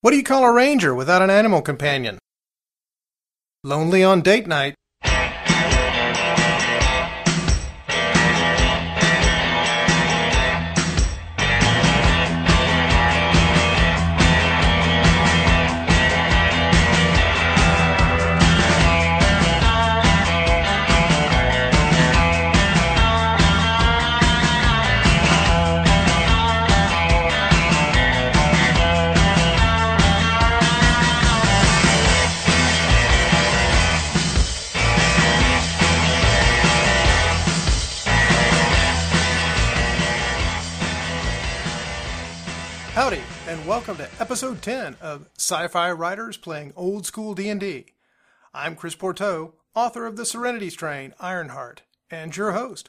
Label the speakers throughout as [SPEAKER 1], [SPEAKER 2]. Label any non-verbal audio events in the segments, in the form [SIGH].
[SPEAKER 1] What do you call a ranger without an animal companion? Lonely on date night. Howdy, and welcome to episode 10 of Sci-Fi Writers Playing Old School D&D. I'm Chris Porteau, author of The Serenity Strain, Ironheart, and your host.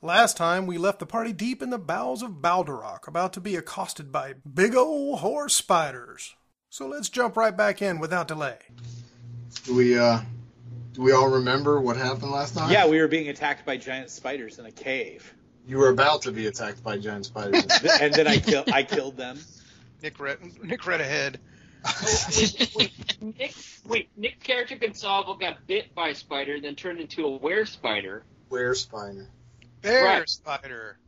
[SPEAKER 1] Last time we left the party deep in the bowels of Baldarok, about to be accosted by big ol' horse spiders. So let's jump right back in without delay.
[SPEAKER 2] Do we uh do we all remember what happened last night?
[SPEAKER 3] Yeah, we were being attacked by giant spiders in a cave,
[SPEAKER 2] You were about to be attacked by giant spiders.
[SPEAKER 3] [LAUGHS] Th- and then I kill I killed them.
[SPEAKER 4] Nick read Nick read ahead.
[SPEAKER 5] wait, wait, Nick, wait, Nick's character Gonsalvo got bit by a spider, then turned into a were spider,
[SPEAKER 2] Where spider?
[SPEAKER 4] Bear
[SPEAKER 5] Right.
[SPEAKER 4] spider.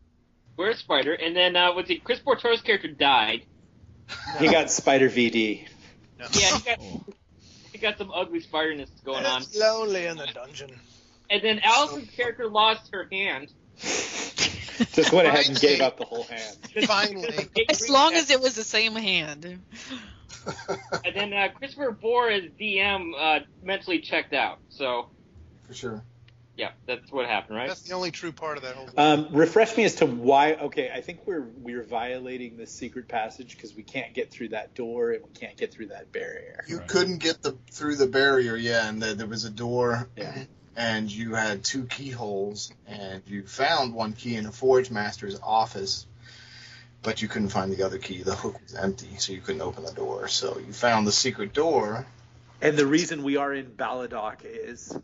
[SPEAKER 5] were spider, and then uh, was he Chris Borto's character died?
[SPEAKER 3] He got spider VD.
[SPEAKER 4] No. [LAUGHS]
[SPEAKER 5] Yeah, he got, he got some ugly spiderness going on,
[SPEAKER 4] It's lonely in the dungeon.
[SPEAKER 5] and then Allison's character lost her hand.
[SPEAKER 3] Just went ahead and gave up the whole hand.
[SPEAKER 4] Finally,
[SPEAKER 6] As long as it was the same hand.
[SPEAKER 5] and then uh, Christopher Bohr as DM uh, mentally checked out. So
[SPEAKER 2] [LAUGHS] For sure.
[SPEAKER 5] yeah, that's what happened, right?
[SPEAKER 4] that's the only true part of that whole.
[SPEAKER 3] Um, refresh me as to why. Okay, I think we're we're violating the secret passage because we can't get through that door and we can't get through that barrier.
[SPEAKER 2] You couldn't get the through the barrier, yeah, and there, there was a door
[SPEAKER 3] Yeah.
[SPEAKER 2] and you had two keyholes and you found one key in a forge master's office, but you couldn't find the other key. The hook was empty, so you couldn't open the door. So you found the secret door.
[SPEAKER 3] And the reason we are in Baladoc is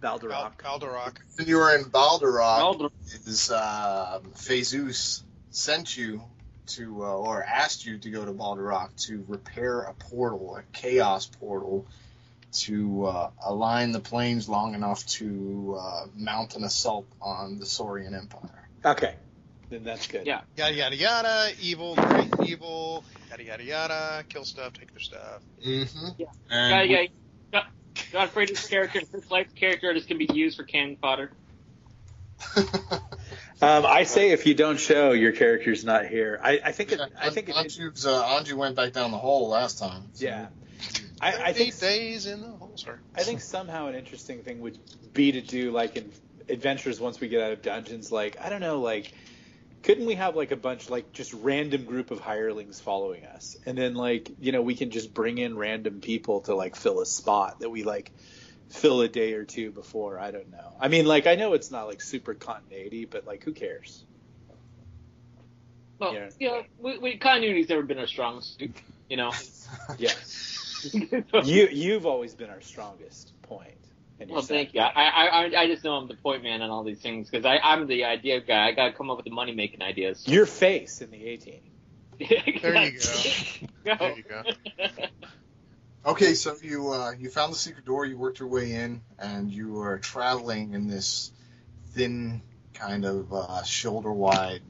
[SPEAKER 4] Cal-
[SPEAKER 3] Baldarok.
[SPEAKER 4] Calderock.
[SPEAKER 2] When you were in Baldarok,
[SPEAKER 5] Baldur-
[SPEAKER 2] is uh, Phaeus sent you to, uh, or asked you to go to Baldarok to repair a portal, a chaos portal, to uh, align the planes long enough to uh, mount an assault on the Saurian Empire.
[SPEAKER 3] Okay, then that's good.
[SPEAKER 5] Yeah.
[SPEAKER 4] Yada yada yada. Evil, great evil. Yada yada yada. Kill stuff, take their stuff.
[SPEAKER 2] Mm-hmm.
[SPEAKER 5] Yeah. Yeah,
[SPEAKER 2] And
[SPEAKER 5] yeah. John- John Fraser's character and Chris Light's character just can be used for cannon fodder.
[SPEAKER 3] Um, I say if you don't show, your character's not here. I, I think it,
[SPEAKER 2] [LAUGHS]
[SPEAKER 3] I think it,
[SPEAKER 2] Anju's, uh, Anju went back down the hole last time. so-
[SPEAKER 3] yeah. [LAUGHS] I, I think
[SPEAKER 4] Eight days in the hole, sir.
[SPEAKER 3] I think somehow an interesting thing would be to do like in adventures once we get out of dungeons. Like I don't know, like couldn't we have like a bunch like just random group of hirelings following us, and then like you know we can just bring in random people to like fill a spot that we like fill a day or two before. I don't know. I mean, like I know it's not like super continuity, but like who cares?
[SPEAKER 5] Well,
[SPEAKER 3] Yeah.
[SPEAKER 5] you know, we, we, continuity's never been our strong suit,
[SPEAKER 2] [LAUGHS]
[SPEAKER 5] you know. [LAUGHS]
[SPEAKER 3] Yeah, [LAUGHS]
[SPEAKER 5] well,
[SPEAKER 3] you you've always been our strongest point. in your
[SPEAKER 5] thank
[SPEAKER 3] set.
[SPEAKER 5] you. I, I, I- I just know I'm the point man on all these things because I'm the idea guy. I gotta come up with the money making ideas. [LAUGHS]
[SPEAKER 3] Your face in the A team.
[SPEAKER 4] There you go.
[SPEAKER 5] go.
[SPEAKER 4] [LAUGHS] There you go.
[SPEAKER 2] Okay, so you uh, you found the secret door, you worked your way in, and you are traveling in this thin, kind of uh, shoulder-wide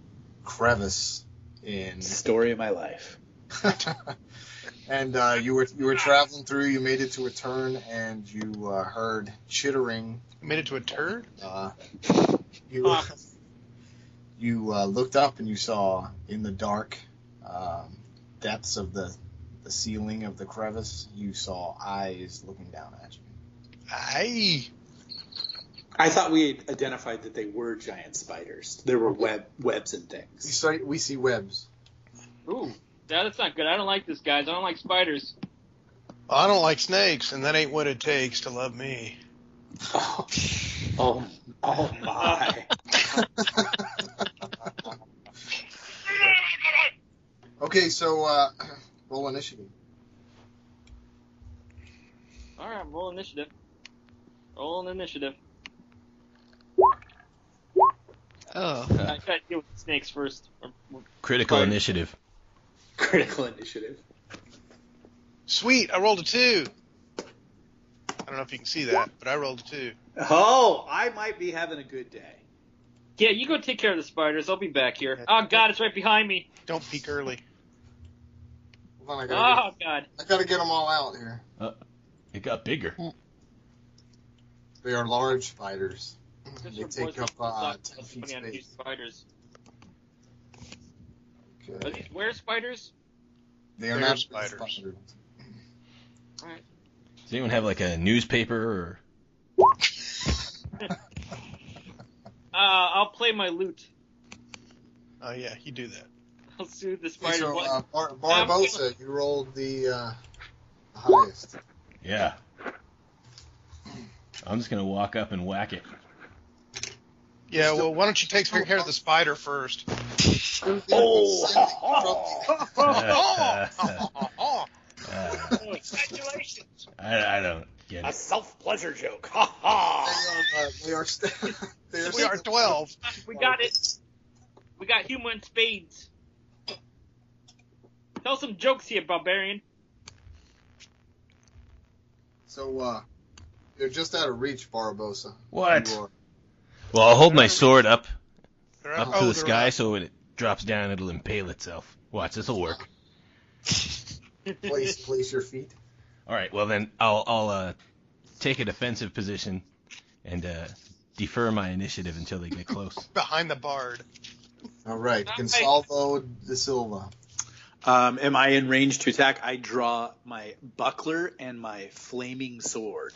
[SPEAKER 2] crevice in, [LAUGHS]
[SPEAKER 3] Story of my life.
[SPEAKER 2] and uh, you were you were traveling through. You made it to a turn, and you uh, heard chittering.
[SPEAKER 4] Committed to a turd.
[SPEAKER 2] Uh, you you uh, looked up and you saw in the dark um, depths of the the ceiling of the crevice, you saw eyes looking down at you.
[SPEAKER 4] Aye.
[SPEAKER 3] I thought we had identified that they were giant spiders. There were web webs and
[SPEAKER 2] We
[SPEAKER 3] things.
[SPEAKER 2] see, we see webs.
[SPEAKER 5] [LAUGHS] Ooh, that- that's not good. I don't like this, guys. I don't like spiders.
[SPEAKER 4] I don't like snakes, and that ain't what it takes to love me.
[SPEAKER 3] Oh, oh, oh [LAUGHS] my!
[SPEAKER 2] okay, so uh, roll initiative.
[SPEAKER 5] All right, roll initiative. Roll an initiative.
[SPEAKER 6] [LAUGHS] Oh.
[SPEAKER 5] I gotta deal with the snakes first. Or-
[SPEAKER 7] Critical
[SPEAKER 5] Right.
[SPEAKER 7] initiative.
[SPEAKER 3] Critical initiative.
[SPEAKER 4] Sweet, I rolled a two. I don't know if you can see that, but I rolled a two.
[SPEAKER 3] Oh, I might be having a good day.
[SPEAKER 5] Yeah, you go take care of the spiders. I'll be back here. Oh God, it's right behind me.
[SPEAKER 4] Don't peek early.
[SPEAKER 2] Hold on, I gotta,
[SPEAKER 5] Oh God.
[SPEAKER 2] get, I gotta get them all out here.
[SPEAKER 7] Uh, It got bigger.
[SPEAKER 2] They are large spiders. They
[SPEAKER 5] This report
[SPEAKER 2] take up
[SPEAKER 5] is
[SPEAKER 2] uh,
[SPEAKER 5] not
[SPEAKER 2] 10 feet
[SPEAKER 5] funny on these
[SPEAKER 2] space.
[SPEAKER 5] spiders. Are
[SPEAKER 2] Okay.
[SPEAKER 5] these [LAUGHS] were spiders?
[SPEAKER 2] They are
[SPEAKER 4] They're
[SPEAKER 2] not
[SPEAKER 4] spiders.
[SPEAKER 2] spiders.
[SPEAKER 7] Does anyone have like a newspaper or?
[SPEAKER 5] Uh, I'll play my lute.
[SPEAKER 4] Oh yeah, you do that.
[SPEAKER 5] I'll soothe the
[SPEAKER 2] Okay,
[SPEAKER 5] spiders.
[SPEAKER 2] so,
[SPEAKER 5] What-
[SPEAKER 2] uh, Bar- Barbosa, you rolled the uh, highest.
[SPEAKER 7] Yeah. I'm just gonna walk up and whack it.
[SPEAKER 4] Yeah, well, why don't you take care of the spider first?
[SPEAKER 2] [LAUGHS] Oh!
[SPEAKER 7] [LAUGHS]
[SPEAKER 4] I,
[SPEAKER 7] Uh, I, I don't get it.
[SPEAKER 8] self pleasure joke. Ha ha.
[SPEAKER 2] uh, They are, st- they are
[SPEAKER 4] we are
[SPEAKER 2] st-
[SPEAKER 4] twelve.
[SPEAKER 5] we got it. We got human spades. Tell some jokes here, barbarian.
[SPEAKER 2] [LAUGHS] So, uh, they're just out of reach, Barbosa.
[SPEAKER 7] What?
[SPEAKER 2] You are-
[SPEAKER 7] Well, I'll hold my sword up
[SPEAKER 4] They're
[SPEAKER 7] up
[SPEAKER 4] oh,
[SPEAKER 7] to
[SPEAKER 4] they're
[SPEAKER 7] the sky
[SPEAKER 4] up.
[SPEAKER 7] so when it drops down, it'll impale itself. Watch, this will work.
[SPEAKER 2] place, place your feet.
[SPEAKER 7] All right, well then I'll I'll uh, take a defensive position and uh, defer my initiative until they get close.
[SPEAKER 4] behind the bard.
[SPEAKER 2] All right,
[SPEAKER 5] All right.
[SPEAKER 2] Gonsalvo de Silva.
[SPEAKER 3] Um, am I in range to attack? I draw my buckler and my flaming sword.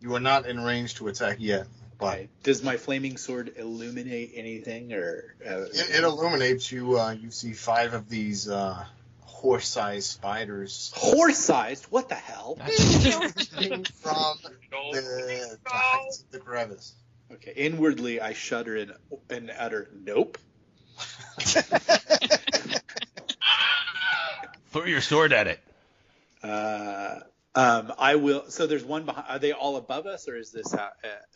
[SPEAKER 2] You are not in range to attack yet, but
[SPEAKER 3] Okay. Does my flaming sword illuminate anything, or uh,
[SPEAKER 2] it, it illuminates you. Uh, you see five of these uh, horse-sized spiders
[SPEAKER 3] horse-sized? What the hell?
[SPEAKER 2] from the, the heights of the crevice.
[SPEAKER 3] Okay. Inwardly, I shudder and, and utter nope.
[SPEAKER 7] Throw your sword at it.
[SPEAKER 3] Uh, um, I will. So there's one behind. Are they all above us, or is this how? Uh,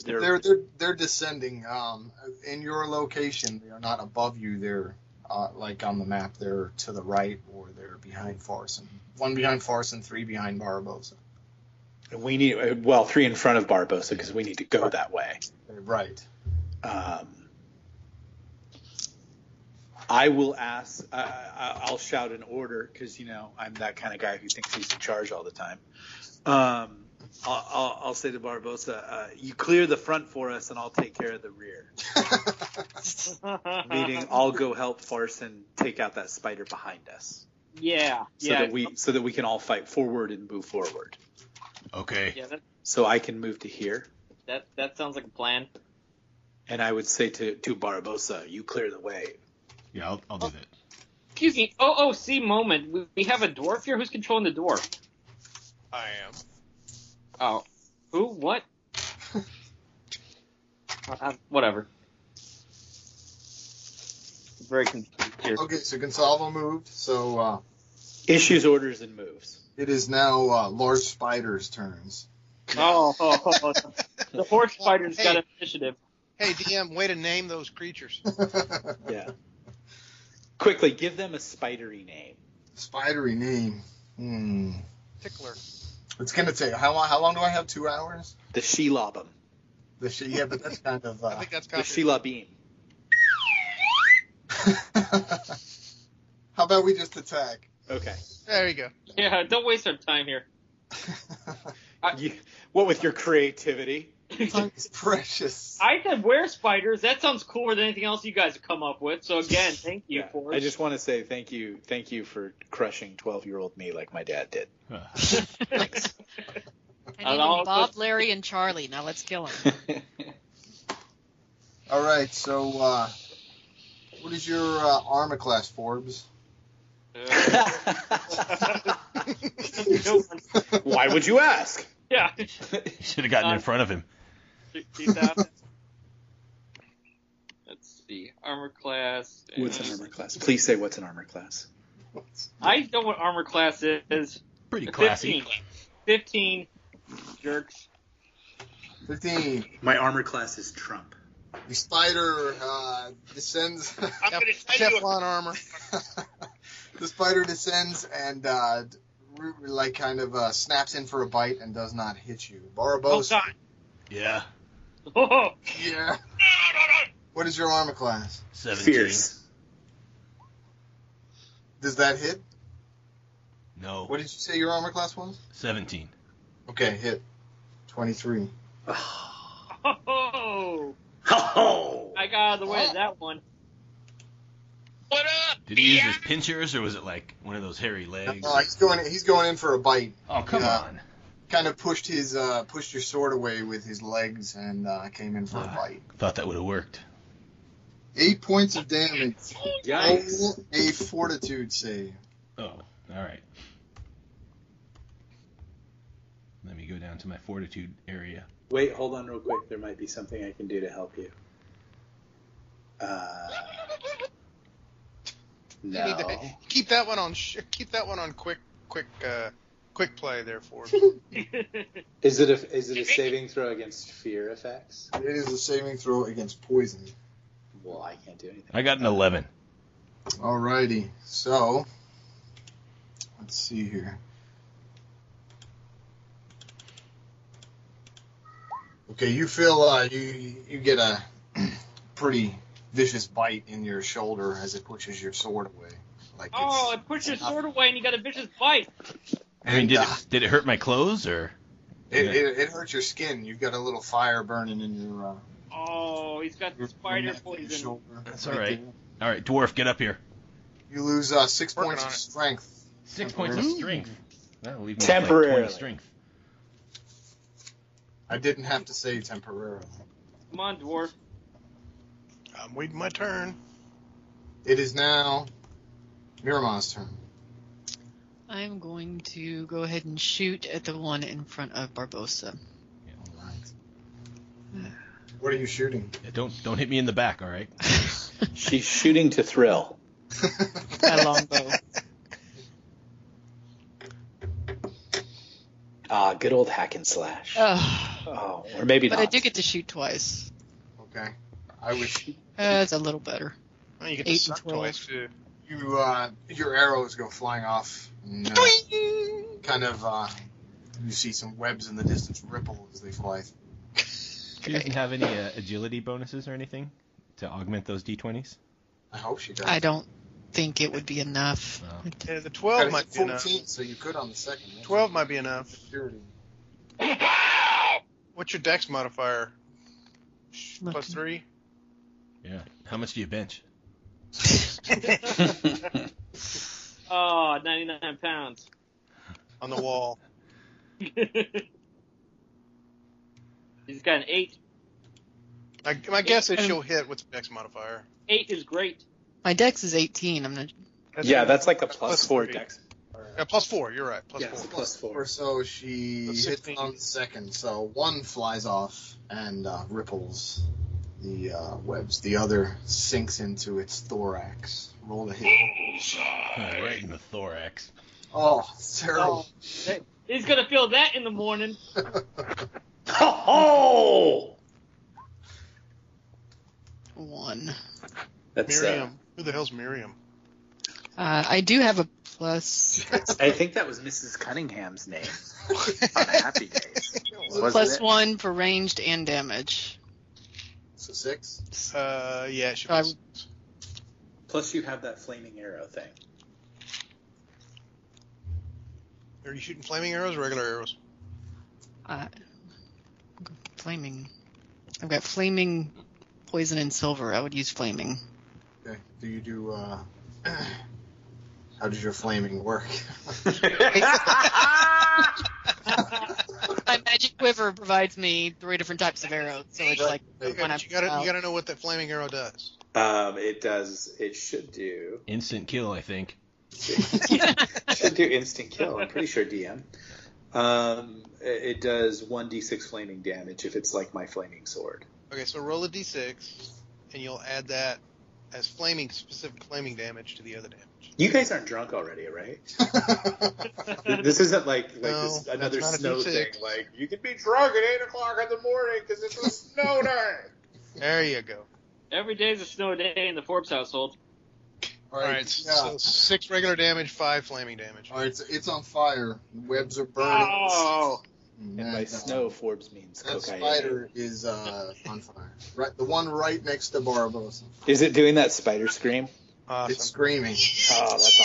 [SPEAKER 3] they're,
[SPEAKER 2] They're they're they're descending. Um, in your location, they are not above you. They're uh, like on the map. They're to the right, or they're behind Farson. One behind Farson, three behind Barbosa.
[SPEAKER 3] we need uh, well three in front of Barbosa because we need to go that way.
[SPEAKER 2] They're right. [LAUGHS]
[SPEAKER 3] Um, I will ask. Uh, I'll shout an order because you know I'm that kind of guy who thinks he's in charge all the time. Um, I'll, I'll, I'll say to Barbosa, uh, "You clear the front for us, and I'll take care of the rear." Meaning, I'll go help Farson take out that spider behind us,
[SPEAKER 5] yeah,
[SPEAKER 3] so
[SPEAKER 5] yeah,
[SPEAKER 3] that we so that we can all fight forward and move forward.
[SPEAKER 7] Okay.
[SPEAKER 5] yeah. That,
[SPEAKER 3] So I can move to here,
[SPEAKER 5] that that sounds like a plan.
[SPEAKER 3] and I would say to to Barbosa, "You clear the way."
[SPEAKER 7] Yeah, I'll, I'll do that.
[SPEAKER 5] Excuse me. OOC moment. We, we have a dwarf here. Who's controlling the dwarf?
[SPEAKER 4] I am.
[SPEAKER 5] Oh, who? What? [LAUGHS] Uh, uh, whatever. Very confused here.
[SPEAKER 2] Okay, so Gonsalvo moved. So uh,
[SPEAKER 3] Issues orders and moves.
[SPEAKER 2] it is now uh, large spiders' turns. [LAUGHS]
[SPEAKER 5] Oh, oh, oh, oh. the horse spider's
[SPEAKER 4] Hey.
[SPEAKER 5] got an initiative.
[SPEAKER 4] Hey DM, way to name those creatures.
[SPEAKER 5] [LAUGHS]
[SPEAKER 3] Yeah. Quickly, give them a spidery name.
[SPEAKER 2] Spidery name. Hmm.
[SPEAKER 4] Tickler.
[SPEAKER 2] It's gonna take how long? How long do I have? Two hours.
[SPEAKER 3] The Shelobum.
[SPEAKER 2] The sh- yeah, but that's kind of.
[SPEAKER 4] [LAUGHS] I
[SPEAKER 2] Uh... [LAUGHS]
[SPEAKER 4] think that's
[SPEAKER 3] The
[SPEAKER 4] copy.
[SPEAKER 3] Shelobim.
[SPEAKER 2] how about we just
[SPEAKER 4] [LAUGHS]
[SPEAKER 2] attack?
[SPEAKER 3] Okay.
[SPEAKER 4] There you go.
[SPEAKER 5] Yeah, don't waste our time here.
[SPEAKER 3] You, what with your creativity?
[SPEAKER 2] Time is precious.
[SPEAKER 5] [LAUGHS] I said wear spiders. That sounds cooler than anything else you guys have come up with. So again, thank you
[SPEAKER 3] Yeah.
[SPEAKER 5] [LAUGHS] for
[SPEAKER 3] I just [LAUGHS] want to say thank you, thank you for crushing twelve-year-old me like my dad did.
[SPEAKER 7] Huh.
[SPEAKER 5] I'll
[SPEAKER 6] I need
[SPEAKER 5] also-
[SPEAKER 6] Bob, Larry, and Charlie. Now let's kill them.
[SPEAKER 5] [LAUGHS]
[SPEAKER 2] All right, so uh, what is your uh, armor class,
[SPEAKER 4] [LAUGHS]
[SPEAKER 2] Forbes?
[SPEAKER 5] Uh, no
[SPEAKER 3] [LAUGHS]
[SPEAKER 5] one-
[SPEAKER 3] Why would you
[SPEAKER 5] [LAUGHS]
[SPEAKER 3] ask?
[SPEAKER 5] yeah,
[SPEAKER 7] you should have gotten in front of him.
[SPEAKER 5] 60,000. Let's see, armor class.
[SPEAKER 3] What's an armor class? Please say what's an armor class.
[SPEAKER 5] I know what armor class is.
[SPEAKER 7] Pretty classy.
[SPEAKER 5] 15. 15 jerks.
[SPEAKER 2] [LAUGHS] Fifteen.
[SPEAKER 3] My armor class is Trump.
[SPEAKER 2] The spider uh, descends.
[SPEAKER 4] Teflon armor.
[SPEAKER 2] [LAUGHS] the spider descends and uh, Root like kind of uh, snaps in for a bite and does not hit you.
[SPEAKER 8] Oh,
[SPEAKER 2] Barabos.
[SPEAKER 8] God.
[SPEAKER 7] Yeah.
[SPEAKER 8] Oh,
[SPEAKER 2] yeah.
[SPEAKER 8] [LAUGHS]
[SPEAKER 2] What is your armor class?
[SPEAKER 7] 17.
[SPEAKER 3] Fierce.
[SPEAKER 2] Does that hit?
[SPEAKER 7] No.
[SPEAKER 2] What did you say your armor class was?
[SPEAKER 7] 17.
[SPEAKER 2] Okay, hit. 23.
[SPEAKER 5] Oh,
[SPEAKER 2] Oh.
[SPEAKER 8] ho, ho.
[SPEAKER 5] I got out of the way of that [LAUGHS] one.
[SPEAKER 4] What up?
[SPEAKER 7] Did he use his pinchers or was it like one of those hairy legs?
[SPEAKER 2] No, Uh, Oh, he's going he's going in for a bite.
[SPEAKER 7] Oh, come
[SPEAKER 2] Yeah.
[SPEAKER 7] on.
[SPEAKER 2] Kind of pushed his uh, pushed your sword away with his legs and uh, came in for a
[SPEAKER 7] Ah.
[SPEAKER 2] bite.
[SPEAKER 7] Thought that would have worked.
[SPEAKER 2] Eight points of damage.
[SPEAKER 3] Yikes.
[SPEAKER 2] Roll A fortitude save.
[SPEAKER 7] Oh, all right. Let me go down to my fortitude area.
[SPEAKER 3] Wait, hold on real quick. There might be something I can do to help you.
[SPEAKER 6] [LAUGHS]
[SPEAKER 3] Uh,
[SPEAKER 4] You need to-
[SPEAKER 3] no.
[SPEAKER 4] keep that one on. Sh- keep that one on quick, quick, uh, quick play. There for
[SPEAKER 3] Is it a is it a saving throw against fear effects?
[SPEAKER 2] It is a saving throw against poison.
[SPEAKER 3] Well, I can't do anything.
[SPEAKER 7] I got an 11.
[SPEAKER 2] Alrighty, so let's see here. Okay, you feel uh, you you get a [CLEARS THROAT] pretty vicious bite in your shoulder as it pushes your sword away. Like
[SPEAKER 5] Oh,
[SPEAKER 2] it's,
[SPEAKER 5] it puts your sword away and you got a vicious bite.
[SPEAKER 7] I mean,
[SPEAKER 2] And,
[SPEAKER 7] did
[SPEAKER 2] uh,
[SPEAKER 7] it, did it hurt my clothes or?
[SPEAKER 2] it, it, it hurts your skin. You've got a little fire burning in your, uh,
[SPEAKER 5] Oh, he's got
[SPEAKER 2] your
[SPEAKER 5] the spider
[SPEAKER 2] your neck and your
[SPEAKER 5] poison.
[SPEAKER 2] shoulder.
[SPEAKER 7] That's all right.
[SPEAKER 2] there.
[SPEAKER 7] All right, dwarf, get up here.
[SPEAKER 2] You lose uh, six
[SPEAKER 4] Working
[SPEAKER 2] points
[SPEAKER 4] on
[SPEAKER 2] of
[SPEAKER 4] it.
[SPEAKER 2] strength.
[SPEAKER 7] Six points of
[SPEAKER 2] Ooh.
[SPEAKER 7] strength. That'll leave me With like
[SPEAKER 3] Temporarily.
[SPEAKER 7] 20 strength.
[SPEAKER 2] I didn't have to say temporarily.
[SPEAKER 5] Come on,
[SPEAKER 8] [LAUGHS]
[SPEAKER 5] dwarf. [LAUGHS]
[SPEAKER 4] I'm waiting Um, my turn.
[SPEAKER 2] It is now Miramon's turn.
[SPEAKER 6] I'm going to go ahead and shoot at the one in front of [LAUGHS] Barbosa.
[SPEAKER 2] What are you shooting?
[SPEAKER 7] Yeah, don't don't hit me in the back, all right?
[SPEAKER 3] She's shooting to thrill.
[SPEAKER 6] My longbow.
[SPEAKER 3] Ah, good old hack and slash.
[SPEAKER 6] Ugh.
[SPEAKER 3] oh, or maybe
[SPEAKER 6] but
[SPEAKER 3] not.
[SPEAKER 6] I do get to shoot twice.
[SPEAKER 2] okay. I wish
[SPEAKER 6] Uh, it's a little better.
[SPEAKER 4] Well, Oh, you get
[SPEAKER 6] Eight
[SPEAKER 4] to
[SPEAKER 6] and
[SPEAKER 4] suck
[SPEAKER 6] 12.
[SPEAKER 4] twice too.
[SPEAKER 2] you uh, your arrows go flying off. And, uh, kind of uh, you see some webs in the distance ripple as they fly.
[SPEAKER 7] She doesn't have any uh, agility bonuses or anything to augment those d20s.
[SPEAKER 2] I hope she does.
[SPEAKER 6] I don't think it would be enough.
[SPEAKER 7] No.
[SPEAKER 4] Yeah, the
[SPEAKER 2] Gotta
[SPEAKER 4] twelve
[SPEAKER 2] get
[SPEAKER 4] might be
[SPEAKER 2] 14,
[SPEAKER 4] enough.
[SPEAKER 2] so you could on the second. one.
[SPEAKER 4] Twelve might be enough.
[SPEAKER 2] Security.
[SPEAKER 4] What's your dex modifier? Sh-
[SPEAKER 6] Nothing.
[SPEAKER 4] Plus three.
[SPEAKER 7] Yeah. How much do you bench?
[SPEAKER 5] Oh, 99 pounds.
[SPEAKER 4] on the wall.
[SPEAKER 5] [LAUGHS] he's got an 8.
[SPEAKER 4] I, my guess is she'll hit with the dex modifier.
[SPEAKER 5] 8 is great.
[SPEAKER 6] My dex is 18. I'm not.
[SPEAKER 3] yeah, that's like a plus, plus
[SPEAKER 4] Plus
[SPEAKER 3] four
[SPEAKER 4] three.
[SPEAKER 3] dex.
[SPEAKER 4] Yeah, Uh, plus four. You're right. Plus
[SPEAKER 3] Yeah,
[SPEAKER 4] four.
[SPEAKER 3] plus
[SPEAKER 2] Or
[SPEAKER 3] four.
[SPEAKER 2] so she
[SPEAKER 4] That's
[SPEAKER 2] hits
[SPEAKER 4] 16.
[SPEAKER 2] on the second. So one flies off and uh, ripples the uh, webs. The other sinks into its thorax. Roll the hit.
[SPEAKER 7] All right, Uh, right in the thorax.
[SPEAKER 2] Oh, it's [LAUGHS] terrible.
[SPEAKER 5] He's going to feel that in the morning. [LAUGHS]
[SPEAKER 8] Ho, ho.
[SPEAKER 6] One.
[SPEAKER 3] That's. Uh,
[SPEAKER 4] Miriam. Who the hell's Miriam?
[SPEAKER 6] Uh, I do have a plus
[SPEAKER 3] I think that was Mrs. Cunningham's [LAUGHS] name on Happy Days. wasn't
[SPEAKER 6] plus
[SPEAKER 3] it?
[SPEAKER 6] one for ranged and damage.
[SPEAKER 2] so six.
[SPEAKER 4] Uh, yeah, she
[SPEAKER 6] I-
[SPEAKER 4] was.
[SPEAKER 3] Plus, you have that flaming arrow thing.
[SPEAKER 4] Are you shooting flaming arrows or regular arrows?
[SPEAKER 6] Uh, flaming. I've got flaming, poison, and silver. I would use flaming.
[SPEAKER 2] Okay. Do you do? Uh, how does your flaming work?
[SPEAKER 6] My magic quiver provides me three different types of arrows, so it's like
[SPEAKER 4] Okay,
[SPEAKER 6] when I
[SPEAKER 4] but you gotta, [LAUGHS]
[SPEAKER 6] [LAUGHS]
[SPEAKER 4] you gotta know what that flaming arrow does.
[SPEAKER 3] Um, it does. It should do.
[SPEAKER 7] Instant kill, I think.
[SPEAKER 3] should do instant kill. I'm pretty sure DM. Um, it it does one d6 flaming damage if it's like my flaming sword.
[SPEAKER 4] Okay, so roll a d6, and you'll add that as flaming specific flaming damage to the other damage.
[SPEAKER 3] You guys aren't drunk already, right? This isn't like like
[SPEAKER 4] No,
[SPEAKER 3] this, another
[SPEAKER 4] that's
[SPEAKER 3] snow
[SPEAKER 4] not a
[SPEAKER 3] thing.
[SPEAKER 4] D6.
[SPEAKER 3] Like you can be drunk at eight o'clock in the morning because it's a snow day.
[SPEAKER 4] There you go.
[SPEAKER 5] Every day's a snow day in the Forbes household. [LAUGHS]
[SPEAKER 2] All
[SPEAKER 4] All
[SPEAKER 2] right.
[SPEAKER 4] right,
[SPEAKER 2] yeah.
[SPEAKER 4] so six regular damage, five flaming damage.
[SPEAKER 2] All right, so it's on fire. The webs are burning.
[SPEAKER 5] Oh,
[SPEAKER 2] And
[SPEAKER 3] And by
[SPEAKER 2] that, uh,
[SPEAKER 3] snow, Forbes means
[SPEAKER 2] That
[SPEAKER 3] cocaine.
[SPEAKER 2] spider is uh, on fire. Right, the one right next to Barbosa.
[SPEAKER 3] Is it doing that spider scream?
[SPEAKER 4] Awesome.
[SPEAKER 2] It's screaming.
[SPEAKER 3] Oh, that's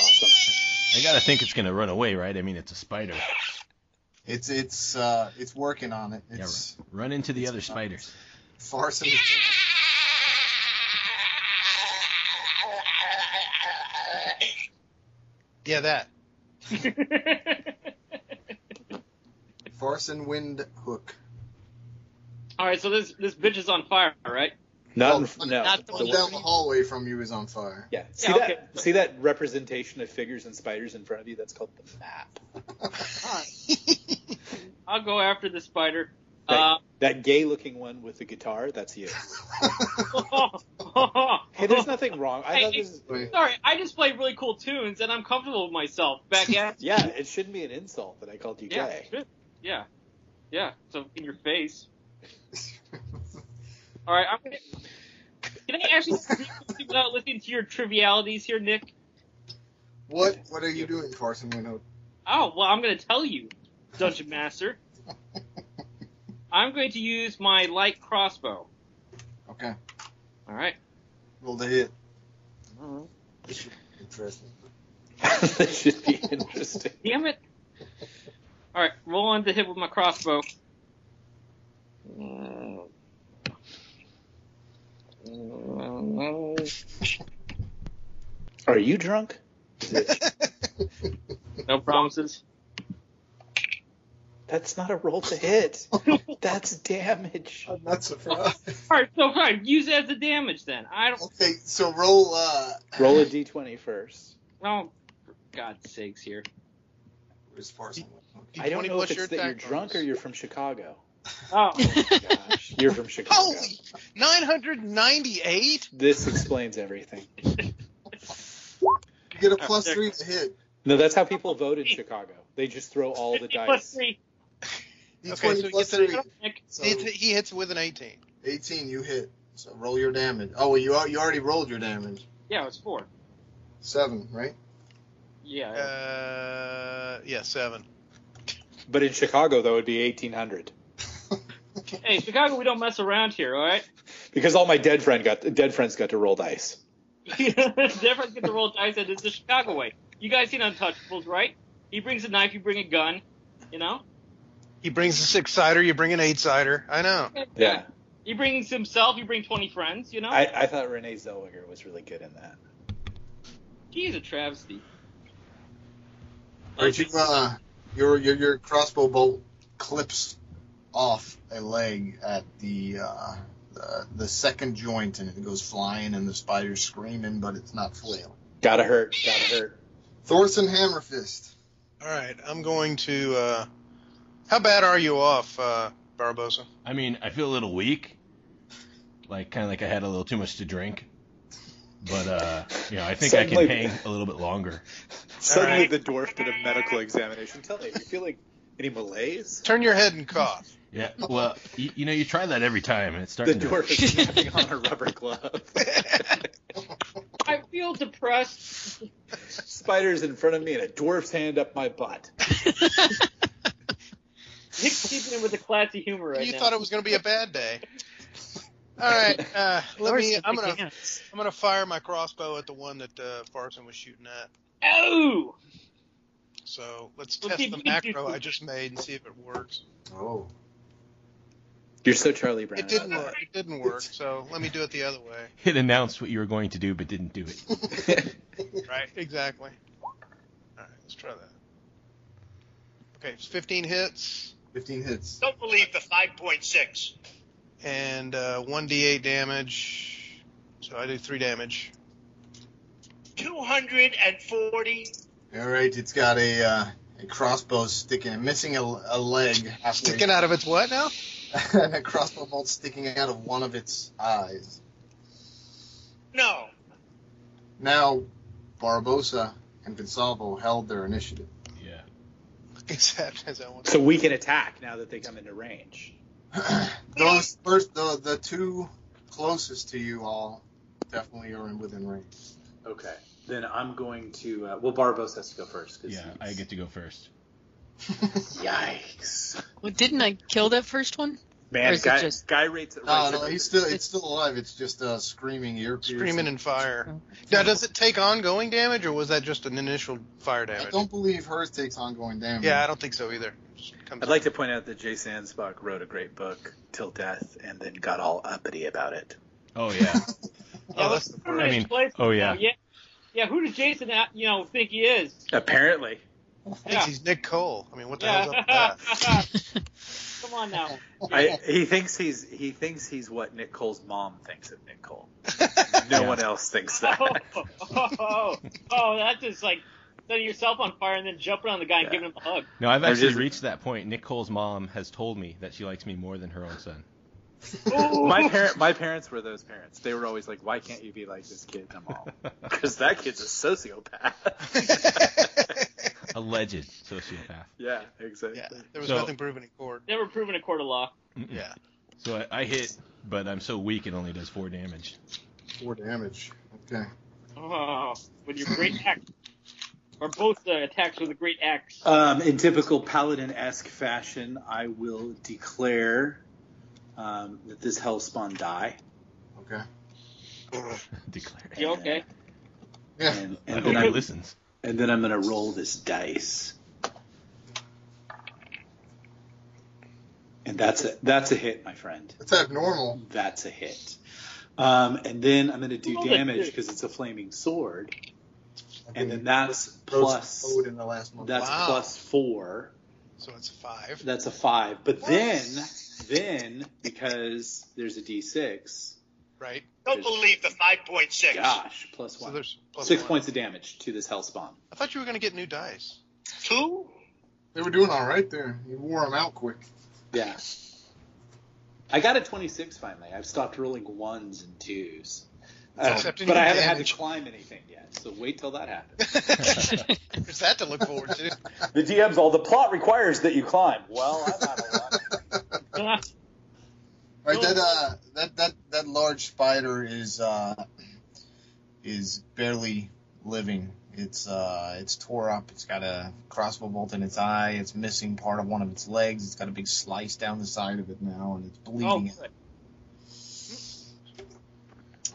[SPEAKER 3] awesome.
[SPEAKER 7] I gotta think it's gonna run away, right? I mean, it's a spider.
[SPEAKER 2] It's it's uh, it's working on it.
[SPEAKER 7] Yeah,
[SPEAKER 2] It's
[SPEAKER 7] Run into the
[SPEAKER 2] It's
[SPEAKER 7] other
[SPEAKER 2] not-
[SPEAKER 7] spiders.
[SPEAKER 2] [LAUGHS] farcing. it.
[SPEAKER 4] Yeah, that.
[SPEAKER 2] Farson Wind Hook.
[SPEAKER 5] All right, so this this bitch is on fire, all right?
[SPEAKER 3] Not
[SPEAKER 2] Well,
[SPEAKER 3] in, no.
[SPEAKER 6] not the
[SPEAKER 2] One
[SPEAKER 6] one-
[SPEAKER 2] down the hallway from you is on fire.
[SPEAKER 3] yeah. See
[SPEAKER 5] Yeah,
[SPEAKER 3] that?
[SPEAKER 5] okay.
[SPEAKER 3] See that representation of figures and spiders in front of you? That's called the map.
[SPEAKER 5] I'll go after the spider.
[SPEAKER 3] Right.
[SPEAKER 5] Uh,
[SPEAKER 3] That gay-looking one with the guitar. That's you.
[SPEAKER 5] [LAUGHS]
[SPEAKER 3] Hey, there's
[SPEAKER 5] hey,
[SPEAKER 3] nothing wrong. I
[SPEAKER 5] Hey,
[SPEAKER 3] thought this is.
[SPEAKER 5] Uh, Sorry, I just play really cool tunes and I'm comfortable with myself. Back
[SPEAKER 3] [LAUGHS]
[SPEAKER 5] at
[SPEAKER 3] Yeah, it shouldn't be an insult that I called you
[SPEAKER 5] yeah,
[SPEAKER 3] gay.
[SPEAKER 5] shit. yeah, yeah. So in your face. All right, I'm gonna. Can I actually speak without listening to your trivialities here, Nick?
[SPEAKER 2] what what are you doing, Farson Wind Hook?
[SPEAKER 5] Oh, well, I'm going to tell you, Dungeon Master. I'm going to use my light crossbow.
[SPEAKER 2] Okay,
[SPEAKER 5] All right.
[SPEAKER 2] roll the hit. Interesting.
[SPEAKER 3] [LAUGHS] that should be interesting.
[SPEAKER 5] Damn it. All right, roll on to hit with my crossbow.
[SPEAKER 3] Are you drunk?
[SPEAKER 5] No promises.
[SPEAKER 3] That's not a roll to hit. That's damage.
[SPEAKER 2] I'm [LAUGHS] not surprised.
[SPEAKER 5] All right, so fine. Use it as a damage then. I don't.
[SPEAKER 2] [LAUGHS] okay, so roll. Uh,
[SPEAKER 3] Roll a d20 first.
[SPEAKER 5] Oh, for God's sakes, here.
[SPEAKER 2] where's Farson Wind Hook?
[SPEAKER 3] I don't
[SPEAKER 4] D20
[SPEAKER 3] know
[SPEAKER 4] plus
[SPEAKER 3] if it's
[SPEAKER 4] your
[SPEAKER 3] that you're
[SPEAKER 4] attack
[SPEAKER 3] drunk or
[SPEAKER 4] bonus.
[SPEAKER 3] you're from Chicago.
[SPEAKER 5] Oh,
[SPEAKER 3] Gosh, you're from Chicago.
[SPEAKER 4] Holy! 998?
[SPEAKER 3] This explains everything.
[SPEAKER 2] You get a
[SPEAKER 4] Oh,
[SPEAKER 5] right,
[SPEAKER 2] plus
[SPEAKER 5] there.
[SPEAKER 2] three to hit.
[SPEAKER 3] No, that's how people vote in Chicago. They just throw
[SPEAKER 5] [LAUGHS]
[SPEAKER 3] all the
[SPEAKER 5] 50 plus
[SPEAKER 3] dice.
[SPEAKER 5] three.
[SPEAKER 2] D20
[SPEAKER 4] Okay, so
[SPEAKER 2] plus
[SPEAKER 4] you said-
[SPEAKER 2] three.
[SPEAKER 5] Nick,
[SPEAKER 2] So
[SPEAKER 4] It- he hits with an 18.
[SPEAKER 2] 18, you hit. So roll your damage. Oh, well, you al- you already rolled your damage.
[SPEAKER 5] Yeah, it's four.
[SPEAKER 2] Seven,
[SPEAKER 4] [LAUGHS]
[SPEAKER 2] right?
[SPEAKER 5] Yeah.
[SPEAKER 4] Uh, yeah, 7.
[SPEAKER 3] But in Chicago, though, it'd be 1800
[SPEAKER 5] hey, Chicago, we don't mess around here, all right? [LAUGHS]
[SPEAKER 3] because all my dead friend got dead friends got to roll dice.
[SPEAKER 5] Everyone's going to roll dice, and it's the Chicago way. You guys seen Untouchables, right? He brings a knife, you bring a gun, you know?
[SPEAKER 4] He brings a six sider, you bring an eight sider. I know.
[SPEAKER 3] Yeah,
[SPEAKER 5] He brings himself, you bring 20 friends, you know?
[SPEAKER 3] I, I thought Renee Zellweger was really good in that.
[SPEAKER 5] He's a travesty.
[SPEAKER 2] Or you, uh, your, your your crossbow bolt clips off a leg at the, uh, the the second joint, and it goes flying, and the spider's screaming, but it's not flailing.
[SPEAKER 3] Gotta hurt, gotta [LAUGHS] hurt.
[SPEAKER 2] Thorson Hammerfist.
[SPEAKER 4] All right, I'm going to. Uh, how bad are you off, uh, Barbosa?
[SPEAKER 7] I mean, I feel a little weak, like kind of like I had a little too much to drink. But [LAUGHS] uh, you know, I think I can
[SPEAKER 3] Suddenly-
[SPEAKER 7] hang a little bit longer.
[SPEAKER 3] Suddenly,
[SPEAKER 4] right.
[SPEAKER 3] the dwarf did a medical examination. Tell me, do you feel like any malaise?
[SPEAKER 4] Turn your head and
[SPEAKER 3] [LAUGHS]
[SPEAKER 4] cough.
[SPEAKER 7] Yeah. Well, you, you know, you try that every time, and it's
[SPEAKER 3] The
[SPEAKER 7] starting to.
[SPEAKER 3] dwarf is snapping on a rubber glove. [LAUGHS]
[SPEAKER 5] I feel depressed. [LAUGHS]
[SPEAKER 3] Spiders in front of me and a dwarf's hand up my butt.
[SPEAKER 5] Nick's keeping it with a classy humor right
[SPEAKER 4] you
[SPEAKER 5] now.
[SPEAKER 4] thought it was going to be a bad day. All right,
[SPEAKER 3] [LAUGHS]
[SPEAKER 4] uh, let me. I'm gonna. I'm gonna fire my crossbow at the one that uh, Farson was shooting at.
[SPEAKER 5] Oh!
[SPEAKER 4] So let's
[SPEAKER 5] Okay,
[SPEAKER 4] test the
[SPEAKER 5] you can do
[SPEAKER 4] macro
[SPEAKER 5] it.
[SPEAKER 4] I just made and see if it works. [LAUGHS]
[SPEAKER 2] Oh.
[SPEAKER 3] You're so Charlie Brown.
[SPEAKER 4] It didn't work. It didn't work. So let me do it the other way.
[SPEAKER 7] It announced what you were going to do, but didn't do it.
[SPEAKER 4] Right. Exactly. All right. Let's try that. Okay. it's 15 hits
[SPEAKER 2] 15 hits.
[SPEAKER 8] Don't believe the 5.6.
[SPEAKER 4] and uh, 1d8 damage. So I do three damage.
[SPEAKER 8] 240.
[SPEAKER 2] All right, it's got a, uh, a crossbow sticking, missing a, a leg halfway.
[SPEAKER 4] Sticking out of its what [LAUGHS] now?
[SPEAKER 2] and [LAUGHS] a crossbow bolt sticking out of one of its eyes.
[SPEAKER 8] No.
[SPEAKER 2] Now, Barbosa and Gonsalvo held their initiative.
[SPEAKER 7] Yeah.
[SPEAKER 4] Except as I
[SPEAKER 3] [LAUGHS]
[SPEAKER 4] want.
[SPEAKER 3] So we can attack now that they come into range.
[SPEAKER 2] Those first, the, the two closest to you all definitely are in within range. [LAUGHS]
[SPEAKER 3] Okay. then I'm going to. Uh, well, Barbos has to go first. 'cause
[SPEAKER 7] Yeah,
[SPEAKER 3] he's-
[SPEAKER 7] I get to go first.
[SPEAKER 3] Yikes!
[SPEAKER 6] Well, didn't I kill that first one? Or
[SPEAKER 3] Man,
[SPEAKER 6] is it
[SPEAKER 3] guy,
[SPEAKER 6] just-
[SPEAKER 3] guy rates it.
[SPEAKER 2] No,
[SPEAKER 3] rates
[SPEAKER 2] no,
[SPEAKER 3] it-
[SPEAKER 2] he's still it's still alive. It's just uh, screaming ear piercing.
[SPEAKER 4] Screaming and fire. Now, does it take ongoing damage, or was that just an initial fire
[SPEAKER 2] I
[SPEAKER 4] damage?
[SPEAKER 2] don't believe hers takes ongoing damage.
[SPEAKER 4] Yeah, I don't think so either. Just comes
[SPEAKER 3] I'd like to point out that Jay Sandsbach wrote a great book, Till Death, and then got all uppity about it.
[SPEAKER 7] Oh
[SPEAKER 2] [LAUGHS]
[SPEAKER 7] yeah.
[SPEAKER 4] Oh, that's the
[SPEAKER 5] Permanent
[SPEAKER 7] I mean,
[SPEAKER 5] place
[SPEAKER 7] oh,
[SPEAKER 5] now,
[SPEAKER 7] yeah.
[SPEAKER 5] yeah. Yeah, who does Jason, uh, you know, think he is?
[SPEAKER 3] Apparently.
[SPEAKER 4] thinks
[SPEAKER 5] Yeah.
[SPEAKER 4] he's Nick Cole. I mean, what the hell's up with
[SPEAKER 5] Yeah.
[SPEAKER 4] that?
[SPEAKER 6] Uh,
[SPEAKER 5] [LAUGHS] Come on now.
[SPEAKER 3] I, he thinks he's he thinks he's what Nick Cole's mom thinks of Nick Cole. No
[SPEAKER 7] Yeah.
[SPEAKER 3] one else
[SPEAKER 5] [LAUGHS]
[SPEAKER 3] thinks [LAUGHS] that.
[SPEAKER 5] Oh, oh, oh, oh, that's just like setting yourself on fire and then jumping on the guy and
[SPEAKER 3] Yeah.
[SPEAKER 5] giving him a hug.
[SPEAKER 7] No, I've
[SPEAKER 3] I
[SPEAKER 7] actually
[SPEAKER 3] just-
[SPEAKER 7] reached that point. Nick Cole's mom has told me that she likes me more than her own son.
[SPEAKER 6] Oh.
[SPEAKER 3] [LAUGHS]
[SPEAKER 5] Ooh.
[SPEAKER 3] My parent, my parents were those parents. They were always like, "Why can't you be like this kid?" And I'm all, [LAUGHS]
[SPEAKER 2] [LAUGHS]
[SPEAKER 3] "Because that kid's a sociopath."
[SPEAKER 7] [LAUGHS] Alleged sociopath.
[SPEAKER 3] yeah, exactly.
[SPEAKER 4] Yeah, [LAUGHS] there was
[SPEAKER 7] So-
[SPEAKER 4] nothing proven in court.
[SPEAKER 5] Never proven in a court of law.
[SPEAKER 7] Mm-mm.
[SPEAKER 4] Yeah.
[SPEAKER 7] So I, I hit, but I'm so weak it only does four damage. [LAUGHS]
[SPEAKER 2] Four damage. Okay.
[SPEAKER 5] Oh, with your great
[SPEAKER 3] [LAUGHS]
[SPEAKER 5] axe. Or both the attacks with a great axe.
[SPEAKER 3] Um, in typical paladin-esque fashion, I will declare um, that this hellspawn die.
[SPEAKER 2] Okay.
[SPEAKER 7] Declare.
[SPEAKER 5] You okay?
[SPEAKER 2] Yeah.
[SPEAKER 3] And,
[SPEAKER 7] I
[SPEAKER 3] [LAUGHS] and
[SPEAKER 7] hope
[SPEAKER 3] then
[SPEAKER 7] he
[SPEAKER 3] I'm,
[SPEAKER 7] listens.
[SPEAKER 3] and then I'm gonna roll this dice. And that's a that's a hit, my friend.
[SPEAKER 2] It's abnormal.
[SPEAKER 3] That's a hit. Um, and then I'm gonna do
[SPEAKER 5] Roll that
[SPEAKER 3] damage
[SPEAKER 5] dice.
[SPEAKER 3] because it's a flaming sword,
[SPEAKER 2] I
[SPEAKER 3] and
[SPEAKER 2] think
[SPEAKER 3] then
[SPEAKER 2] it
[SPEAKER 3] that's
[SPEAKER 2] rose
[SPEAKER 3] plus
[SPEAKER 2] code in the last month.
[SPEAKER 3] that's
[SPEAKER 4] Wow.
[SPEAKER 3] plus four.
[SPEAKER 4] So it's five.
[SPEAKER 3] That's a five. But then then because there's a d6.
[SPEAKER 4] Right.
[SPEAKER 8] Don't believe the 5.6.
[SPEAKER 3] Gosh, plus
[SPEAKER 4] So
[SPEAKER 3] one.
[SPEAKER 4] there's plus
[SPEAKER 3] Six
[SPEAKER 4] one.
[SPEAKER 3] points of damage to this hellspawn.
[SPEAKER 4] I thought you were going to get new [LAUGHS] dice.
[SPEAKER 8] Two?
[SPEAKER 2] They were doing all right there. You wore them out
[SPEAKER 3] [LAUGHS]
[SPEAKER 2] quick.
[SPEAKER 3] Yeah. I got a 26 finally. I've stopped rolling ones and twos. Uh,
[SPEAKER 4] Except in
[SPEAKER 3] but
[SPEAKER 4] your
[SPEAKER 3] I haven't had
[SPEAKER 4] damage.
[SPEAKER 3] to climb anything yet, so wait till that happens.
[SPEAKER 4] There's that to look forward to.
[SPEAKER 3] [LAUGHS] the DM's all the plot requires that you climb. Well, I'm out of luck.
[SPEAKER 2] All [LAUGHS] right, that uh, that that that large spider is uh, is barely living. It's uh, it's tore up. It's got a crossbow bolt in its eye. It's missing part of one of its legs. It's got a big slice down the side of it now, and it's
[SPEAKER 5] [LAUGHS] oh,
[SPEAKER 2] bleeding.
[SPEAKER 5] good.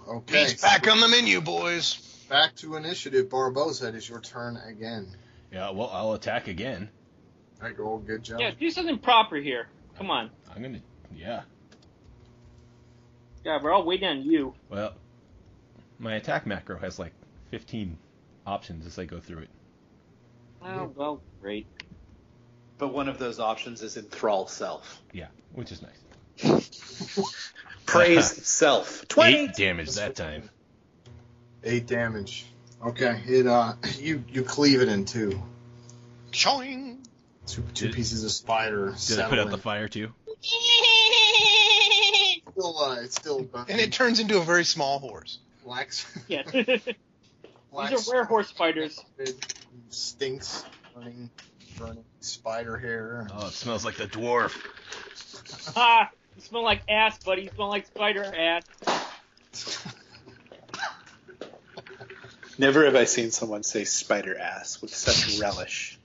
[SPEAKER 2] okay,
[SPEAKER 4] He's back on the menu, boys.
[SPEAKER 2] back to initiative. Barbosa, it is your turn again.
[SPEAKER 7] Yeah. Well, I'll attack again.
[SPEAKER 2] All right, go. Good job.
[SPEAKER 5] yeah, do something proper here. Come on.
[SPEAKER 7] I'm gonna. Yeah.
[SPEAKER 5] God, we're all waiting on you.
[SPEAKER 7] Well, my attack macro has like 15 options as I go through it.
[SPEAKER 5] Oh, well, great.
[SPEAKER 3] [LAUGHS] But one of those options is enthrall self.
[SPEAKER 7] Yeah, which is nice.
[SPEAKER 3] Praise [LAUGHS] self. 20!
[SPEAKER 7] Eight damage that time.
[SPEAKER 2] Eight damage. Okay, it uh, [LAUGHS] you you cleave it in two.
[SPEAKER 4] Choing.
[SPEAKER 2] Two, two
[SPEAKER 7] Did-
[SPEAKER 2] pieces of spider.
[SPEAKER 7] Did I put out the fire too?
[SPEAKER 2] still, uh, it's still uh,
[SPEAKER 4] And it turns into a very small horse.
[SPEAKER 2] black.
[SPEAKER 3] [LAUGHS]
[SPEAKER 5] Yeah.
[SPEAKER 2] [LAUGHS]
[SPEAKER 5] [LAUGHS] These
[SPEAKER 2] black
[SPEAKER 5] are rare horse spiders.
[SPEAKER 2] It stinks. Burning, burning spider hair.
[SPEAKER 7] Oh, it smells like the dwarf.
[SPEAKER 5] Ah, you smell like ass, buddy. You smell like spider ass.
[SPEAKER 3] Never have I seen someone say spider ass with such relish.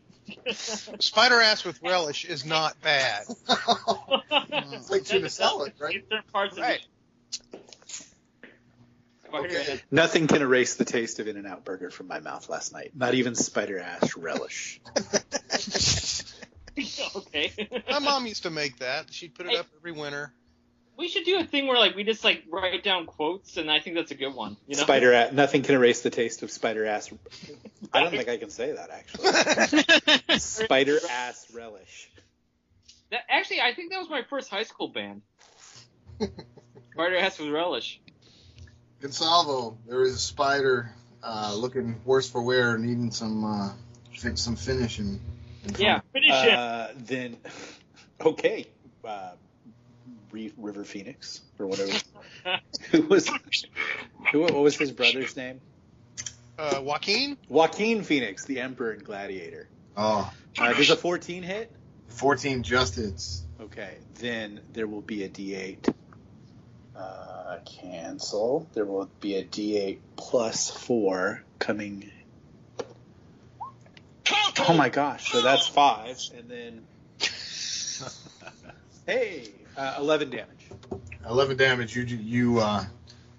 [SPEAKER 4] Spider ass with relish is not bad.
[SPEAKER 2] it's like tuna salad, right?
[SPEAKER 5] Certain parts
[SPEAKER 4] Right.
[SPEAKER 5] of it.
[SPEAKER 2] Okay.
[SPEAKER 3] Nothing can erase the taste of In N Out Burger from my mouth last night. Not even spider ass relish.
[SPEAKER 5] [LAUGHS] okay.
[SPEAKER 4] My mom used to make that. She'd put it up every winter.
[SPEAKER 5] [LAUGHS]
[SPEAKER 4] [LAUGHS]
[SPEAKER 5] we should do a thing where like we just like write down quotes, and I think that's a good one. You know? [LAUGHS]
[SPEAKER 3] Spider ass. Nothing can erase the taste of spider ass. I don't think I can say that actually.
[SPEAKER 4] Uh,
[SPEAKER 3] spider ass relish.
[SPEAKER 5] That, actually, I think that was my first high school band.
[SPEAKER 2] [LAUGHS]
[SPEAKER 5] Spider ass with relish.
[SPEAKER 2] Gonsalvo, there is a spider uh, looking worse for wear, needing some uh, fix, some finishing. in front.
[SPEAKER 5] Yeah, finish it.
[SPEAKER 3] Uh, then, [LAUGHS] okay, uh, Re- River Phoenix or whatever. who was who? What was his brother's name?
[SPEAKER 4] Uh, Joaquin?
[SPEAKER 3] Joaquin Phoenix, the Emperor and Gladiator.
[SPEAKER 2] Oh,
[SPEAKER 3] Uh, does a 14 hit?
[SPEAKER 2] 14 just hits.
[SPEAKER 3] Okay, then there will be a D8. Uh, cancel. There will be a D8 plus four coming. Oh my gosh! So that's five, and [LAUGHS] then hey, uh, eleven damage.
[SPEAKER 2] Eleven damage. You you uh,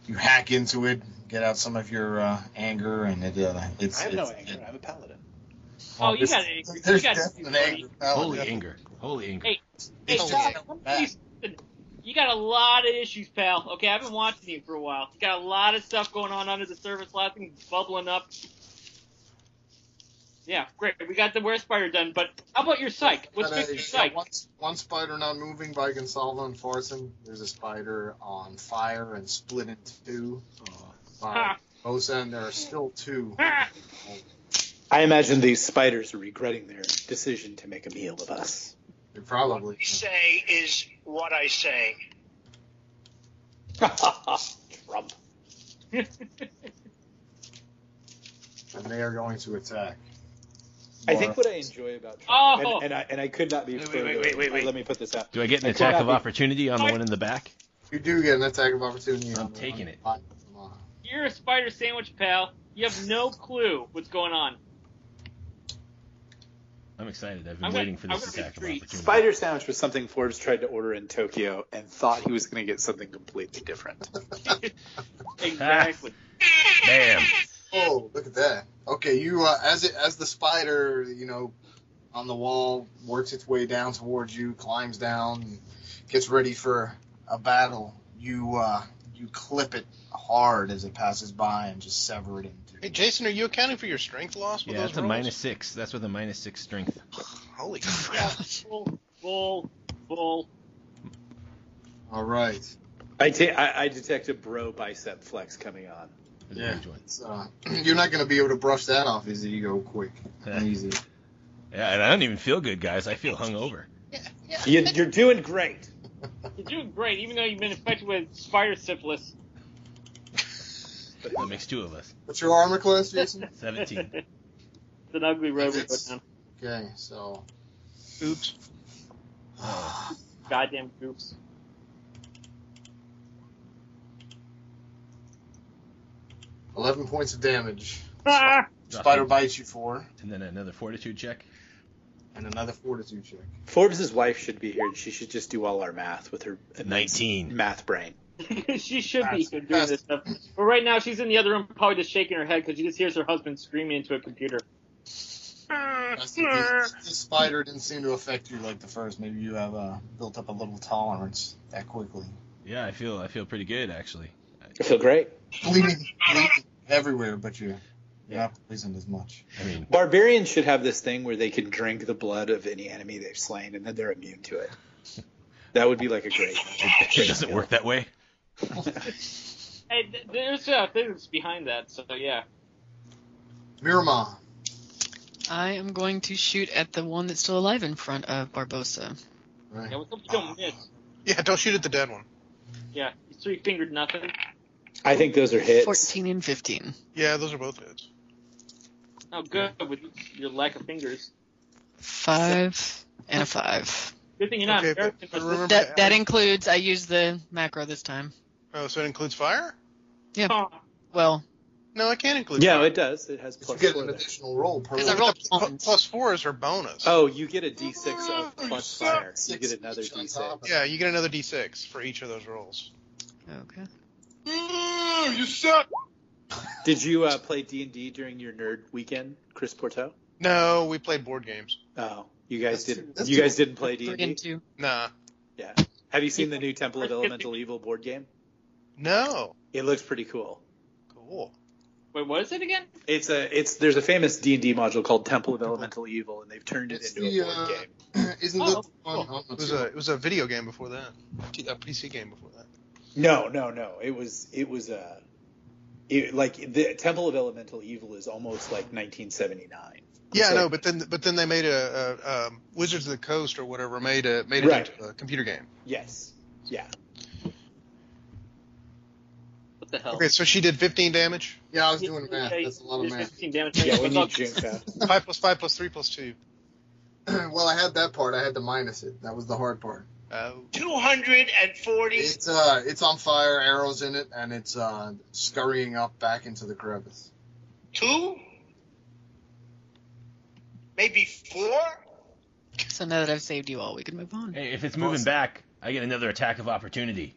[SPEAKER 2] you hack into it, get out some of your uh, anger, and it uh, it's.
[SPEAKER 3] I have no
[SPEAKER 2] it's-
[SPEAKER 3] anger. I'm a paladin.
[SPEAKER 5] Oh, you
[SPEAKER 2] this-
[SPEAKER 5] got it. You
[SPEAKER 2] There's
[SPEAKER 5] got
[SPEAKER 2] definitely an anger.
[SPEAKER 5] it.
[SPEAKER 7] Holy
[SPEAKER 2] Definitely.
[SPEAKER 7] anger. Holy anger.
[SPEAKER 5] Hey, hey,
[SPEAKER 2] It's
[SPEAKER 5] Jack,
[SPEAKER 2] all
[SPEAKER 5] let me tell you something. You got a lot of issues, pal. Okay, I've been watching you for a while. You got a lot of stuff going on under the surface, a lot of things bubbling up. Yeah, great. We got the wear spider done, but how about your psych? What's
[SPEAKER 2] But, uh,
[SPEAKER 5] fixed your
[SPEAKER 2] yeah,
[SPEAKER 5] psych?
[SPEAKER 2] One, one spider not moving by Gonsalvo and Farson. There's a spider on fire and split in two
[SPEAKER 7] Aw.
[SPEAKER 2] by
[SPEAKER 5] Ha,
[SPEAKER 2] Bosa, and there are still two.
[SPEAKER 5] ha.
[SPEAKER 3] I imagine these spiders are regretting their decision to make a meal of us.
[SPEAKER 2] They're
[SPEAKER 8] What
[SPEAKER 2] Probably.
[SPEAKER 8] I say is what I say.
[SPEAKER 3] [LAUGHS] Trump.
[SPEAKER 2] And they are going to attack.
[SPEAKER 3] I think what I enjoy about
[SPEAKER 5] Oh.
[SPEAKER 3] Trump, and, and I and I could not be
[SPEAKER 8] Wait,
[SPEAKER 3] further.
[SPEAKER 8] wait, wait, wait, wait.
[SPEAKER 3] Let me put this out.
[SPEAKER 7] Do I get an
[SPEAKER 3] I
[SPEAKER 7] attack
[SPEAKER 3] cannot
[SPEAKER 7] of
[SPEAKER 3] be-
[SPEAKER 7] opportunity on the one in the back?
[SPEAKER 2] You do get an attack of opportunity.
[SPEAKER 7] I'm
[SPEAKER 2] on the-
[SPEAKER 7] taking it.
[SPEAKER 2] on the- on
[SPEAKER 5] [LAUGHS] You're a spider sandwich, pal. You have no clue what's going on. [LAUGHS]
[SPEAKER 7] I'm excited. I've been
[SPEAKER 5] I'm gonna-
[SPEAKER 7] waiting for
[SPEAKER 5] I'm
[SPEAKER 7] this
[SPEAKER 5] gonna
[SPEAKER 7] attack of
[SPEAKER 5] retreat.
[SPEAKER 7] opportunity.
[SPEAKER 3] Spider sandwich was something Forbes tried to order in Tokyo and thought he was going to get something completely different.
[SPEAKER 5] Exactly.
[SPEAKER 7] Bam.
[SPEAKER 2] the- Oh, look at that. Okay, you uh, as it as the spider, you know, on the wall works its way down towards you, climbs down, gets ready for a battle. You uh, you clip it hard as it passes by and just sever it into.
[SPEAKER 4] Hey, Jason, are you accounting for your strength loss with
[SPEAKER 7] Yeah,
[SPEAKER 4] those
[SPEAKER 7] that's a
[SPEAKER 4] rolls?
[SPEAKER 7] minus six. That's with a minus six strength.
[SPEAKER 4] Holy [LAUGHS] crap.
[SPEAKER 5] bull, bull, bull.
[SPEAKER 2] All right.
[SPEAKER 3] I, ta- I, I detect a bro bicep flex coming on.
[SPEAKER 7] That's a
[SPEAKER 2] Yeah.
[SPEAKER 7] [LAUGHS] huge one.
[SPEAKER 2] It's, uh, [CLEARS THROAT] you're not going to be able to brush that off as you go quick and easy.
[SPEAKER 7] Yeah, and I don't even feel good, guys. I feel hungover.
[SPEAKER 3] You, you're doing great.
[SPEAKER 5] You're doing great, even though you've been infected with spider syphilis.
[SPEAKER 7] That makes two of us.
[SPEAKER 2] What's your armor class,
[SPEAKER 5] [LAUGHS]
[SPEAKER 2] Jason?
[SPEAKER 7] Seventeen.
[SPEAKER 5] It's an ugly road we put
[SPEAKER 2] It's-
[SPEAKER 5] down.
[SPEAKER 2] okay, so
[SPEAKER 4] Oops.
[SPEAKER 5] Goddamn goops.
[SPEAKER 2] eleven points of damage.
[SPEAKER 5] Ah!
[SPEAKER 2] Spider bites you for,
[SPEAKER 7] And then another fortitude check.
[SPEAKER 2] and another fortitude check.
[SPEAKER 3] Forbes' wife should be here, and she should just do all our math with her immense
[SPEAKER 7] Nineteen.
[SPEAKER 3] math brain.
[SPEAKER 5] [LAUGHS] she should be
[SPEAKER 2] That's-
[SPEAKER 5] doing
[SPEAKER 2] that's-
[SPEAKER 5] this stuff. But right now, she's in the other room, probably just shaking her head because she just hears her husband screaming into a computer.
[SPEAKER 2] That's- This this spider didn't seem to affect you like the first. Maybe you have uh, built up a little tolerance that quickly.
[SPEAKER 7] Yeah, I feel I feel pretty good actually.
[SPEAKER 3] I feel great.
[SPEAKER 2] Bleeding, bleeding everywhere, but you're, you're not poisoned as much.
[SPEAKER 7] I mean,
[SPEAKER 3] Barbarians should have this thing where they can drink the blood of any enemy they've slain, and then they're immune to it. That would be like a great.
[SPEAKER 7] it doesn't work that way.
[SPEAKER 5] Hey, th- there's uh, things behind that, so yeah.
[SPEAKER 2] Miramar,
[SPEAKER 6] [LAUGHS] I am going to shoot at the one that's still alive in front of Barbosa.
[SPEAKER 2] right?
[SPEAKER 5] Yeah, what's up? You don't miss.
[SPEAKER 4] Yeah, don't shoot at the dead one.
[SPEAKER 5] Yeah, he's three fingered nothing.
[SPEAKER 3] [LAUGHS] I think those are hits.
[SPEAKER 6] 14 and 15.
[SPEAKER 4] Yeah, those are both hits.
[SPEAKER 5] Oh, good with your lack of fingers.
[SPEAKER 6] Five and a five.
[SPEAKER 5] Good thing you're not
[SPEAKER 4] Okay,
[SPEAKER 5] American.
[SPEAKER 4] but- but
[SPEAKER 5] but-
[SPEAKER 4] remember-
[SPEAKER 6] That that includes. I used the macro this time.
[SPEAKER 4] Oh, so it includes fire?
[SPEAKER 5] Oh,
[SPEAKER 6] Well,
[SPEAKER 4] No, it can't include
[SPEAKER 3] Yeah,
[SPEAKER 4] fire.
[SPEAKER 3] it does. It has
[SPEAKER 2] But you
[SPEAKER 3] plus
[SPEAKER 2] get
[SPEAKER 3] four
[SPEAKER 2] an
[SPEAKER 3] there.
[SPEAKER 2] additional roll per
[SPEAKER 6] Because I
[SPEAKER 4] Well,
[SPEAKER 2] roll.
[SPEAKER 6] rolled
[SPEAKER 4] the pl-
[SPEAKER 6] ones.
[SPEAKER 4] plus four is her bonus.
[SPEAKER 3] Oh, you get a d6 of plus fire. You get another
[SPEAKER 2] Six on top of
[SPEAKER 3] d6.
[SPEAKER 2] it.
[SPEAKER 4] Yeah, you get another d6 for each of those rolls.
[SPEAKER 6] okay.
[SPEAKER 4] you suck!
[SPEAKER 3] Did you uh, play D and D during your nerd weekend, Chris Porto?
[SPEAKER 4] No, we played board games.
[SPEAKER 3] Oh, you guys
[SPEAKER 2] That's-
[SPEAKER 3] didn't.
[SPEAKER 2] that's
[SPEAKER 3] You guys didn't play D
[SPEAKER 6] Three
[SPEAKER 3] and
[SPEAKER 6] and
[SPEAKER 3] D.
[SPEAKER 6] two.
[SPEAKER 4] Nah.
[SPEAKER 3] Yeah. Have you [LAUGHS] seen the new Temple of Elemental Evil board game?
[SPEAKER 4] No.
[SPEAKER 3] It looks pretty cool.
[SPEAKER 4] Cool.
[SPEAKER 5] wait, what is it again?
[SPEAKER 3] It's a it's there's a famous D and D module called Temple of Elemental Evil, and they've turned it
[SPEAKER 2] It's
[SPEAKER 3] into
[SPEAKER 2] the,
[SPEAKER 3] a board
[SPEAKER 2] uh,
[SPEAKER 3] game.
[SPEAKER 2] Isn't
[SPEAKER 5] Oh,
[SPEAKER 2] that the one?
[SPEAKER 5] cool.
[SPEAKER 2] I'm not
[SPEAKER 4] It was
[SPEAKER 2] sure.
[SPEAKER 4] a it was a video game before that. T- A PC game before that.
[SPEAKER 3] No, no, no. It was it was a it, like the Temple of Elemental Evil is almost like 1979.
[SPEAKER 4] Yeah,
[SPEAKER 3] So-
[SPEAKER 4] no, but then but then they made a, a um, Wizards of the Coast or whatever made a made it
[SPEAKER 3] Right.
[SPEAKER 4] into a computer game.
[SPEAKER 3] Yes. Yeah.
[SPEAKER 5] What the hell?
[SPEAKER 4] Oh. Okay, so she did 15 [LAUGHS] damage.
[SPEAKER 2] Yeah, I was doing math. That's a lot of
[SPEAKER 5] There's
[SPEAKER 2] math.
[SPEAKER 5] 15 damage.
[SPEAKER 3] Yeah. We
[SPEAKER 2] [LAUGHS]
[SPEAKER 5] What's
[SPEAKER 3] need
[SPEAKER 5] up?
[SPEAKER 3] Junka.
[SPEAKER 4] Five plus five plus three plus two.
[SPEAKER 2] [CLEARS THROAT] well, I had that part. I had to minus it. That was the hard part.
[SPEAKER 4] Oh.
[SPEAKER 8] 240.
[SPEAKER 2] It's uh, it's on fire, arrows in it, and it's uh, scurrying up back into the crevice.
[SPEAKER 8] two, maybe four.
[SPEAKER 6] So now that I've saved you all, we can move on.
[SPEAKER 7] Hey, if it's moving back, I get another attack of opportunity.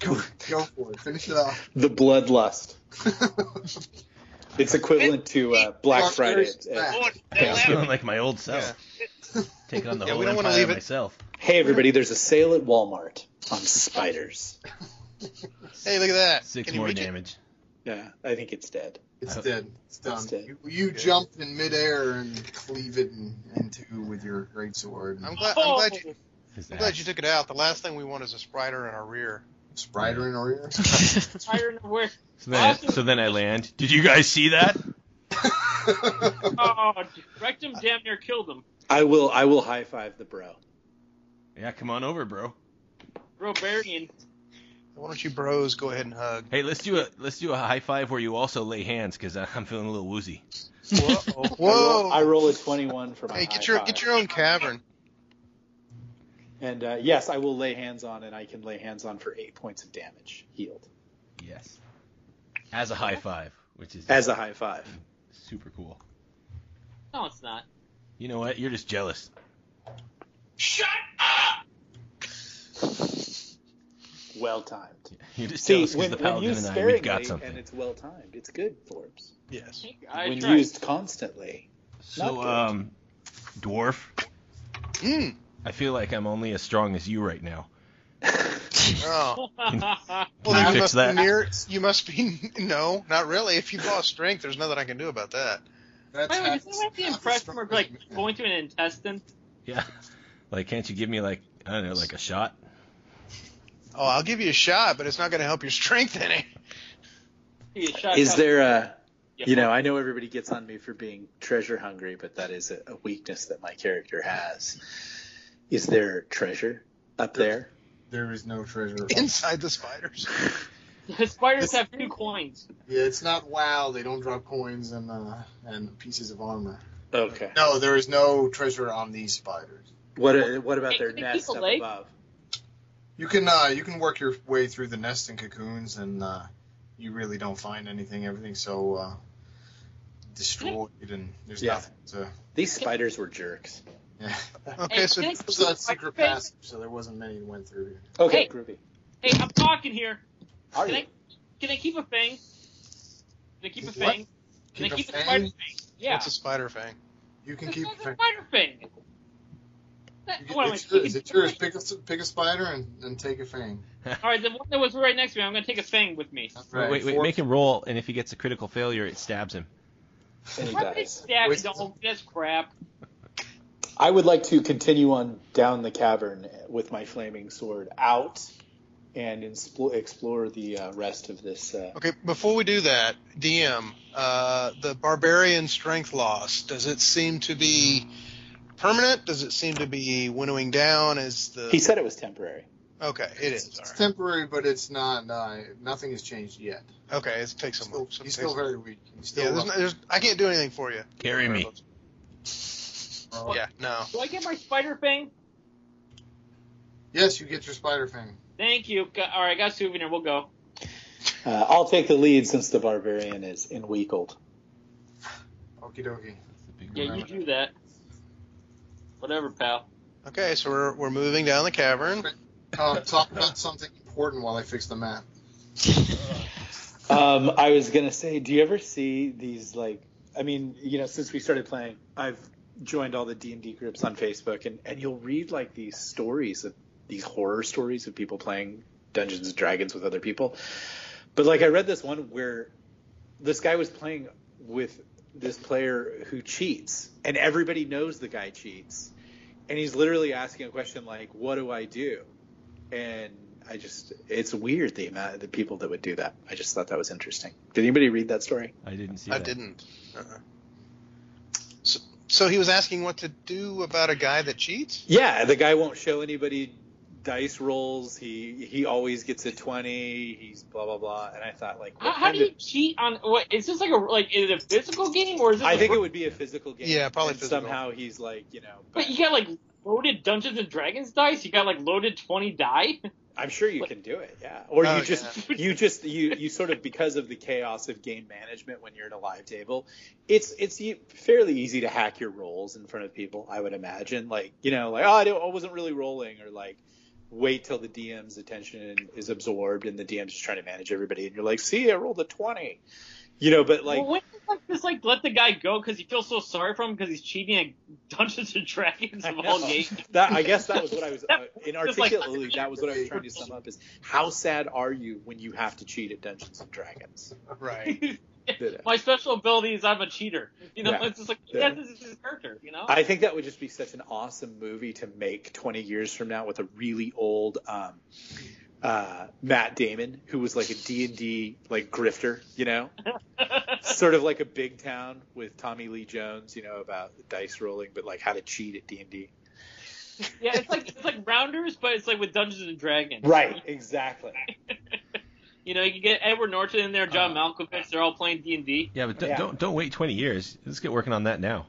[SPEAKER 2] Go, go for it. Finish it off. [LAUGHS]
[SPEAKER 3] The bloodlust. It's equivalent to uh, Black
[SPEAKER 2] Fuckers
[SPEAKER 3] Friday. Uh, at- at-
[SPEAKER 2] back.
[SPEAKER 8] Four,
[SPEAKER 7] Hey, [LAUGHS] I'm
[SPEAKER 8] eleven.
[SPEAKER 7] feeling like my old self. Taking on the
[SPEAKER 4] Yeah,
[SPEAKER 7] whole
[SPEAKER 4] we don't wanna
[SPEAKER 7] empire
[SPEAKER 4] leave it-
[SPEAKER 7] myself.
[SPEAKER 3] hey everybody, there's a sale at Walmart on spiders.
[SPEAKER 4] Hey, look at that.
[SPEAKER 7] Six
[SPEAKER 4] Can you
[SPEAKER 7] more
[SPEAKER 4] reach it?
[SPEAKER 7] damage.
[SPEAKER 3] Yeah, I think it's dead.
[SPEAKER 2] It's
[SPEAKER 7] Uh,
[SPEAKER 2] dead. It's done.
[SPEAKER 3] dead.
[SPEAKER 2] You, you jumped in midair and cleave it in, in two with your great sword.
[SPEAKER 4] I'm glad. I'm glad, you,
[SPEAKER 7] His
[SPEAKER 4] I'm glad
[SPEAKER 7] axe.
[SPEAKER 4] you took it out. The last thing we want is a sprider in our rear.
[SPEAKER 2] Spider in our ear.
[SPEAKER 5] Iron where?
[SPEAKER 7] So then, I, so then I land. Did you guys see that?
[SPEAKER 5] Oh, wrecked him, damn near killed him.
[SPEAKER 3] I will. I will high five the bro.
[SPEAKER 7] Yeah, come on over, bro.
[SPEAKER 5] Robarian.
[SPEAKER 4] Why don't you bros go ahead and hug?
[SPEAKER 7] Hey, let's do a let's do a high five where you also lay hands because I'm feeling a little woozy.
[SPEAKER 4] Whoa!
[SPEAKER 3] I roll a twenty-one for my.
[SPEAKER 4] Hey, get
[SPEAKER 3] high
[SPEAKER 4] your
[SPEAKER 3] five.
[SPEAKER 4] get your own cavern.
[SPEAKER 3] And uh, yes, I will lay hands on, and I can lay hands on for eight points of damage, healed
[SPEAKER 7] Yes. As a high five, which is
[SPEAKER 3] as a high five.
[SPEAKER 7] super cool.
[SPEAKER 5] No, it's not.
[SPEAKER 7] You know what? You're just jealous. [LAUGHS]
[SPEAKER 8] Shut up!
[SPEAKER 3] Well timed.
[SPEAKER 7] You're just
[SPEAKER 3] See,
[SPEAKER 7] jealous 'cause
[SPEAKER 3] when,
[SPEAKER 7] the
[SPEAKER 3] when
[SPEAKER 7] paladin
[SPEAKER 3] used
[SPEAKER 7] and I we've
[SPEAKER 3] sparingly,
[SPEAKER 7] got
[SPEAKER 3] and
[SPEAKER 7] something.
[SPEAKER 3] it's well timed, it's good, Forbes.
[SPEAKER 4] Yes.
[SPEAKER 5] I
[SPEAKER 3] when
[SPEAKER 5] tried. [LAUGHS]
[SPEAKER 3] used
[SPEAKER 4] [LAUGHS]
[SPEAKER 3] constantly,
[SPEAKER 7] So,
[SPEAKER 3] good.
[SPEAKER 7] um, dwarf,
[SPEAKER 4] Mm.
[SPEAKER 7] I feel like I'm only as strong as you right now.
[SPEAKER 4] Oh.
[SPEAKER 7] Can
[SPEAKER 4] Well,
[SPEAKER 7] you
[SPEAKER 4] you
[SPEAKER 7] fix
[SPEAKER 4] must
[SPEAKER 7] that?
[SPEAKER 4] be near. You must be [LAUGHS] no, not really. If you've lost strength, there's nothing I can do about that.
[SPEAKER 2] [LAUGHS] That's
[SPEAKER 5] By the way,
[SPEAKER 2] half-
[SPEAKER 5] does anyone have the
[SPEAKER 2] half [LAUGHS]
[SPEAKER 5] impression we're
[SPEAKER 2] strength.
[SPEAKER 5] like going to an intestine?
[SPEAKER 7] Yeah. Like, can't you give me like I don't know, like a shot?
[SPEAKER 4] Oh, I'll give you a shot, but it's not going to help your strength any. [LAUGHS]
[SPEAKER 5] He shot
[SPEAKER 3] is
[SPEAKER 5] up.
[SPEAKER 3] there a?
[SPEAKER 5] Yeah.
[SPEAKER 3] You know, I know everybody gets on me for being treasure hungry, but that is a, a weakness that my character has. Is there treasure up there?
[SPEAKER 2] There is no treasure.
[SPEAKER 4] Inside the spiders.
[SPEAKER 5] Spiders have two coins.
[SPEAKER 2] Yeah, it's not WoW. They don't drop coins and uh, and pieces of armor.
[SPEAKER 3] [LAUGHS] Okay.
[SPEAKER 2] No, there is no treasure on these spiders.
[SPEAKER 3] What uh, what about their
[SPEAKER 5] Hey, can I
[SPEAKER 3] nest
[SPEAKER 5] keep a
[SPEAKER 3] up
[SPEAKER 5] leg?
[SPEAKER 3] above?
[SPEAKER 2] You can uh, you can work your way through the nest and cocoons, and uh, you really don't find anything. Everything's so uh, destroyed, and there's
[SPEAKER 3] Yeah.
[SPEAKER 2] nothing to.
[SPEAKER 3] These spiders were jerks.
[SPEAKER 2] [LAUGHS] Yeah.
[SPEAKER 4] Okay, so
[SPEAKER 5] Hey,
[SPEAKER 2] So that's secret
[SPEAKER 5] Hey,
[SPEAKER 2] passage, so there wasn't many that went through.
[SPEAKER 3] Okay,
[SPEAKER 5] Hey.
[SPEAKER 3] groovy.
[SPEAKER 5] Hey, I'm talking here.
[SPEAKER 3] Are
[SPEAKER 5] Can
[SPEAKER 3] you?
[SPEAKER 5] I, can I keep a fang? Can I keep a
[SPEAKER 2] What?
[SPEAKER 5] fang? Can
[SPEAKER 2] Keep
[SPEAKER 5] I
[SPEAKER 2] a
[SPEAKER 5] keep a spider
[SPEAKER 2] fang.
[SPEAKER 5] fang? Yeah.
[SPEAKER 4] It's a spider fang.
[SPEAKER 2] You can
[SPEAKER 5] This
[SPEAKER 2] keep
[SPEAKER 5] guy's
[SPEAKER 2] a [LAUGHS]
[SPEAKER 5] a
[SPEAKER 2] fang.
[SPEAKER 5] spider fang. That-
[SPEAKER 2] You
[SPEAKER 5] oh, what
[SPEAKER 2] can,
[SPEAKER 5] am I
[SPEAKER 2] it's,
[SPEAKER 5] keeping?
[SPEAKER 2] yours. It's yours. Pick a pick a spider and, and take a fang.
[SPEAKER 5] All right, the one that was right next to me, I'm gonna take a fang with me.
[SPEAKER 7] Wait, wait, wait,
[SPEAKER 2] Four-
[SPEAKER 7] make him roll, and if he gets a critical failure, it stabs him.
[SPEAKER 3] And he
[SPEAKER 5] Why would it
[SPEAKER 3] dies.
[SPEAKER 5] stab me?
[SPEAKER 2] Wait.
[SPEAKER 5] Oh, That's crap.
[SPEAKER 3] I would like to continue on down the cavern with my flaming sword out and inspo- explore the uh, rest of this. Uh,
[SPEAKER 4] Okay, before we do that, DM, uh, the barbarian strength loss, does it seem to be permanent? Does it seem to be winnowing down? Is the
[SPEAKER 3] he said it was temporary.
[SPEAKER 4] Okay, it is.
[SPEAKER 2] It's
[SPEAKER 4] All right.
[SPEAKER 2] temporary, but it's not. Uh, nothing has changed yet.
[SPEAKER 4] Okay, it takes some.
[SPEAKER 2] Still,
[SPEAKER 4] some
[SPEAKER 2] he's
[SPEAKER 4] takes-
[SPEAKER 2] still very weak. He's
[SPEAKER 4] yeah,
[SPEAKER 2] still
[SPEAKER 4] there's, no- there's, I can't do anything for you.
[SPEAKER 7] Carry me.
[SPEAKER 2] rough.
[SPEAKER 4] Yeah, no.
[SPEAKER 5] Do I get my spider fang?
[SPEAKER 2] Yes, you get your spider fang.
[SPEAKER 5] Thank you. Got- All right, I got a souvenir. We'll go.
[SPEAKER 3] Uh, I'll take the lead since the barbarian is enweakled.
[SPEAKER 2] Okie dokie.
[SPEAKER 5] Yeah, you do that. Whatever, pal.
[SPEAKER 4] Okay, so we're, we're moving down the cavern.
[SPEAKER 2] Uh, talk
[SPEAKER 4] [LAUGHS]
[SPEAKER 2] about something important while I fix the map.
[SPEAKER 3] Um, I was gonna say, do you ever see these like? I mean, you know, since we started playing, I've joined all the D and D groups on Facebook, and and you'll read like these stories of these horror stories of people playing Dungeons and Dragons with other people. But like, I read this one where this guy was playing with this player who cheats, and everybody knows the guy cheats, and he's literally asking a question like, "What do I do?" and I just it's weird the amount of the people that would do that. I just thought that was interesting. Did anybody read that story?
[SPEAKER 7] I didn't see
[SPEAKER 4] I
[SPEAKER 7] that.
[SPEAKER 4] didn't. Uh-uh. So, so he was asking what to do about a guy that cheats?
[SPEAKER 3] Yeah, the guy won't show anybody dice rolls. He he always gets a twenty. He's blah blah blah. And I thought like,
[SPEAKER 5] How,
[SPEAKER 3] what
[SPEAKER 5] how
[SPEAKER 3] kind
[SPEAKER 5] do you
[SPEAKER 3] of-
[SPEAKER 5] cheat on what? Is this like a like is it a physical game or is this?
[SPEAKER 3] I think
[SPEAKER 5] a,
[SPEAKER 3] it would be a physical game.
[SPEAKER 4] Yeah, probably
[SPEAKER 3] and
[SPEAKER 4] physical.
[SPEAKER 3] Somehow he's like you know.
[SPEAKER 5] But you got like loaded Dungeons and Dragons dice? You got like loaded twenty die?
[SPEAKER 3] I'm sure you can do it, yeah. Or
[SPEAKER 4] Oh,
[SPEAKER 3] you just you just you you sort of because of the chaos of game management when you're at a live table, it's it's e- fairly easy to hack your rolls in front of people. I would imagine, like you know, like oh, I, don't, I wasn't really rolling, or like wait till the DM's attention is absorbed and the DM's just trying to manage everybody, and you're like, see, I rolled a twenty, you know. But [LAUGHS] like,
[SPEAKER 5] well, wouldn't you like, just like let the guy go because you feel so sorry for him because he's cheating at [LAUGHS] Dungeons and Dragons
[SPEAKER 3] I
[SPEAKER 5] of all
[SPEAKER 3] know. [LAUGHS]
[SPEAKER 5] games?
[SPEAKER 3] that I guess that was what I was uh,
[SPEAKER 5] Just like-
[SPEAKER 3] inarticulately. That was what I was trying to sum up is how sad are you when you have to cheat at Dungeons and Dragons?
[SPEAKER 4] Right.
[SPEAKER 3] That-
[SPEAKER 5] [LAUGHS] My special ability is I'm a cheater. You know,
[SPEAKER 3] Yeah.
[SPEAKER 5] it's just like
[SPEAKER 3] Yeah.
[SPEAKER 5] that's just his character. You know,
[SPEAKER 3] I think that would just be such an awesome movie to make 20 years from now with a really old um, uh, Matt Damon, who was like a D&D like grifter, you [LAUGHS] know,
[SPEAKER 5] [LAUGHS]
[SPEAKER 3] sort of like a big town with Tommy Lee Jones, you know, about dice rolling, but like how to cheat at D&D.
[SPEAKER 5] yeah, it's like it's like Rounders, but it's like with Dungeons and Dragons.
[SPEAKER 3] exactly.
[SPEAKER 5] [LAUGHS] You know, you can get Edward Norton in there, John
[SPEAKER 3] Uh,
[SPEAKER 5] Malkovich. They're all playing D and D.
[SPEAKER 7] Yeah, but d-
[SPEAKER 3] Yeah.
[SPEAKER 7] don't don't wait 20 years. Let's get working on that now.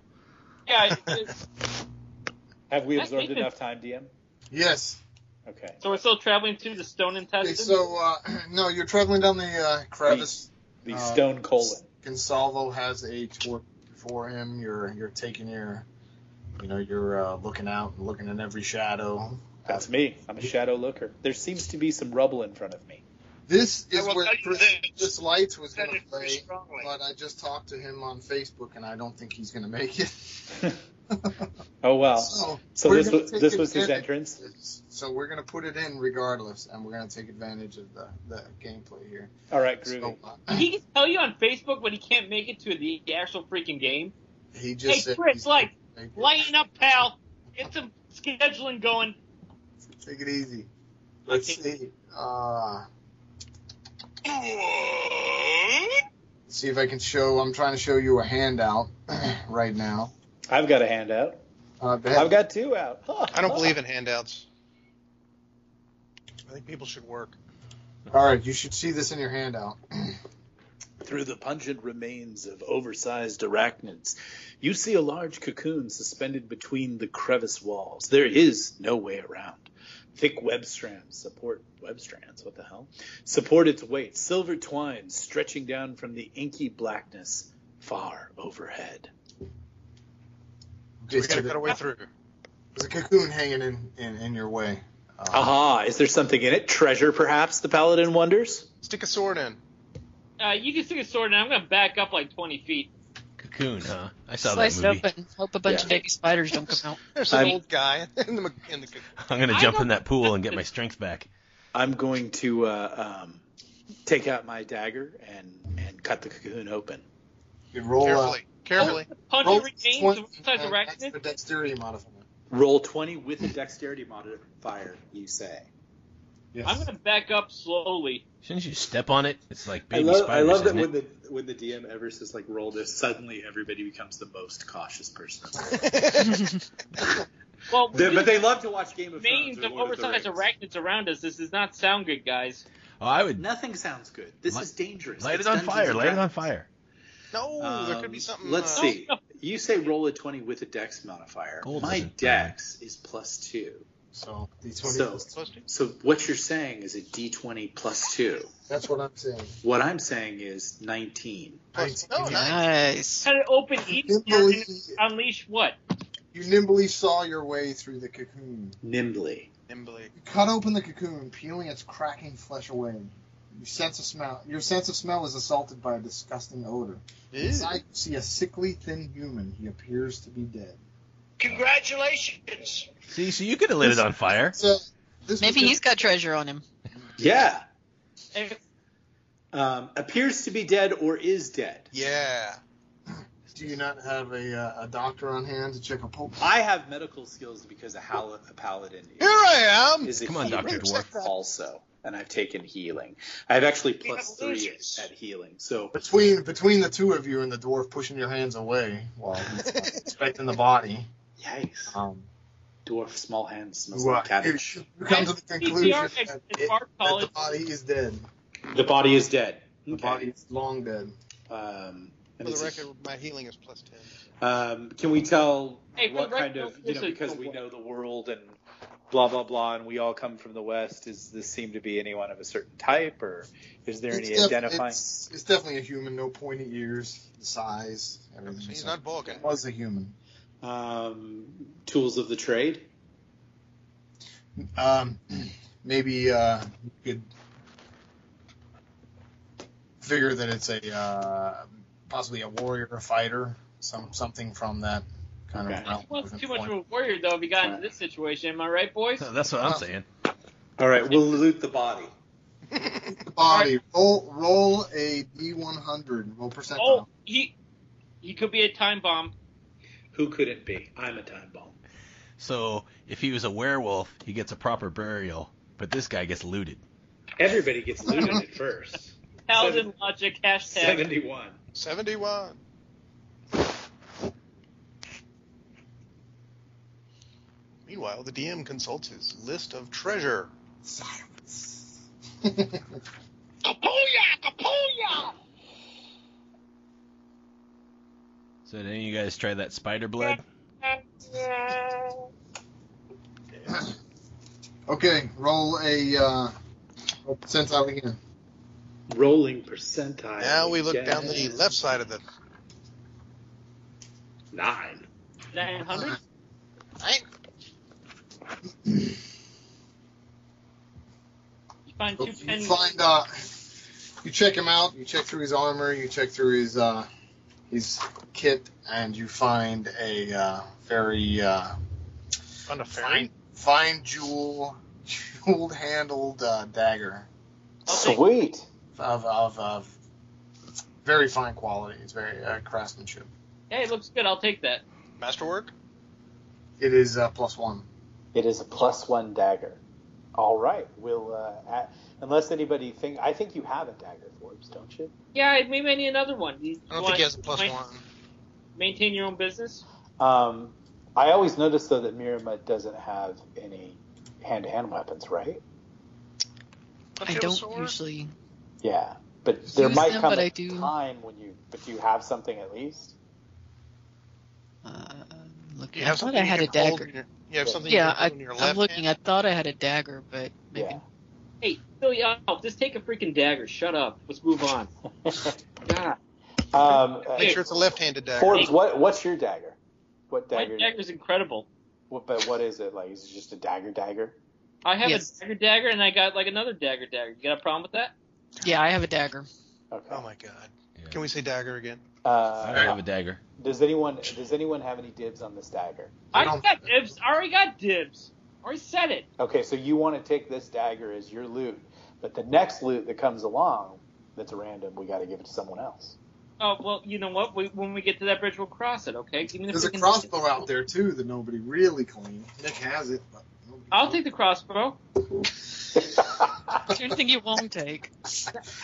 [SPEAKER 5] Yeah, it's, it's,
[SPEAKER 3] Have we [LAUGHS]
[SPEAKER 5] I
[SPEAKER 3] absorbed
[SPEAKER 5] think
[SPEAKER 3] enough time, DM?
[SPEAKER 2] Yes.
[SPEAKER 3] Okay.
[SPEAKER 5] [LAUGHS] so we're still traveling to the stone
[SPEAKER 2] Okay,
[SPEAKER 5] intestine.
[SPEAKER 2] so uh, [CLEARS THROAT] no, you're traveling down the uh, crevice.
[SPEAKER 3] The
[SPEAKER 2] Uh,
[SPEAKER 3] stone colon.
[SPEAKER 2] Gonsalvo has a torch for him. You're you're taking your, you know, you're uh, looking out and looking in every shadow.
[SPEAKER 3] That's me. I'm a shadow looker. There seems to be some rubble in front of me. [LAUGHS]
[SPEAKER 2] This is
[SPEAKER 8] I will
[SPEAKER 2] where
[SPEAKER 8] tell you
[SPEAKER 2] Chris,
[SPEAKER 8] this.
[SPEAKER 2] this lights was
[SPEAKER 8] Said
[SPEAKER 2] going to
[SPEAKER 8] it very
[SPEAKER 2] play,
[SPEAKER 8] strongly.
[SPEAKER 2] but I just talked to him on Facebook, and I don't think he's going to make
[SPEAKER 3] [LAUGHS]
[SPEAKER 2] it.
[SPEAKER 3] Oh well.
[SPEAKER 2] so
[SPEAKER 3] So
[SPEAKER 2] we're
[SPEAKER 3] this
[SPEAKER 2] gonna
[SPEAKER 3] was
[SPEAKER 2] take
[SPEAKER 3] this was his
[SPEAKER 2] advantage-
[SPEAKER 3] entrance.
[SPEAKER 2] So we're going to put it in regardless, and we're going to take advantage of the, the gameplay here.
[SPEAKER 3] All right, groovy.
[SPEAKER 2] So, uh,
[SPEAKER 5] he can tell you on Facebook when he can't make it to the actual freaking game.
[SPEAKER 2] he just
[SPEAKER 5] Hey,
[SPEAKER 2] said
[SPEAKER 5] Chris,
[SPEAKER 2] he's
[SPEAKER 5] like,
[SPEAKER 2] gonna make it.
[SPEAKER 5] Lighten up, pal. Get some scheduling going.
[SPEAKER 2] Take it easy. Let's
[SPEAKER 5] Okay.
[SPEAKER 2] see. Uh, see if I can show. I'm trying to show you a handout [CLEARS THROAT] right now.
[SPEAKER 3] I've got a handout.
[SPEAKER 2] Uh, the-
[SPEAKER 3] I've got two out. [LAUGHS]
[SPEAKER 4] I don't believe in handouts. I think people should work.
[SPEAKER 2] all right, you should see this in your handout.
[SPEAKER 3] Through the pungent remains of oversized arachnids, you see a large cocoon suspended between the crevice walls. There is no way around. Thick web strands support web strands. What the hell? Support its weight. Silver twine stretching down from the inky blackness far overhead.
[SPEAKER 4] We
[SPEAKER 2] Just
[SPEAKER 4] gotta
[SPEAKER 2] to the-
[SPEAKER 4] cut our way through.
[SPEAKER 2] There's a cocoon hanging in, in, in your way. Uh,
[SPEAKER 3] Aha! Is there something in it? Treasure, perhaps? The paladin wonders.
[SPEAKER 4] Stick a sword in.
[SPEAKER 5] Uh, you can stick a sword, and I'm gonna back up like 20 feet.
[SPEAKER 7] Cocoon, huh? I saw
[SPEAKER 6] Slice
[SPEAKER 7] that movie.
[SPEAKER 6] it open. Hope a bunch
[SPEAKER 3] Yeah.
[SPEAKER 6] of baby spiders don't come out.
[SPEAKER 4] There's an
[SPEAKER 3] I'm-
[SPEAKER 4] old guy [LAUGHS] in the in the.
[SPEAKER 7] I'm gonna
[SPEAKER 5] I
[SPEAKER 7] jump
[SPEAKER 5] don't-
[SPEAKER 7] in that pool and get my strength back.
[SPEAKER 3] I'm going to uh, um, take out my dagger and, and cut the cocoon open.
[SPEAKER 2] you roll
[SPEAKER 4] Carefully, carefully.
[SPEAKER 5] Punch
[SPEAKER 2] a roll
[SPEAKER 5] retains
[SPEAKER 2] one,
[SPEAKER 5] the size
[SPEAKER 2] uh,
[SPEAKER 5] of
[SPEAKER 2] that's the
[SPEAKER 5] arachnid.
[SPEAKER 2] dexterity modifier.
[SPEAKER 3] Roll 20 with a dexterity modifier, you say.
[SPEAKER 2] Yes.
[SPEAKER 5] I'm gonna back up slowly.
[SPEAKER 7] Shouldn't you step on it? It's like
[SPEAKER 3] I
[SPEAKER 7] baby
[SPEAKER 3] love, I
[SPEAKER 7] spiders.
[SPEAKER 3] love that
[SPEAKER 7] isn't
[SPEAKER 3] when
[SPEAKER 7] it?
[SPEAKER 3] the, when the DM ever says, like, roll this, suddenly everybody becomes the most cautious person. [LAUGHS]
[SPEAKER 5] Well,
[SPEAKER 3] They-
[SPEAKER 5] with
[SPEAKER 3] but they love to watch Game
[SPEAKER 5] the
[SPEAKER 3] of
[SPEAKER 5] remains
[SPEAKER 3] Thrones. or
[SPEAKER 5] of
[SPEAKER 3] Lord of the
[SPEAKER 5] oversized
[SPEAKER 3] Rings.
[SPEAKER 5] arachnids around us. This does not sound good, guys.
[SPEAKER 7] Oh, I would
[SPEAKER 3] Nothing sounds good. This
[SPEAKER 7] Light-
[SPEAKER 3] is dangerous.
[SPEAKER 7] light
[SPEAKER 3] It's
[SPEAKER 7] it on
[SPEAKER 3] Dungeons
[SPEAKER 7] fire.
[SPEAKER 3] and
[SPEAKER 7] Light it on
[SPEAKER 3] Dragons.
[SPEAKER 7] fire.
[SPEAKER 4] No, there could
[SPEAKER 3] Um,
[SPEAKER 4] be something.
[SPEAKER 3] Let's
[SPEAKER 4] uh,
[SPEAKER 3] see. You say roll a 20 with a dex modifier.
[SPEAKER 7] Gold
[SPEAKER 3] my
[SPEAKER 7] doesn't
[SPEAKER 3] dex is plus 2.
[SPEAKER 2] so, D20
[SPEAKER 3] So-
[SPEAKER 4] Supposed to.
[SPEAKER 3] So what you're saying is a d20 plus 2.
[SPEAKER 2] that's what I'm saying.
[SPEAKER 3] What I'm saying is 19.
[SPEAKER 4] Plus-
[SPEAKER 2] Oh,
[SPEAKER 4] no, nice.
[SPEAKER 6] nice.
[SPEAKER 5] Kind of open each
[SPEAKER 2] Didn't
[SPEAKER 5] door and
[SPEAKER 2] believe it.
[SPEAKER 5] unleash what?
[SPEAKER 2] You nimbly saw your way through the cocoon.
[SPEAKER 3] Nimbly.
[SPEAKER 4] Nimbly.
[SPEAKER 2] You cut open the cocoon, peeling its cracking flesh away. Your sense of smell, your sense of smell is assaulted by a disgusting odor. Inside, you see a sickly, thin human. He appears to be dead.
[SPEAKER 8] Congratulations.
[SPEAKER 7] See, so you could have lit it on fire.
[SPEAKER 2] So, this
[SPEAKER 6] Maybe
[SPEAKER 2] was
[SPEAKER 6] he's got treasure on him.
[SPEAKER 3] Yeah.
[SPEAKER 5] And if-
[SPEAKER 3] Um, appears to be dead or is dead.
[SPEAKER 4] Yeah.
[SPEAKER 2] just- Do you not have a, uh, a doctor on hand to check a pulse?
[SPEAKER 3] I have medical skills because a, hal- a paladin
[SPEAKER 4] Here I am.
[SPEAKER 3] is a
[SPEAKER 7] Come on,
[SPEAKER 3] healer
[SPEAKER 7] Dr. Dwarf.
[SPEAKER 3] also, and I've taken healing. I have actually plus
[SPEAKER 8] Yeah,
[SPEAKER 3] three
[SPEAKER 8] losers.
[SPEAKER 3] at healing. So
[SPEAKER 2] Between between the two of you and the dwarf pushing your hands away while [LAUGHS] he's, uh, inspecting the body,
[SPEAKER 3] yikes,
[SPEAKER 2] um,
[SPEAKER 3] dwarf small hands smells
[SPEAKER 2] you, uh,
[SPEAKER 3] like cabbage.
[SPEAKER 2] you- you come to the
[SPEAKER 5] CPR
[SPEAKER 2] conclusion
[SPEAKER 5] at-
[SPEAKER 2] that,
[SPEAKER 5] at
[SPEAKER 2] it-
[SPEAKER 5] Bard
[SPEAKER 2] that the
[SPEAKER 5] College.
[SPEAKER 2] body is dead.
[SPEAKER 3] The body is dead.
[SPEAKER 2] The
[SPEAKER 3] Okay.
[SPEAKER 2] body is long dead.
[SPEAKER 3] Um,
[SPEAKER 4] For
[SPEAKER 3] And
[SPEAKER 4] the
[SPEAKER 3] this is-
[SPEAKER 4] record, my healing is plus ten.
[SPEAKER 3] um, can we tell
[SPEAKER 5] Hey, for
[SPEAKER 3] what
[SPEAKER 5] the
[SPEAKER 3] kind
[SPEAKER 5] record,
[SPEAKER 3] of you know
[SPEAKER 5] this is-
[SPEAKER 3] because we know the world and blah blah blah, and we all come from the West? Does this seem to be anyone of a certain type, or is there any
[SPEAKER 2] It's def-
[SPEAKER 3] identifying?
[SPEAKER 2] It's, it's definitely a human. No pointy ears, the size, everything.
[SPEAKER 4] So he's
[SPEAKER 2] So
[SPEAKER 4] not Vulcan.
[SPEAKER 2] it was a human.
[SPEAKER 3] um, tools of the trade.
[SPEAKER 2] Um, maybe uh, you could figure that it's a uh, possibly a warrior, a fighter, some something from that kind
[SPEAKER 3] Okay.
[SPEAKER 2] of realm.
[SPEAKER 5] He wasn't
[SPEAKER 2] of
[SPEAKER 5] too much of
[SPEAKER 2] influence.
[SPEAKER 5] a warrior though if he got into this situation, am I right, boys?
[SPEAKER 7] That's what I'm saying.
[SPEAKER 3] All right, we'll loot the body.
[SPEAKER 2] Body. Roll roll a d one hundred. Roll percentile.
[SPEAKER 5] Oh, he he could be a time bomb.
[SPEAKER 3] Who could it be? I'm a time bomb.
[SPEAKER 7] So if he was a werewolf, he gets a proper burial, but this guy gets looted.
[SPEAKER 3] Everybody gets looted at [LAUGHS] first.
[SPEAKER 5] Thousand
[SPEAKER 3] Seven-
[SPEAKER 5] logic hashtag.
[SPEAKER 3] Seventy-one.
[SPEAKER 4] Seventy-one. Meanwhile, the DM consults his list of treasure.
[SPEAKER 2] Silence.
[SPEAKER 8] Kapuya! Kapuya!
[SPEAKER 7] So did any of you guys try that spider blood?
[SPEAKER 2] [LAUGHS] okay, roll a uh, roll percentile again.
[SPEAKER 3] Rolling percentile.
[SPEAKER 4] Now we look
[SPEAKER 3] again.
[SPEAKER 4] down the left side of the
[SPEAKER 3] Nine.
[SPEAKER 5] Nine hundred. You find
[SPEAKER 2] You
[SPEAKER 5] two pennies.
[SPEAKER 2] find uh, you check him out. You check through his armor. You check through his uh, his kit, and you find a uh, very uh,
[SPEAKER 4] on
[SPEAKER 2] fine
[SPEAKER 4] a ferry.
[SPEAKER 2] fine jewel [LAUGHS] jeweled handled uh, dagger
[SPEAKER 3] Sweet.
[SPEAKER 2] of of, of very fine quality. It's very uh, craftsmanship.
[SPEAKER 5] Hey, it looks good. I'll take that.
[SPEAKER 4] Masterwork?
[SPEAKER 2] It is uh, plus one.
[SPEAKER 3] It is a plus one dagger. All right. We'll uh, at, unless anybody think I think you have a dagger, Forbes, don't you?
[SPEAKER 5] Yeah, I- maybe I need another one. You
[SPEAKER 4] I don't
[SPEAKER 5] want-
[SPEAKER 4] think he has a plus
[SPEAKER 5] might-
[SPEAKER 4] one.
[SPEAKER 5] Maintain your own business.
[SPEAKER 3] Um, I always notice though that Mirama doesn't have any hand-to-hand weapons, right?
[SPEAKER 6] I
[SPEAKER 4] Potato
[SPEAKER 6] don't
[SPEAKER 4] sword?
[SPEAKER 6] usually.
[SPEAKER 3] Yeah, but there
[SPEAKER 6] Use
[SPEAKER 3] might
[SPEAKER 6] them,
[SPEAKER 3] come
[SPEAKER 6] but
[SPEAKER 3] a
[SPEAKER 6] I do-
[SPEAKER 3] time when you. But you have something at least.
[SPEAKER 6] Uh, look,
[SPEAKER 4] You
[SPEAKER 6] I
[SPEAKER 4] have
[SPEAKER 6] thought
[SPEAKER 4] something
[SPEAKER 6] I had
[SPEAKER 4] you
[SPEAKER 6] a
[SPEAKER 4] can hold
[SPEAKER 6] dagger.
[SPEAKER 4] in your- you have something
[SPEAKER 6] Yeah,
[SPEAKER 4] you can
[SPEAKER 6] I,
[SPEAKER 4] hold in your left
[SPEAKER 6] I'm looking.
[SPEAKER 4] hand.
[SPEAKER 6] I thought I had a dagger, but maybe
[SPEAKER 3] Yeah.
[SPEAKER 5] Hey, Philly, oh, just take a freaking dagger. Shut up. Let's
[SPEAKER 3] [LAUGHS]
[SPEAKER 5] move on. God.
[SPEAKER 3] um,
[SPEAKER 4] Make sure it's a left-handed dagger.
[SPEAKER 3] Forbes, what what's your dagger? What
[SPEAKER 5] My
[SPEAKER 3] dagger?
[SPEAKER 5] dagger's incredible.
[SPEAKER 3] What, but what is it like? Is it just a dagger dagger?
[SPEAKER 5] I have
[SPEAKER 6] Yes.
[SPEAKER 5] a dagger dagger, and I got like another dagger dagger. You got a problem with that?
[SPEAKER 6] yeah, I have a dagger.
[SPEAKER 3] Okay.
[SPEAKER 4] Oh my god.
[SPEAKER 7] Yeah.
[SPEAKER 4] Can we say dagger again?
[SPEAKER 7] I
[SPEAKER 3] Uh,
[SPEAKER 7] don't have a dagger.
[SPEAKER 3] Does anyone does anyone have any dibs on this dagger?
[SPEAKER 5] I
[SPEAKER 2] don't-
[SPEAKER 5] got dibs. I already got dibs. I already said it.
[SPEAKER 3] Okay, so you want to take this dagger as your loot, but the next loot that comes along, that's random. We got to give it to someone else. [LAUGHS]
[SPEAKER 5] Oh well, you know what? We, when we get to that bridge, we'll cross it. Okay? Give me the
[SPEAKER 2] There's a
[SPEAKER 5] freaking-
[SPEAKER 2] crossbow out there too that nobody really cleaned. Nick has it, but nobody-
[SPEAKER 5] I'll take the crossbow.
[SPEAKER 6] Is there anything you won't take?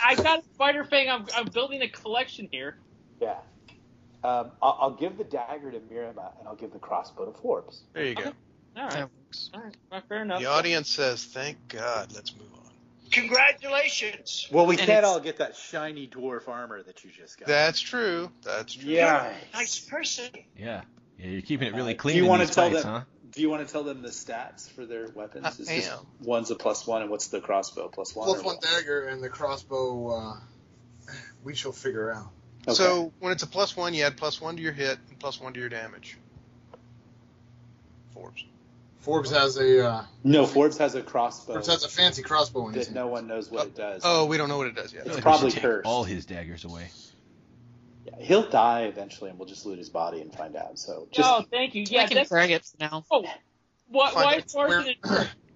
[SPEAKER 5] I got a spider fang. I'm, I'm building a collection here.
[SPEAKER 3] yeah. Um, I'll, I'll give the dagger to Mirama, and I'll give the crossbow to Forbes.
[SPEAKER 4] There you
[SPEAKER 5] Okay.
[SPEAKER 4] go.
[SPEAKER 5] All right.
[SPEAKER 6] That works.
[SPEAKER 5] All right. Well, fair enough.
[SPEAKER 4] The audience says, "Thank God, let's move on."
[SPEAKER 8] Congratulations!
[SPEAKER 3] Well, we
[SPEAKER 6] And
[SPEAKER 3] can't
[SPEAKER 6] it's-
[SPEAKER 3] all get that shiny dwarf armor that you just got.
[SPEAKER 4] That's true. That's true.
[SPEAKER 3] yeah.
[SPEAKER 8] Nice person.
[SPEAKER 7] Yeah. Yeah, you're keeping it
[SPEAKER 3] Uh,
[SPEAKER 7] really
[SPEAKER 3] do
[SPEAKER 7] clean
[SPEAKER 3] you
[SPEAKER 7] in
[SPEAKER 3] wanna
[SPEAKER 7] these
[SPEAKER 3] tell
[SPEAKER 7] fights,
[SPEAKER 3] them-
[SPEAKER 7] huh?
[SPEAKER 3] Do you want to tell them the stats for their weapons?
[SPEAKER 4] Uh, I
[SPEAKER 3] It's just
[SPEAKER 4] am.
[SPEAKER 3] one's a plus one, and what's the crossbow plus one?
[SPEAKER 2] plus
[SPEAKER 3] or
[SPEAKER 2] one
[SPEAKER 3] what?
[SPEAKER 2] dagger and the crossbow. Uh, we shall figure out.
[SPEAKER 3] Okay.
[SPEAKER 4] So when it's a plus one, you add plus one to your hit and plus one to your damage. Forbes.
[SPEAKER 2] Forbes has a uh,
[SPEAKER 3] no, Forbes has a crossbow
[SPEAKER 2] Forbes has a fancy crossbow in his
[SPEAKER 3] that
[SPEAKER 2] hand.
[SPEAKER 3] no one knows what it does.
[SPEAKER 4] Oh, we don't know what it does yet.
[SPEAKER 7] I feel
[SPEAKER 3] It's
[SPEAKER 7] like we should
[SPEAKER 3] probably
[SPEAKER 7] take
[SPEAKER 3] cursed.
[SPEAKER 7] All his daggers away.
[SPEAKER 3] Yeah, he'll die eventually, and we'll just loot his body and find out. So just
[SPEAKER 5] oh, thank you.
[SPEAKER 6] I
[SPEAKER 5] Yeah.
[SPEAKER 6] can
[SPEAKER 5] That's,
[SPEAKER 6] frag it for now.
[SPEAKER 5] oh, why,
[SPEAKER 4] Fine,
[SPEAKER 5] why is
[SPEAKER 4] that's
[SPEAKER 5] Farson?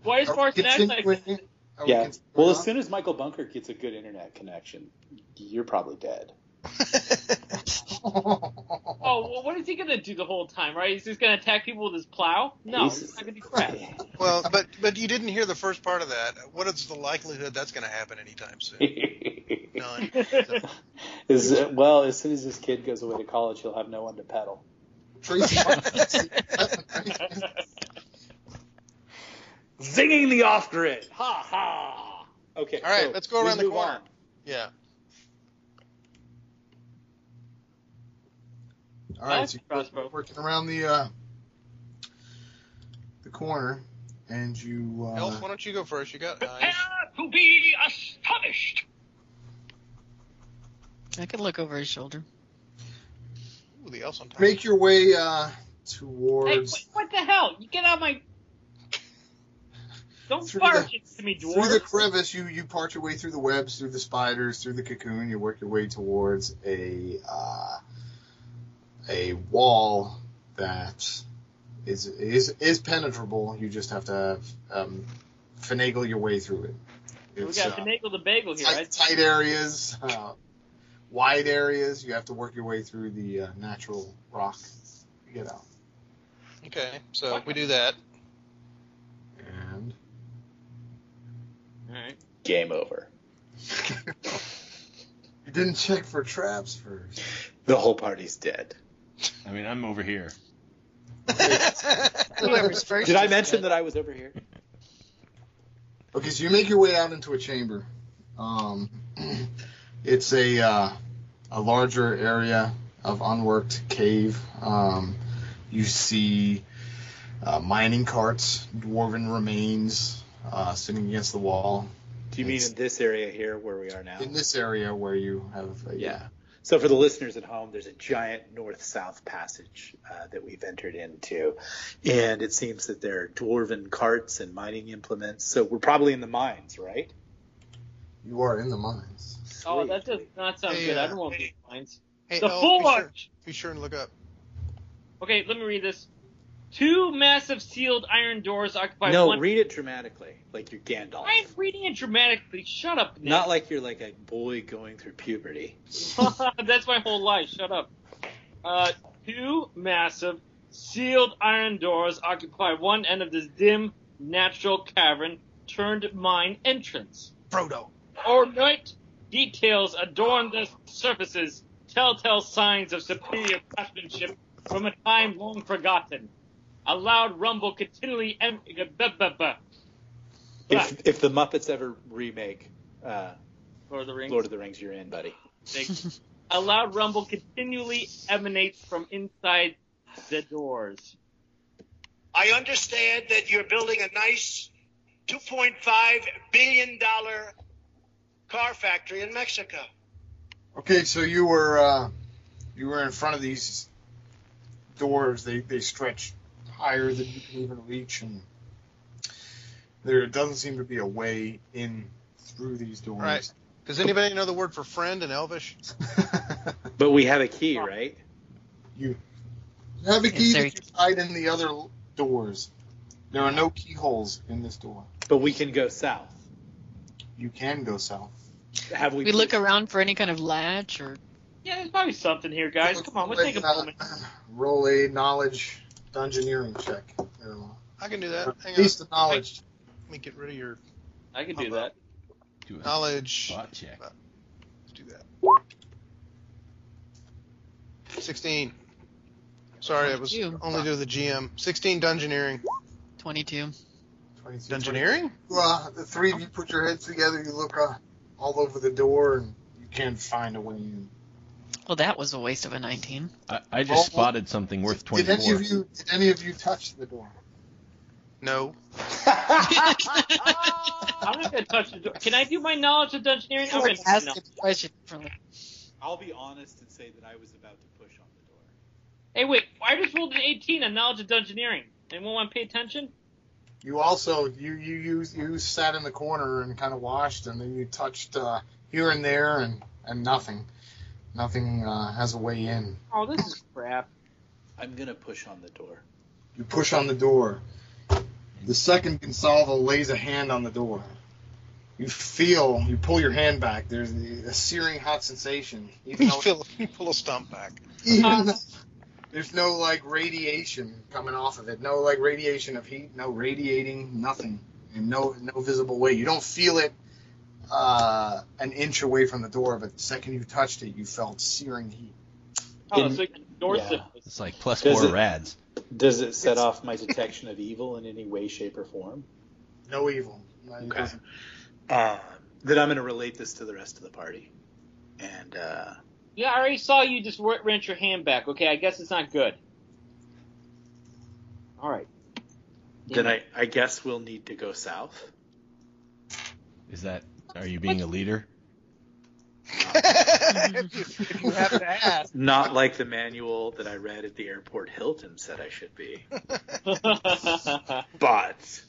[SPEAKER 5] Why is
[SPEAKER 2] Are we
[SPEAKER 5] Farson acting like?
[SPEAKER 2] continuing? Are we
[SPEAKER 3] Yeah.
[SPEAKER 2] continuing
[SPEAKER 3] well,
[SPEAKER 2] on? [LAUGHS]
[SPEAKER 3] as soon as Michael Bunker gets a good internet connection, you're probably dead.
[SPEAKER 5] Oh, well, what is he gonna do the whole time? Right? He's just gonna attack people with his plow? No,
[SPEAKER 3] He's-
[SPEAKER 5] he's not gonna
[SPEAKER 2] [LAUGHS]
[SPEAKER 3] [LAUGHS]
[SPEAKER 5] do crap.
[SPEAKER 4] [LAUGHS] well, but but you didn't hear the first part of that. What is the likelihood that's going to happen anytime soon?
[SPEAKER 5] [LAUGHS]
[SPEAKER 4] None. [LAUGHS]
[SPEAKER 3] is uh, well, as soon as this kid goes away to college, he'll have no one to pedal.
[SPEAKER 5] [LAUGHS]
[SPEAKER 2] Tracy,
[SPEAKER 3] Zinging the off grid, ha ha. Okay,
[SPEAKER 4] All right,
[SPEAKER 3] so
[SPEAKER 4] let's go
[SPEAKER 3] we
[SPEAKER 4] around the
[SPEAKER 3] move
[SPEAKER 4] corner.
[SPEAKER 3] on.
[SPEAKER 4] Yeah.
[SPEAKER 2] All right,
[SPEAKER 5] Nice
[SPEAKER 2] so you're
[SPEAKER 5] crossbow.
[SPEAKER 2] working around the uh, the corner, and you uh,
[SPEAKER 4] Elf, why don't you go first? You
[SPEAKER 5] [LAUGHS]
[SPEAKER 4] got
[SPEAKER 8] Prepare
[SPEAKER 4] eyes.
[SPEAKER 8] to be astonished.
[SPEAKER 6] I could look over his shoulder.
[SPEAKER 4] Ooh, the elf's on top.
[SPEAKER 2] make your way uh,
[SPEAKER 5] Hey,
[SPEAKER 2] towards.
[SPEAKER 5] what, what the hell? You get out
[SPEAKER 2] [LAUGHS]
[SPEAKER 5] of my. Don't
[SPEAKER 2] Through
[SPEAKER 5] fire
[SPEAKER 2] the-
[SPEAKER 5] shit to me,
[SPEAKER 2] Through the
[SPEAKER 5] dwarf.
[SPEAKER 2] crevice, you, you part your way through the webs, through the spiders, through the cocoon. You work your way towards a uh, a wall that is is is penetrable. You just have to um, finagle your way through it.
[SPEAKER 5] We
[SPEAKER 2] It's,
[SPEAKER 5] got
[SPEAKER 2] uh,
[SPEAKER 5] to finagle the bagel here.
[SPEAKER 2] tight,
[SPEAKER 5] I,
[SPEAKER 2] tight areas, uh, wide areas. You have to work your way through the uh, natural rock to get out.
[SPEAKER 4] Okay, so we do that.
[SPEAKER 2] And [LAUGHS]
[SPEAKER 5] all right.
[SPEAKER 3] Game over.
[SPEAKER 2] you didn't check for traps first.
[SPEAKER 3] The whole party's dead.
[SPEAKER 7] I mean, I'm over here.
[SPEAKER 6] [LAUGHS] Whoever's first.
[SPEAKER 3] Did I
[SPEAKER 6] is
[SPEAKER 3] mention
[SPEAKER 6] good.
[SPEAKER 3] that I was over here?
[SPEAKER 2] Okay, so you make your way out into a chamber. Um, it's a uh, a larger area of unworked cave. Um, you see uh, mining carts, dwarven remains uh, sitting against the wall.
[SPEAKER 3] Do you mean in this area here where we are now?
[SPEAKER 2] In this area where you have uh, a,
[SPEAKER 3] Yeah. So for the listeners at home, there's a giant north-south passage uh, that we've entered into, and it seems that there are dwarven carts and mining implements. So we're probably in the mines, right?
[SPEAKER 2] you are in the mines.
[SPEAKER 5] Oh,
[SPEAKER 3] Sweet.
[SPEAKER 5] that does not sound
[SPEAKER 4] Hey,
[SPEAKER 5] good. I
[SPEAKER 4] uh,
[SPEAKER 5] don't want
[SPEAKER 4] hey.
[SPEAKER 5] these lines.
[SPEAKER 4] Hey,
[SPEAKER 5] The
[SPEAKER 2] oh,
[SPEAKER 4] elf,
[SPEAKER 5] full
[SPEAKER 4] be sure,
[SPEAKER 5] arch.
[SPEAKER 4] be sure and look up.
[SPEAKER 5] Okay, let me read this. Two massive sealed iron doors occupy
[SPEAKER 3] no,
[SPEAKER 5] one.
[SPEAKER 3] read it dramatically, like you're Gandalf,
[SPEAKER 5] I am reading it dramatically. Shut up. Nick.
[SPEAKER 3] not like you're like a boy going through puberty.
[SPEAKER 5] [LAUGHS] That's my whole life. Shut up. Uh, two massive sealed iron doors occupy one end of this dim natural cavern turned mine entrance.
[SPEAKER 4] Frodo.
[SPEAKER 5] Ornate details adorn the surfaces, telltale signs of superior craftsmanship from a time long forgotten. A loud rumble continually em- b- b- b-
[SPEAKER 3] If, if the Muppets ever remake uh,
[SPEAKER 5] Lord of the Rings.
[SPEAKER 3] Lord of the Rings, you're in, buddy.
[SPEAKER 5] Thank- a loud rumble continually emanates from inside the doors.
[SPEAKER 8] I understand that you're building a nice $2.5 billion car factory in Mexico.
[SPEAKER 2] Okay, so you were uh, you were in front of these doors. They they stretch higher than you can even reach, and there doesn't seem to be a way in through these doors. [LAUGHS]
[SPEAKER 4] Right. Does anybody know the word for friend in Elvish?
[SPEAKER 3] But we have a key, right?
[SPEAKER 2] You have a key
[SPEAKER 6] Is there-
[SPEAKER 2] that you tied in the other doors. There are no keyholes in this door.
[SPEAKER 3] But we can go south.
[SPEAKER 2] You can go south.
[SPEAKER 3] Have we?
[SPEAKER 6] We look around for any kind of latch or
[SPEAKER 5] Yeah, there's probably something here, guys. Come on, let's take a moment.
[SPEAKER 2] uh, Roll a knowledge dungeoneering check.
[SPEAKER 5] Uh,
[SPEAKER 2] Or
[SPEAKER 4] I can do that. Hang
[SPEAKER 2] At
[SPEAKER 4] on.
[SPEAKER 2] least the knowledge.
[SPEAKER 4] Let me get rid of your
[SPEAKER 5] I can do that.
[SPEAKER 7] Do
[SPEAKER 4] Oh,
[SPEAKER 7] a
[SPEAKER 4] knowledge.
[SPEAKER 7] spot check.
[SPEAKER 4] Let's do that. Sixteen. Sorry, it was
[SPEAKER 6] You.
[SPEAKER 4] only do the GM. Sixteen dungeoneering.
[SPEAKER 6] 22.
[SPEAKER 2] 22, 23.
[SPEAKER 4] Dungeoneering?
[SPEAKER 2] Well, the three of you put your heads together. You look uh, all over the door, and you can't find a way in.
[SPEAKER 6] Well, that was a waste of a 19.
[SPEAKER 7] I, I just
[SPEAKER 2] Well,
[SPEAKER 7] spotted something worth
[SPEAKER 2] Did any
[SPEAKER 7] 24.
[SPEAKER 2] of you? Did any of you touch the [LAUGHS] door?
[SPEAKER 4] No.
[SPEAKER 5] I'm not gonna touch the door. Can I do my knowledge of dungeoneering? I'm
[SPEAKER 6] I would
[SPEAKER 5] gonna-
[SPEAKER 6] ask
[SPEAKER 5] no.
[SPEAKER 6] the question differently.
[SPEAKER 3] I'll be honest and say that I was about to push on the door.
[SPEAKER 5] Hey, wait. I just rolled an 18 on knowledge of dungeoneering. Anyone want to pay attention?
[SPEAKER 2] You also you you you, you sat in the corner and kind of watched, and then you touched uh, here and there, and and nothing, nothing uh, has a way in.
[SPEAKER 5] Oh, this is crap.
[SPEAKER 3] I'm gonna push on the door.
[SPEAKER 2] You push on the door. The second Gonsalvo lays a hand on the door. You feel, you pull your hand back. There's a searing hot sensation. Even
[SPEAKER 4] [LAUGHS] You
[SPEAKER 2] though,
[SPEAKER 4] pull, you pull a stump back.
[SPEAKER 2] even though there's no like radiation coming off of it. No like radiation of heat. No radiating. Nothing. And no no visible way. You don't feel it uh, an inch away from the door, but the second you touched it, you felt searing heat.
[SPEAKER 5] Oh,
[SPEAKER 3] In-
[SPEAKER 5] so you can door
[SPEAKER 3] yeah.
[SPEAKER 5] surface.
[SPEAKER 7] It's like plus
[SPEAKER 3] Does
[SPEAKER 7] four
[SPEAKER 3] it-
[SPEAKER 7] rads.
[SPEAKER 3] Does it set off my detection of evil in any way, shape, or form?
[SPEAKER 2] No evil. Not even-
[SPEAKER 3] Okay. Um, then I'm gonna relate this to the rest of the party, and uh,
[SPEAKER 5] Yeah, I already saw you just wr- wrench your hand back. Okay, I guess it's not good. All right.
[SPEAKER 3] Then I, I guess we'll need to go south. [LAUGHS]
[SPEAKER 7] Is that? Are you being a leader?
[SPEAKER 4] if, [LAUGHS] you, if you have to ask.
[SPEAKER 3] Not like the manual that I read at the airport Hilton said I should be.
[SPEAKER 5] [LAUGHS]
[SPEAKER 3] But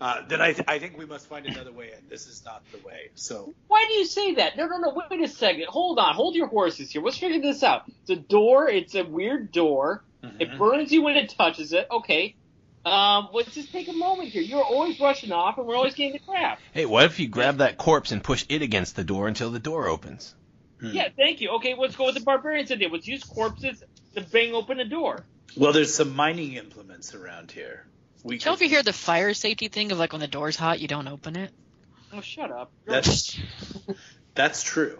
[SPEAKER 3] uh, then I, th- I think we must find another way in. This is not the way. So
[SPEAKER 5] Why do you say that? No, no, no. Wait a second. Hold on. Hold your horses here. Let's figure this out. It's a door. It's a weird door.
[SPEAKER 3] Mm-hmm.
[SPEAKER 5] It burns you when it touches it. Okay. Um, let's just take a moment here. You're always rushing off, and we're always getting the crap.
[SPEAKER 7] Hey, what if you grab that corpse and push it against the door until the door opens?
[SPEAKER 3] Hmm.
[SPEAKER 5] Yeah, thank you. Okay, let's go with the barbarians idea. Let's use corpses to bang open the door.
[SPEAKER 3] well, there's some mining implements around here. We
[SPEAKER 6] Don't you hear the fire safety thing of like when the door's hot, you don't open it?
[SPEAKER 5] Oh, shut up. You're-
[SPEAKER 3] That's that's true.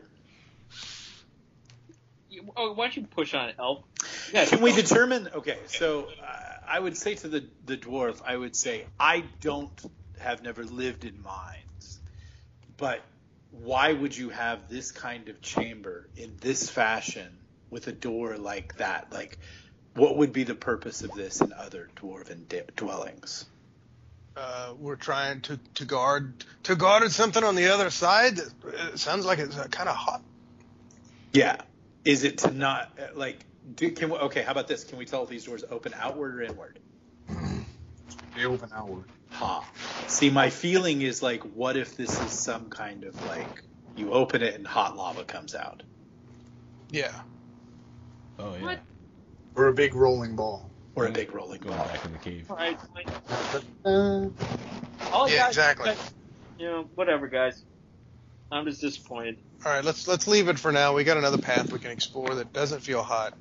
[SPEAKER 5] you- oh, why don't you push on it, Elf?
[SPEAKER 3] Can we determine? Okay, so uh, I would say to the the dwarf, I would say I don't have never lived in mines, but why would you have this kind of chamber in this fashion with a door like that? Like, what would be the purpose of this in other dwarven d- dwellings?
[SPEAKER 4] Uh, we're trying to, to guard to guard something on the other side. That, uh, sounds like it's uh, kind of hot.
[SPEAKER 3] Yeah, is it to not uh, like? Do, can we, okay, how about this? Can we tell if these doors open outward or inward?
[SPEAKER 2] They open outward.
[SPEAKER 3] Huh. See, my feeling is like, what if this is some kind of like, you open it and hot lava comes out?
[SPEAKER 4] Yeah.
[SPEAKER 7] Oh yeah,
[SPEAKER 5] What?
[SPEAKER 2] Or a big rolling ball.
[SPEAKER 3] Or a big rolling
[SPEAKER 7] going
[SPEAKER 3] ball.
[SPEAKER 7] back in the cave.
[SPEAKER 5] All right, fine. All
[SPEAKER 4] Yeah,
[SPEAKER 5] guys-
[SPEAKER 4] exactly.
[SPEAKER 5] You know, whatever, guys. I'm just disappointed.
[SPEAKER 4] All right, let's let's leave it for now. We got another path we can explore that doesn't feel [LAUGHS] hot.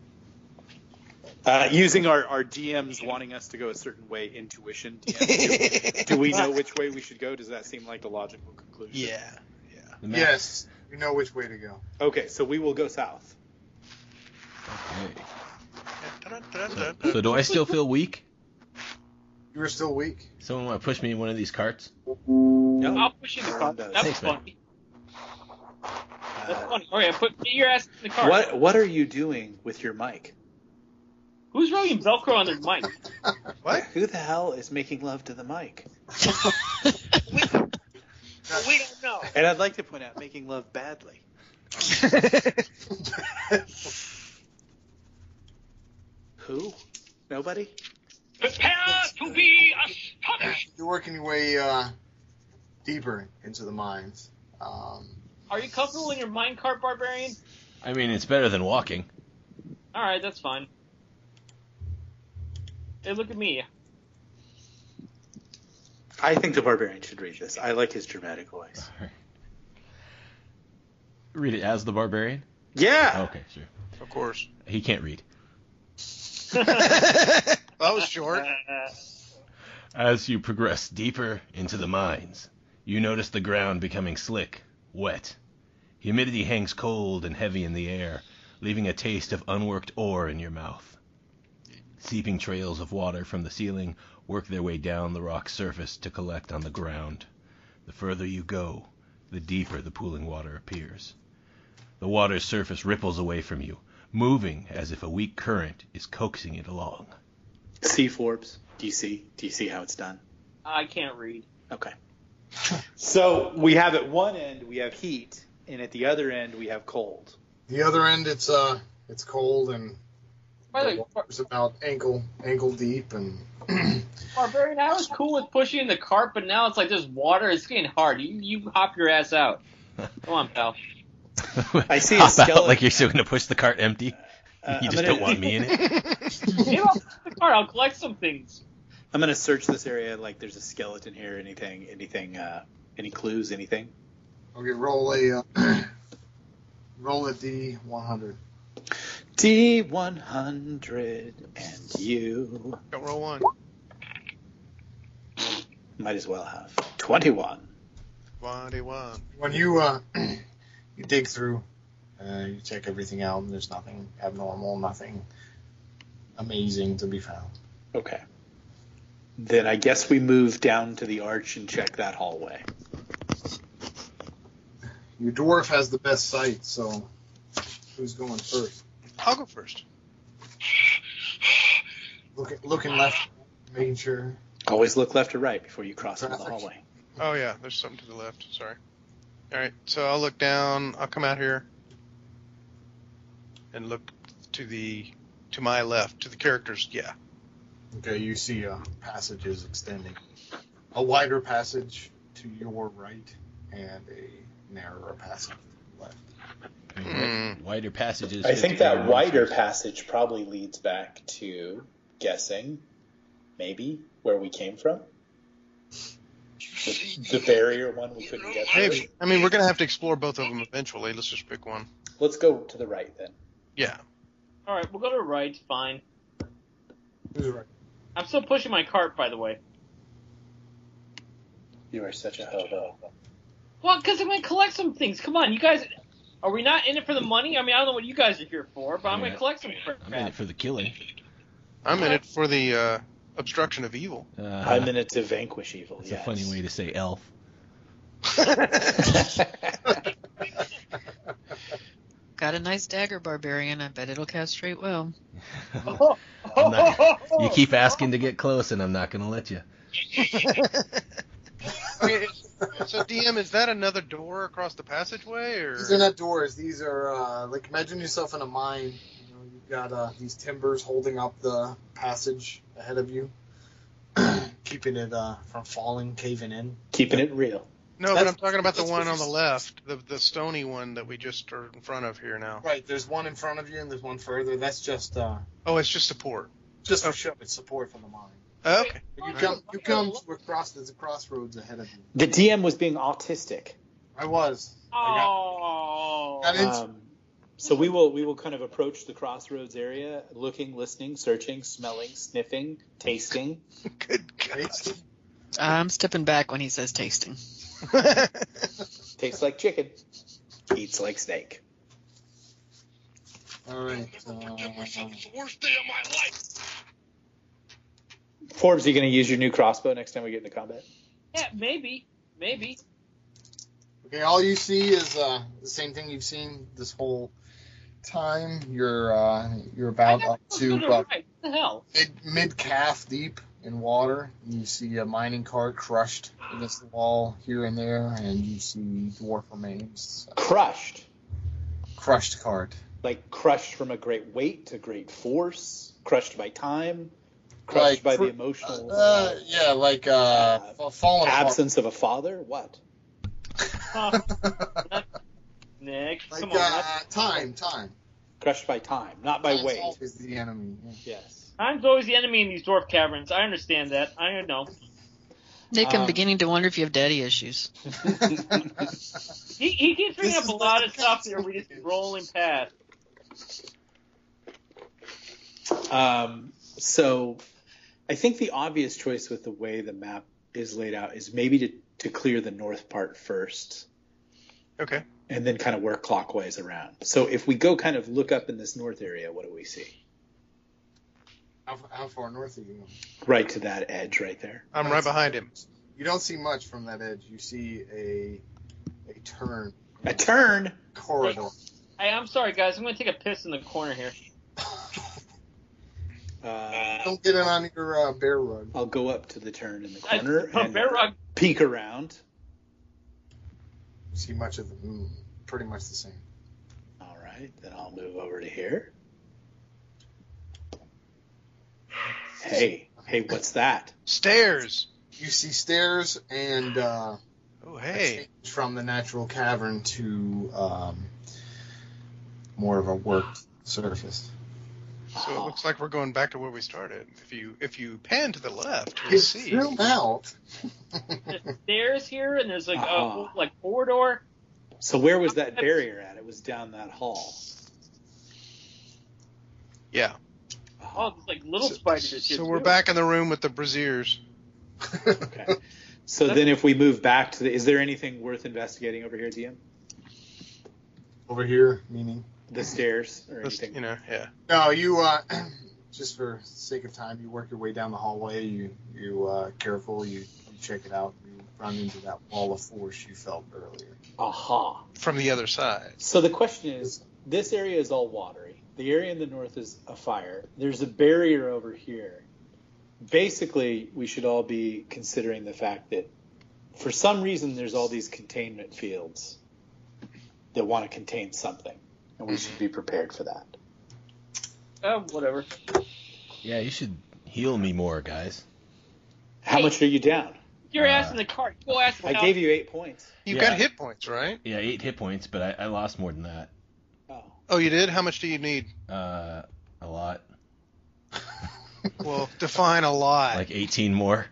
[SPEAKER 3] Uh, using our, our DMs wanting us to go a certain way, intuition. [LAUGHS] DM, do, do we [LAUGHS] know which way we should go? Does that seem like the logical conclusion?
[SPEAKER 4] Yeah.
[SPEAKER 7] The map-
[SPEAKER 2] Yes, we know which way to go.
[SPEAKER 3] Okay, so we will go south.
[SPEAKER 7] Okay. So, so do I still feel weak?
[SPEAKER 2] You were still
[SPEAKER 5] [LAUGHS]
[SPEAKER 2] weak.
[SPEAKER 7] Someone want to push me in one of these carts?
[SPEAKER 5] I'll
[SPEAKER 3] No.
[SPEAKER 5] push you in the car.
[SPEAKER 3] Mm. Thanks,
[SPEAKER 5] That was
[SPEAKER 7] man.
[SPEAKER 5] funny. That's
[SPEAKER 3] Uh,
[SPEAKER 5] funny. All right, put get your ass in the car.
[SPEAKER 3] what what are you doing with your mic?
[SPEAKER 5] Who's rolling Velcro on their mic?
[SPEAKER 4] What?
[SPEAKER 3] Who the hell is making love to the mic?
[SPEAKER 8] [LAUGHS] We don't know.
[SPEAKER 3] And I'd like to point out, making love badly. Who? Nobody?
[SPEAKER 8] Prepare to be astonished.
[SPEAKER 2] You're working your way uh, deeper into the mines. Um,
[SPEAKER 5] Are you comfortable in your minecart, barbarian?
[SPEAKER 7] I mean, it's better than walking.
[SPEAKER 5] All right, that's fine. Hey, look at me.
[SPEAKER 3] I think the barbarian should read this. I like his dramatic voice.
[SPEAKER 7] Read it as the barbarian.
[SPEAKER 3] Yeah.
[SPEAKER 7] Okay, sure.
[SPEAKER 4] Of [LAUGHS] course.
[SPEAKER 7] He can't read.
[SPEAKER 4] that was short.
[SPEAKER 5] Uh,
[SPEAKER 7] As you progress deeper into the mines, you notice the ground becoming slick, wet. Humidity hangs cold and heavy in the air, leaving a taste of unworked ore in your mouth. Seeping trails of water from the ceiling work their way down the rock's surface to collect on the ground. The further you go, the deeper the pooling water appears. The water's surface ripples away from you, moving as if a weak current is coaxing it along.
[SPEAKER 3] See Forbes. Do you see? Do you see how it's done?
[SPEAKER 5] I can't read.
[SPEAKER 3] Okay. so we have at one end we have heat, and at the other end we have cold.
[SPEAKER 2] the other end, it's uh, it's cold and
[SPEAKER 5] By the
[SPEAKER 2] the
[SPEAKER 5] way, bar-
[SPEAKER 2] water's about ankle ankle deep, and
[SPEAKER 5] [CLEARS THROAT] barbarian, I was cool with pushing the cart, but now it's like there's water. It's getting hard. You, you hop your
[SPEAKER 3] [LAUGHS]
[SPEAKER 5] ass out. Come on, pal.
[SPEAKER 3] I see a
[SPEAKER 7] Hop out
[SPEAKER 3] skeleton.
[SPEAKER 7] like you're still going to push the cart empty.
[SPEAKER 3] Uh,
[SPEAKER 7] [LAUGHS] you
[SPEAKER 3] I'm
[SPEAKER 7] just
[SPEAKER 3] gonna-
[SPEAKER 7] don't want
[SPEAKER 3] [LAUGHS]
[SPEAKER 7] me in it.
[SPEAKER 5] Maybe I'll push the cart. I'll collect some things.
[SPEAKER 3] I'm gonna search this area. Like, there's a skeleton here. Anything? Anything? Uh, any clues? Anything?
[SPEAKER 2] okay, roll a uh, [CLEARS THROAT] roll a d100.
[SPEAKER 3] D100 and you
[SPEAKER 4] Don't roll one.
[SPEAKER 3] might as well have 21.
[SPEAKER 4] One, two, one.
[SPEAKER 2] When you uh, [CLEARS THROAT] you dig through, uh, you check everything out, and there's nothing abnormal, nothing amazing to be found.
[SPEAKER 3] Okay. Then I guess we move down to the arch and check that hallway.
[SPEAKER 2] Your dwarf has the best sight, so Who's going first?
[SPEAKER 4] I'll go first.
[SPEAKER 2] Look, looking left, making sure.
[SPEAKER 3] Always look left or right before you cross into the hallway.
[SPEAKER 4] Oh yeah, there's something to the left. Sorry. All right, so I'll look down. I'll come out here and look to the to my left to the characters. Yeah.
[SPEAKER 2] Okay, you see uh, passages extending. A wider passage to your right and a narrower passage to the left.
[SPEAKER 4] Hmm.
[SPEAKER 7] Wider passages.
[SPEAKER 3] I
[SPEAKER 7] 50
[SPEAKER 3] think that
[SPEAKER 7] yards.
[SPEAKER 3] wider passage probably leads back to guessing, maybe where we came from. The, the barrier one we couldn't get. through.
[SPEAKER 4] Maybe. I mean, we're gonna have to explore both of them eventually. Let's just pick one.
[SPEAKER 3] Let's go to the right then.
[SPEAKER 4] Yeah.
[SPEAKER 5] All right, we'll go to right. Fine.
[SPEAKER 2] Who's right?
[SPEAKER 5] I'm still pushing my cart, by the way.
[SPEAKER 3] You are such a hobo.
[SPEAKER 7] Uh,
[SPEAKER 5] Well, because I'm going to collect some things. Come on, you guys. Are we not in it for the money? I mean, I don't know what you guys are here for, but I'm going
[SPEAKER 7] Yeah.
[SPEAKER 5] to collect some crap.
[SPEAKER 7] I'm in it for the killing.
[SPEAKER 4] I'm in it for the uh, obstruction of
[SPEAKER 2] [LAUGHS]
[SPEAKER 4] evil.
[SPEAKER 3] [LAUGHS]
[SPEAKER 7] Uh,
[SPEAKER 3] I'm in it to vanquish evil.
[SPEAKER 7] It's
[SPEAKER 3] yes.
[SPEAKER 7] a funny way to say
[SPEAKER 3] [LAUGHS]
[SPEAKER 7] elf. [LAUGHS]
[SPEAKER 6] Got a nice dagger, barbarian. I bet it'll castrate well.
[SPEAKER 7] I'm not- you keep asking to get close, and I'm not going to let you.
[SPEAKER 4] okay, is- so DM, is that another door across the passageway, or
[SPEAKER 2] These are not doors. These are uh, like imagine yourself in a mine. You know, you've got uh, these timbers holding up the passage ahead of you, [CLEARS THROAT] keeping it uh, from falling, caving in.
[SPEAKER 3] Keeping it real.
[SPEAKER 4] no? But I'm
[SPEAKER 2] that's-
[SPEAKER 4] talking about the
[SPEAKER 2] that's
[SPEAKER 4] one
[SPEAKER 2] what
[SPEAKER 4] on
[SPEAKER 2] you
[SPEAKER 4] the
[SPEAKER 2] s-
[SPEAKER 4] left, the the stony one that we just are in front of here now.
[SPEAKER 2] Right. There's one in front of you, and there's one further. That's just uh,
[SPEAKER 4] Oh, it's just support.
[SPEAKER 2] just for
[SPEAKER 4] Okay.
[SPEAKER 2] show. It's support for the mine.
[SPEAKER 4] Okay. [LAUGHS]
[SPEAKER 2] You come, you come to a cross. There's a crossroads ahead of you.
[SPEAKER 3] The DM was being autistic.
[SPEAKER 2] I was. I
[SPEAKER 5] Oh.
[SPEAKER 2] got, got into
[SPEAKER 3] Um, so we will we will kind of approach the crossroads area, looking, listening, searching, smelling, sniffing, tasting.
[SPEAKER 4] Good
[SPEAKER 2] it.
[SPEAKER 6] I'm stepping back when he says tasting.
[SPEAKER 4] God.
[SPEAKER 3] Tastes like chicken. Eats like snake.
[SPEAKER 2] All right.
[SPEAKER 8] Forgive myself.
[SPEAKER 2] Uh,
[SPEAKER 8] It's the worst day of my life.
[SPEAKER 3] Forbes, are you going to use your new crossbow next time we get into combat?
[SPEAKER 5] Yeah, maybe. Maybe.
[SPEAKER 2] Okay, all you see is uh, the same thing you've seen this whole time. You're uh, you're
[SPEAKER 5] I
[SPEAKER 2] about
[SPEAKER 5] never
[SPEAKER 2] up
[SPEAKER 5] was
[SPEAKER 2] to
[SPEAKER 5] good
[SPEAKER 2] about
[SPEAKER 5] right. What the hell?
[SPEAKER 2] mid mid calf deep in water. You see a mining cart crushed against the wall here and there, and you see dwarf remains.
[SPEAKER 3] Crushed,
[SPEAKER 2] Crushed cart.
[SPEAKER 3] like crushed from a great weight to great force, crushed by time,
[SPEAKER 2] Like,
[SPEAKER 3] crushed by
[SPEAKER 2] cr-
[SPEAKER 3] the
[SPEAKER 2] Uh,
[SPEAKER 3] emotional
[SPEAKER 2] uh,
[SPEAKER 3] uh,
[SPEAKER 2] yeah, like uh, fa- fallen apart.
[SPEAKER 3] absence of a father. What?
[SPEAKER 2] [LAUGHS]
[SPEAKER 5] Nick,
[SPEAKER 2] like
[SPEAKER 5] come on.
[SPEAKER 2] uh,
[SPEAKER 5] that's-
[SPEAKER 2] time, time.
[SPEAKER 3] Crushed by time, not by
[SPEAKER 2] Time's
[SPEAKER 3] weight.
[SPEAKER 2] always the
[SPEAKER 4] [LAUGHS]
[SPEAKER 2] enemy. yeah.
[SPEAKER 3] Yes.
[SPEAKER 5] Time's always the enemy in these dwarf caverns. I understand that. I know.
[SPEAKER 6] Nick, I'm
[SPEAKER 3] Um,
[SPEAKER 6] beginning to wonder if you have daddy issues.
[SPEAKER 5] He, he keeps bringing
[SPEAKER 2] This
[SPEAKER 5] up
[SPEAKER 2] is
[SPEAKER 5] a lot
[SPEAKER 2] what
[SPEAKER 5] of
[SPEAKER 2] the
[SPEAKER 5] stuff here we just
[SPEAKER 2] council
[SPEAKER 5] rolling past.
[SPEAKER 3] Um, so I think the obvious choice with the way the map is laid out is maybe to, to clear the north part first
[SPEAKER 4] okay.
[SPEAKER 3] and then kind of work clockwise around. So if we go kind of look up in this north area, what do we see?
[SPEAKER 2] How, how far north are you going?
[SPEAKER 3] Right to that edge right there.
[SPEAKER 4] I'm right behind him.
[SPEAKER 2] You don't see much from that edge. You see a a turn
[SPEAKER 3] A turn.
[SPEAKER 2] corridor.
[SPEAKER 5] Hey, I'm sorry, guys. I'm going to take a piss in the corner here.
[SPEAKER 3] Uh,
[SPEAKER 2] [LAUGHS] don't get it on your uh, bear rug.
[SPEAKER 3] I'll go up to the turn in the
[SPEAKER 5] I,
[SPEAKER 3] corner
[SPEAKER 5] oh,
[SPEAKER 3] and
[SPEAKER 5] Bear Rock,
[SPEAKER 3] peek around.
[SPEAKER 2] You see much of the moon. Pretty much the same.
[SPEAKER 3] All right, then I'll move over to here. Hey, hey, what's that?
[SPEAKER 4] Stairs.
[SPEAKER 2] You see stairs and uh,
[SPEAKER 4] Oh hey.
[SPEAKER 2] a change from the natural cavern to um, more of a worked surface.
[SPEAKER 4] So it looks like we're going back to where we started. If you if you pan to the left, you'll
[SPEAKER 2] It's
[SPEAKER 5] [LAUGHS]
[SPEAKER 4] see.
[SPEAKER 2] filled
[SPEAKER 4] [LAUGHS]
[SPEAKER 2] out. [LAUGHS]
[SPEAKER 5] there's stairs here, and there's like a
[SPEAKER 4] Ah.
[SPEAKER 3] Uh-huh.
[SPEAKER 5] whole, like corridor.
[SPEAKER 3] So where was that barrier at? It was down that hall.
[SPEAKER 4] Yeah.
[SPEAKER 5] Oh, there's like little spiders. and shit,
[SPEAKER 4] So we're
[SPEAKER 5] too.
[SPEAKER 4] back in the room with the braziers.
[SPEAKER 3] Okay. So then if we move back to the is there anything worth investigating over here, DM?
[SPEAKER 2] Over here, meaning.
[SPEAKER 3] The stairs or
[SPEAKER 4] Just, you
[SPEAKER 3] anything?
[SPEAKER 4] know, yeah.
[SPEAKER 2] No, you uh, [CLEARS THROAT] just for sake of time, you work your way down the hallway. You you uh, careful. You, you check it out. You run into that wall of force you felt earlier.
[SPEAKER 3] Aha.
[SPEAKER 4] From the other side.
[SPEAKER 3] So the question is, this area is all watery. The area in the north is a fire. There's a barrier over here. Basically, we should all be considering the fact that for some reason there's all these containment fields that want to contain something, and we should be prepared for that.
[SPEAKER 5] Oh, whatever.
[SPEAKER 7] Yeah, you should heal me more, guys.
[SPEAKER 3] How
[SPEAKER 5] Hey.
[SPEAKER 3] much are you down?
[SPEAKER 5] Your
[SPEAKER 4] Ah.
[SPEAKER 5] ass
[SPEAKER 7] Uh,
[SPEAKER 5] in the cart. Go ask for
[SPEAKER 3] I
[SPEAKER 5] help.
[SPEAKER 3] gave you eight points.
[SPEAKER 4] You've
[SPEAKER 7] Yeah.
[SPEAKER 4] got hit points, right?
[SPEAKER 7] Yeah, eight hit points, but I, I lost more than that.
[SPEAKER 3] Oh,
[SPEAKER 4] Oh, you did. How much do you need?
[SPEAKER 7] Uh, a lot, [LAUGHS]
[SPEAKER 4] Well, define a lot.
[SPEAKER 7] like 18 more.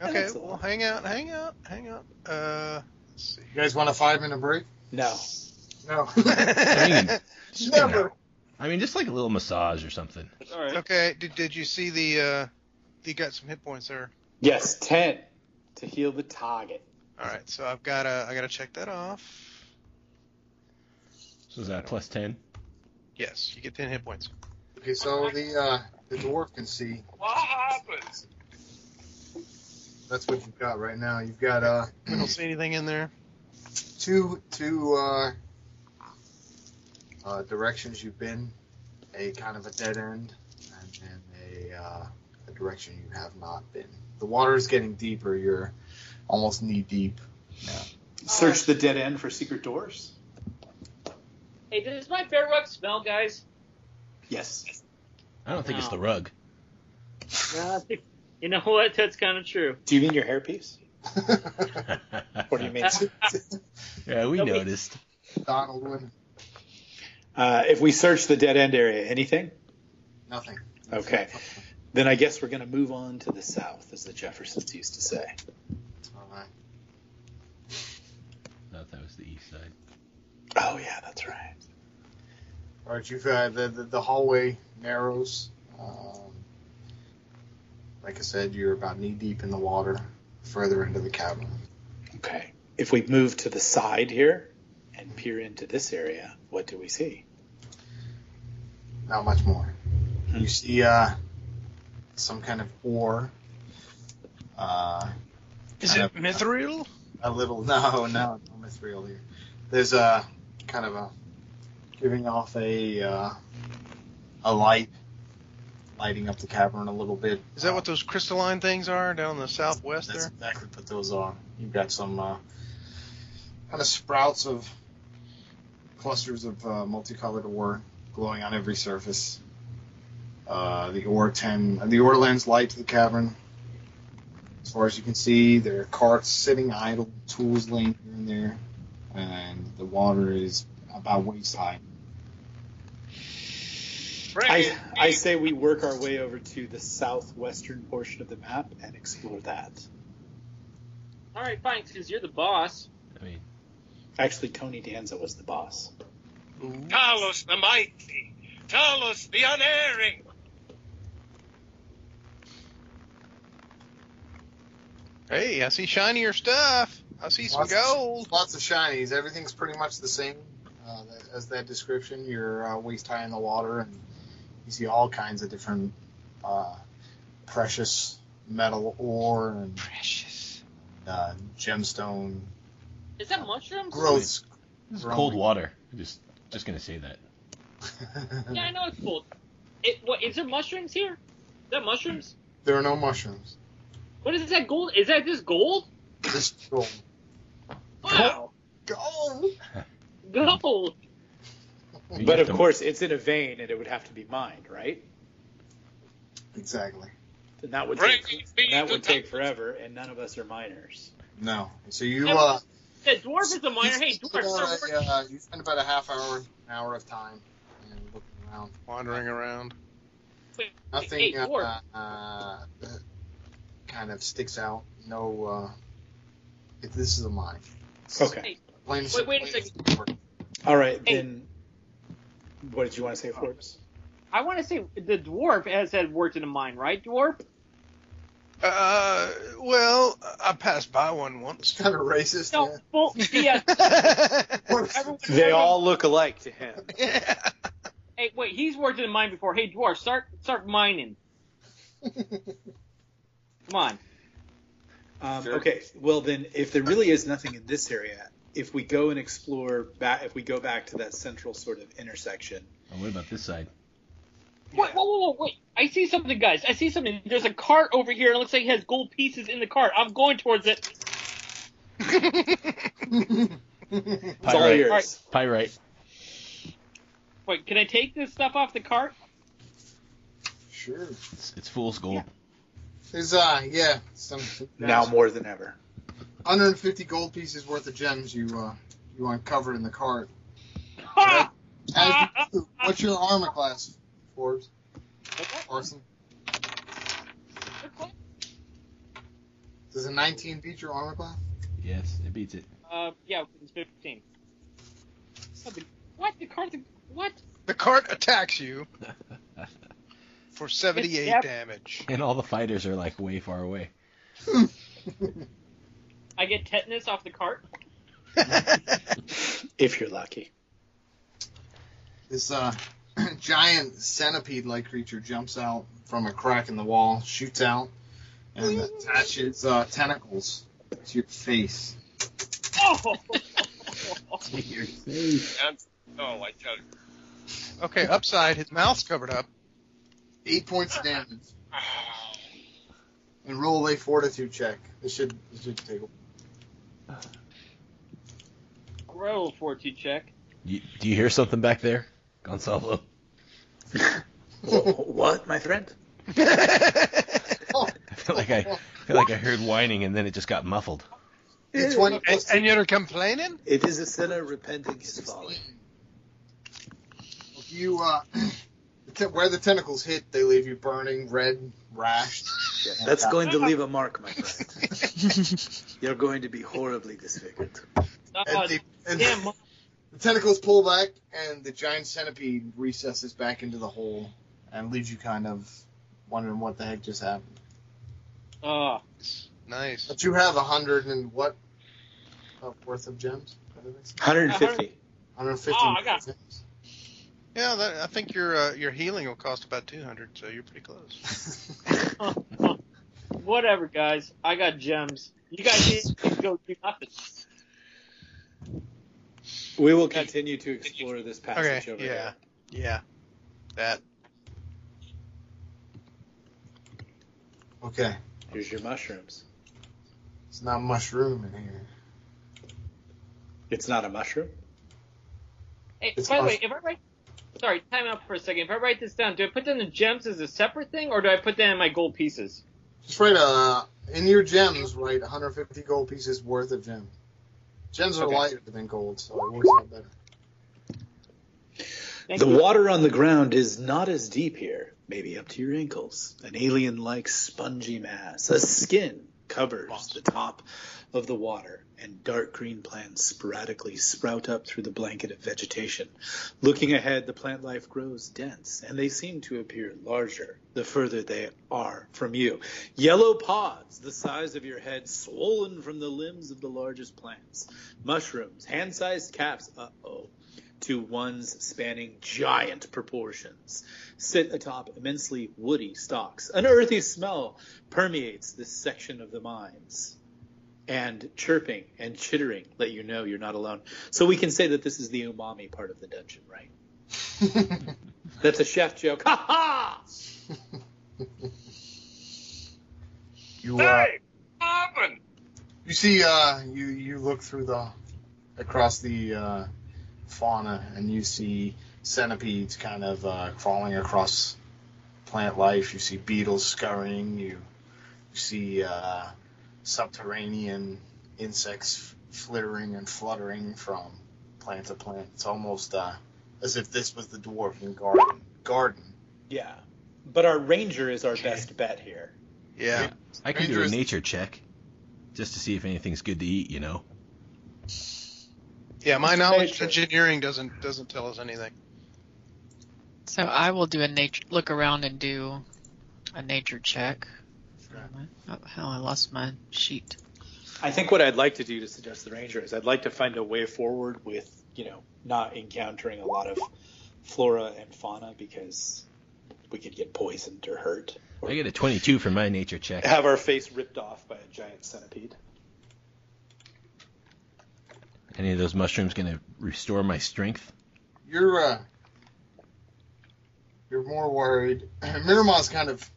[SPEAKER 4] okay.
[SPEAKER 3] That's a
[SPEAKER 4] Well,
[SPEAKER 3] lot.
[SPEAKER 4] hang out, hang out, hang out. Uh, let's
[SPEAKER 7] [LAUGHS]
[SPEAKER 4] see.
[SPEAKER 2] You guys want a five minute break?
[SPEAKER 3] no.
[SPEAKER 2] No.
[SPEAKER 7] Dang it. Just an
[SPEAKER 2] Never.
[SPEAKER 7] hour. I mean, just like a little massage or something.
[SPEAKER 5] All right.
[SPEAKER 4] [LAUGHS] okay. Did, did you see the? Uh, you got some hit points there.
[SPEAKER 3] Yes, ten to heal the target.
[SPEAKER 4] All right. So I've got to. I got to check that off.
[SPEAKER 7] So is that plus 10?
[SPEAKER 4] Yes, you get ten hit points.
[SPEAKER 2] okay, so the uh, the dwarf can see.
[SPEAKER 8] What happens?
[SPEAKER 2] That's what you've got right now. You've got uh, [CLEARS THROAT]
[SPEAKER 4] I don't see anything in there.
[SPEAKER 2] two two uh, uh, directions you've been, a kind of a dead end, and then a, uh, a direction you have not been. The water is getting deeper. You're almost knee deep. [LAUGHS]
[SPEAKER 3] Search the dead end for secret doors.
[SPEAKER 5] Hey, does my bear rug smell, guys?
[SPEAKER 3] Yes.
[SPEAKER 7] I don't think it's
[SPEAKER 5] No.
[SPEAKER 7] the rug.
[SPEAKER 5] [LAUGHS] you know what? That's kind of true.
[SPEAKER 3] Do you mean your hairpiece? What do you mean?
[SPEAKER 7] [LAUGHS] yeah, we
[SPEAKER 5] No, we-
[SPEAKER 7] noticed.
[SPEAKER 2] Donald Women.
[SPEAKER 3] Uh, if we search the dead end area, anything?
[SPEAKER 2] Nothing.
[SPEAKER 3] Okay. Then I guess we're going to move on to the south, as the Jeffersons used to say.
[SPEAKER 2] All right.
[SPEAKER 7] Thought that was the east side.
[SPEAKER 3] Oh, yeah, that's right.
[SPEAKER 2] All right, you've uh, the, the the hallway narrows. Um, like I said, you're about knee deep in the water, further into the cavern.
[SPEAKER 3] Okay. If we move to the side here and peer into this area, what do we see?
[SPEAKER 2] Not much more.
[SPEAKER 4] Hmm.
[SPEAKER 2] You see uh, some kind of ore. Uh,
[SPEAKER 4] Is
[SPEAKER 2] Kind uh,
[SPEAKER 4] it mithril?
[SPEAKER 2] a little [LAUGHS] no, no, no mithril here. There's a kind of a giving off a uh, a light, lighting up the cavern a little bit.
[SPEAKER 4] Is that what those crystalline things are down in the southwest
[SPEAKER 2] That's
[SPEAKER 4] there?
[SPEAKER 2] exactly what those are. You've got some uh, kind of sprouts of clusters of uh, multicolored ore glowing on every surface. Uh, the ore ten, the ore lends light to the cavern. As far as you can see, there are carts sitting idle, tools laying here and there, and the water is about waist high.
[SPEAKER 3] I, I say we work our way over to the southwestern portion of the map and explore that.
[SPEAKER 5] All right, fine, because you're the boss.
[SPEAKER 7] I mean,
[SPEAKER 3] Actually, Tony Danza was the boss.
[SPEAKER 8] Talos the mighty. Talos the unerring.
[SPEAKER 4] Hey, I see shinier stuff. I see some
[SPEAKER 2] Lots of-
[SPEAKER 4] gold.
[SPEAKER 2] Lots of shinies. Everything's pretty much the same uh, that- as that description. You're uh, waist high in the water, and you see all kinds of different uh, precious metal ore and
[SPEAKER 4] Precious.
[SPEAKER 2] uh, gemstone
[SPEAKER 5] Is that mushrooms?
[SPEAKER 2] growths.
[SPEAKER 7] this is
[SPEAKER 2] growing.
[SPEAKER 7] cold water. I'm just, just gonna say that.
[SPEAKER 5] Yeah, I know it's cold. It, what, is there mushrooms here? Is that mushrooms?
[SPEAKER 2] [LAUGHS] there are no mushrooms.
[SPEAKER 5] What is that gold? Is that just gold?
[SPEAKER 2] This gold.
[SPEAKER 5] Wow.
[SPEAKER 2] Gold.
[SPEAKER 5] Gold.
[SPEAKER 3] but
[SPEAKER 7] You get
[SPEAKER 3] of
[SPEAKER 7] the-
[SPEAKER 3] course, it's in a vein, and it would have to be mined, right?
[SPEAKER 2] Exactly.
[SPEAKER 3] And that would
[SPEAKER 8] Bring
[SPEAKER 3] take,
[SPEAKER 8] me
[SPEAKER 3] and that
[SPEAKER 8] the
[SPEAKER 3] would take forever, and none of us are miners.
[SPEAKER 2] No. So you uh,
[SPEAKER 5] The dwarf is a miner. Hey,
[SPEAKER 2] you
[SPEAKER 5] dwarf, start
[SPEAKER 2] spend
[SPEAKER 5] working.
[SPEAKER 2] about a, uh, you spend about a half hour, an hour of time, and looking around.
[SPEAKER 4] Wandering around.
[SPEAKER 2] Nothing
[SPEAKER 5] Hey, Thor.
[SPEAKER 2] uh, uh, kind of sticks out. No, uh, if this is a mine.
[SPEAKER 3] Okay.
[SPEAKER 2] Plain
[SPEAKER 5] Wait, wait a
[SPEAKER 2] second.
[SPEAKER 3] All right,
[SPEAKER 5] Hey.
[SPEAKER 3] then. What did you want to say, Forbes?
[SPEAKER 5] I want to say the dwarf has had worked in a mine, right, dwarf?
[SPEAKER 4] Uh, well, I passed by one once. [LAUGHS]
[SPEAKER 2] Kind of racist.
[SPEAKER 5] No, bull-
[SPEAKER 3] [LAUGHS]
[SPEAKER 5] BS.
[SPEAKER 2] Yeah.
[SPEAKER 5] Everyone-
[SPEAKER 3] They all look alike to him.
[SPEAKER 5] Hey, wait, he's worked in a mine before. Hey, dwarf, start
[SPEAKER 3] [LAUGHS]
[SPEAKER 5] start mining. Come on.
[SPEAKER 3] Um,
[SPEAKER 2] Sure.
[SPEAKER 3] Um, Okay, well then, if there really is nothing in this area, if we go and explore back, if we go back to that central sort of intersection,
[SPEAKER 7] Oh, what about this side?
[SPEAKER 5] Wait, whoa, whoa, whoa, wait. I see something, guys. I see something. There's a cart over here, and it looks like it has gold pieces in the cart. I'm going towards it.
[SPEAKER 2] [LAUGHS]
[SPEAKER 3] it's all
[SPEAKER 7] Pyrite.
[SPEAKER 3] yours.
[SPEAKER 5] Alright.
[SPEAKER 7] Pyrite.
[SPEAKER 5] Wait, can I take this stuff off the cart?
[SPEAKER 2] Sure.
[SPEAKER 7] It's, it's fool's gold.
[SPEAKER 2] There's uh yeah some
[SPEAKER 3] Now more than ever.
[SPEAKER 2] 150 gold pieces worth of gems you uh you uncover in the cart.
[SPEAKER 5] Ha! Ah,
[SPEAKER 2] As you do, what's your armor class, Forbes?
[SPEAKER 5] Okay.
[SPEAKER 2] Arson? Does a 19 beat your armor class?
[SPEAKER 7] Yes, it beats it. [LAUGHS]
[SPEAKER 5] Uh, yeah, it's 15. Oh, the- What? The cart's a- What?
[SPEAKER 4] The cart attacks you for 78
[SPEAKER 5] Yep.
[SPEAKER 4] damage. [LAUGHS]
[SPEAKER 7] And all the fighters are like way far away.
[SPEAKER 5] I get tetanus off the cart?
[SPEAKER 3] If you're lucky.
[SPEAKER 2] This uh, [CLEARS THROAT] giant centipede-like creature jumps out from a crack in the wall, shoots out, and attaches uh, tentacles to your face.
[SPEAKER 5] Oh!
[SPEAKER 8] And, oh, I tell you.
[SPEAKER 4] Okay, upside, his mouth's
[SPEAKER 2] [LAUGHS]
[SPEAKER 4] covered up.
[SPEAKER 2] Eight points of damage. And roll a fortitude check. This should this should take. a-
[SPEAKER 5] [LAUGHS] Roll fortitude check.
[SPEAKER 7] You, do you hear something back there, Gonzalo? [LAUGHS]
[SPEAKER 3] what, my friend?
[SPEAKER 2] Oh,
[SPEAKER 7] I feel like I, I feel like I heard whining and then it just got muffled.
[SPEAKER 2] a 20
[SPEAKER 4] And,
[SPEAKER 2] plus
[SPEAKER 4] and you're
[SPEAKER 3] [LAUGHS]
[SPEAKER 4] complaining?
[SPEAKER 3] It is a sinner repenting his folly.
[SPEAKER 2] 16. If you uh, [CLEARS THROAT] the te- where the tentacles hit, they leave you burning, red, rashed.
[SPEAKER 3] That's going to leave a mark, my friend. You're going to be horribly disfigured.
[SPEAKER 5] Uh,
[SPEAKER 2] And the, and
[SPEAKER 5] damn, Mom,
[SPEAKER 2] the tentacles pull back, and the giant centipede recesses back into the hole and leaves you kind of wondering what the heck just happened.
[SPEAKER 5] uh,
[SPEAKER 4] Nice.
[SPEAKER 2] But you have a hundred and what uh, worth of gems?
[SPEAKER 3] 150.
[SPEAKER 2] 150.
[SPEAKER 5] Oh, I got-
[SPEAKER 2] gems.
[SPEAKER 4] Yeah, that, I think your uh, your healing will cost about 200, so you're pretty close.
[SPEAKER 5] whatever, guys. I got gems. You guys need to [LAUGHS] go do nothing.
[SPEAKER 3] We will continue to explore this
[SPEAKER 4] Okay,
[SPEAKER 3] passage over
[SPEAKER 4] yeah.
[SPEAKER 3] here.
[SPEAKER 4] Yeah. That.
[SPEAKER 2] [LAUGHS] Okay,
[SPEAKER 3] Here's your mushrooms.
[SPEAKER 2] it's not mushroom in here.
[SPEAKER 3] It's not a mushroom.
[SPEAKER 5] Hey,
[SPEAKER 2] It's
[SPEAKER 5] by the way,
[SPEAKER 2] awesome.
[SPEAKER 5] if I write, sorry, time out for a second. If I write this down, do I put down the gems as a separate thing, or do I put that in my gold pieces?
[SPEAKER 2] Just write uh in your gems, write 150 gold pieces worth of gems. Gems are
[SPEAKER 5] Okay.
[SPEAKER 2] lighter than gold, so it works out better.
[SPEAKER 5] Thank
[SPEAKER 3] The
[SPEAKER 5] you.
[SPEAKER 3] water on the ground is not as deep here, maybe up to your ankles. An alien like spongy mass. A skin covers the top of the water, and dark green plants sporadically sprout up through the blanket of vegetation. Looking ahead, the plant life grows dense, and they seem to appear larger the further they are from you. Yellow pods, the size of your head, swollen from the limbs of the largest plants. Mushrooms, hand sized caps. Uh oh to ones spanning giant proportions sit atop immensely woody stalks. An earthy smell permeates this section of the mines. And chirping and chittering let you know you're not alone. So we can say that this is the umami part of the dungeon, right? That's a chef joke. Ha ha!
[SPEAKER 2] You uh,
[SPEAKER 8] Hey, Poppin!
[SPEAKER 2] you see uh you you look through the across the uh, fauna and you see centipedes kind of uh, crawling across plant life. You see beetles scurrying. You you see uh, subterranean insects flittering and fluttering from plant to plant. It's almost uh, as if this was the dwarven garden. Garden.
[SPEAKER 3] Yeah. But our ranger is our best bet here.
[SPEAKER 4] Yeah.
[SPEAKER 7] I can do a
[SPEAKER 2] Dangerous.
[SPEAKER 7] nature check just to see if anything's good to eat, you know.
[SPEAKER 4] Yeah, my
[SPEAKER 3] It's
[SPEAKER 4] knowledge
[SPEAKER 3] nature.
[SPEAKER 4] of engineering doesn't doesn't tell us anything.
[SPEAKER 6] So I will do a nature look around and do a nature check. Oh, hell, I lost my sheet.
[SPEAKER 3] I think what I'd like to do to suggest the ranger is I'd like to find a way forward with you know not encountering a lot of flora and fauna because we could get poisoned or hurt or
[SPEAKER 7] I get a 22 for my nature check.
[SPEAKER 3] have our face ripped off by a giant centipede.
[SPEAKER 7] Any of those mushrooms gonna restore my strength?
[SPEAKER 2] You're uh, you're more worried. [CLEARS THROAT] Miramon's kind of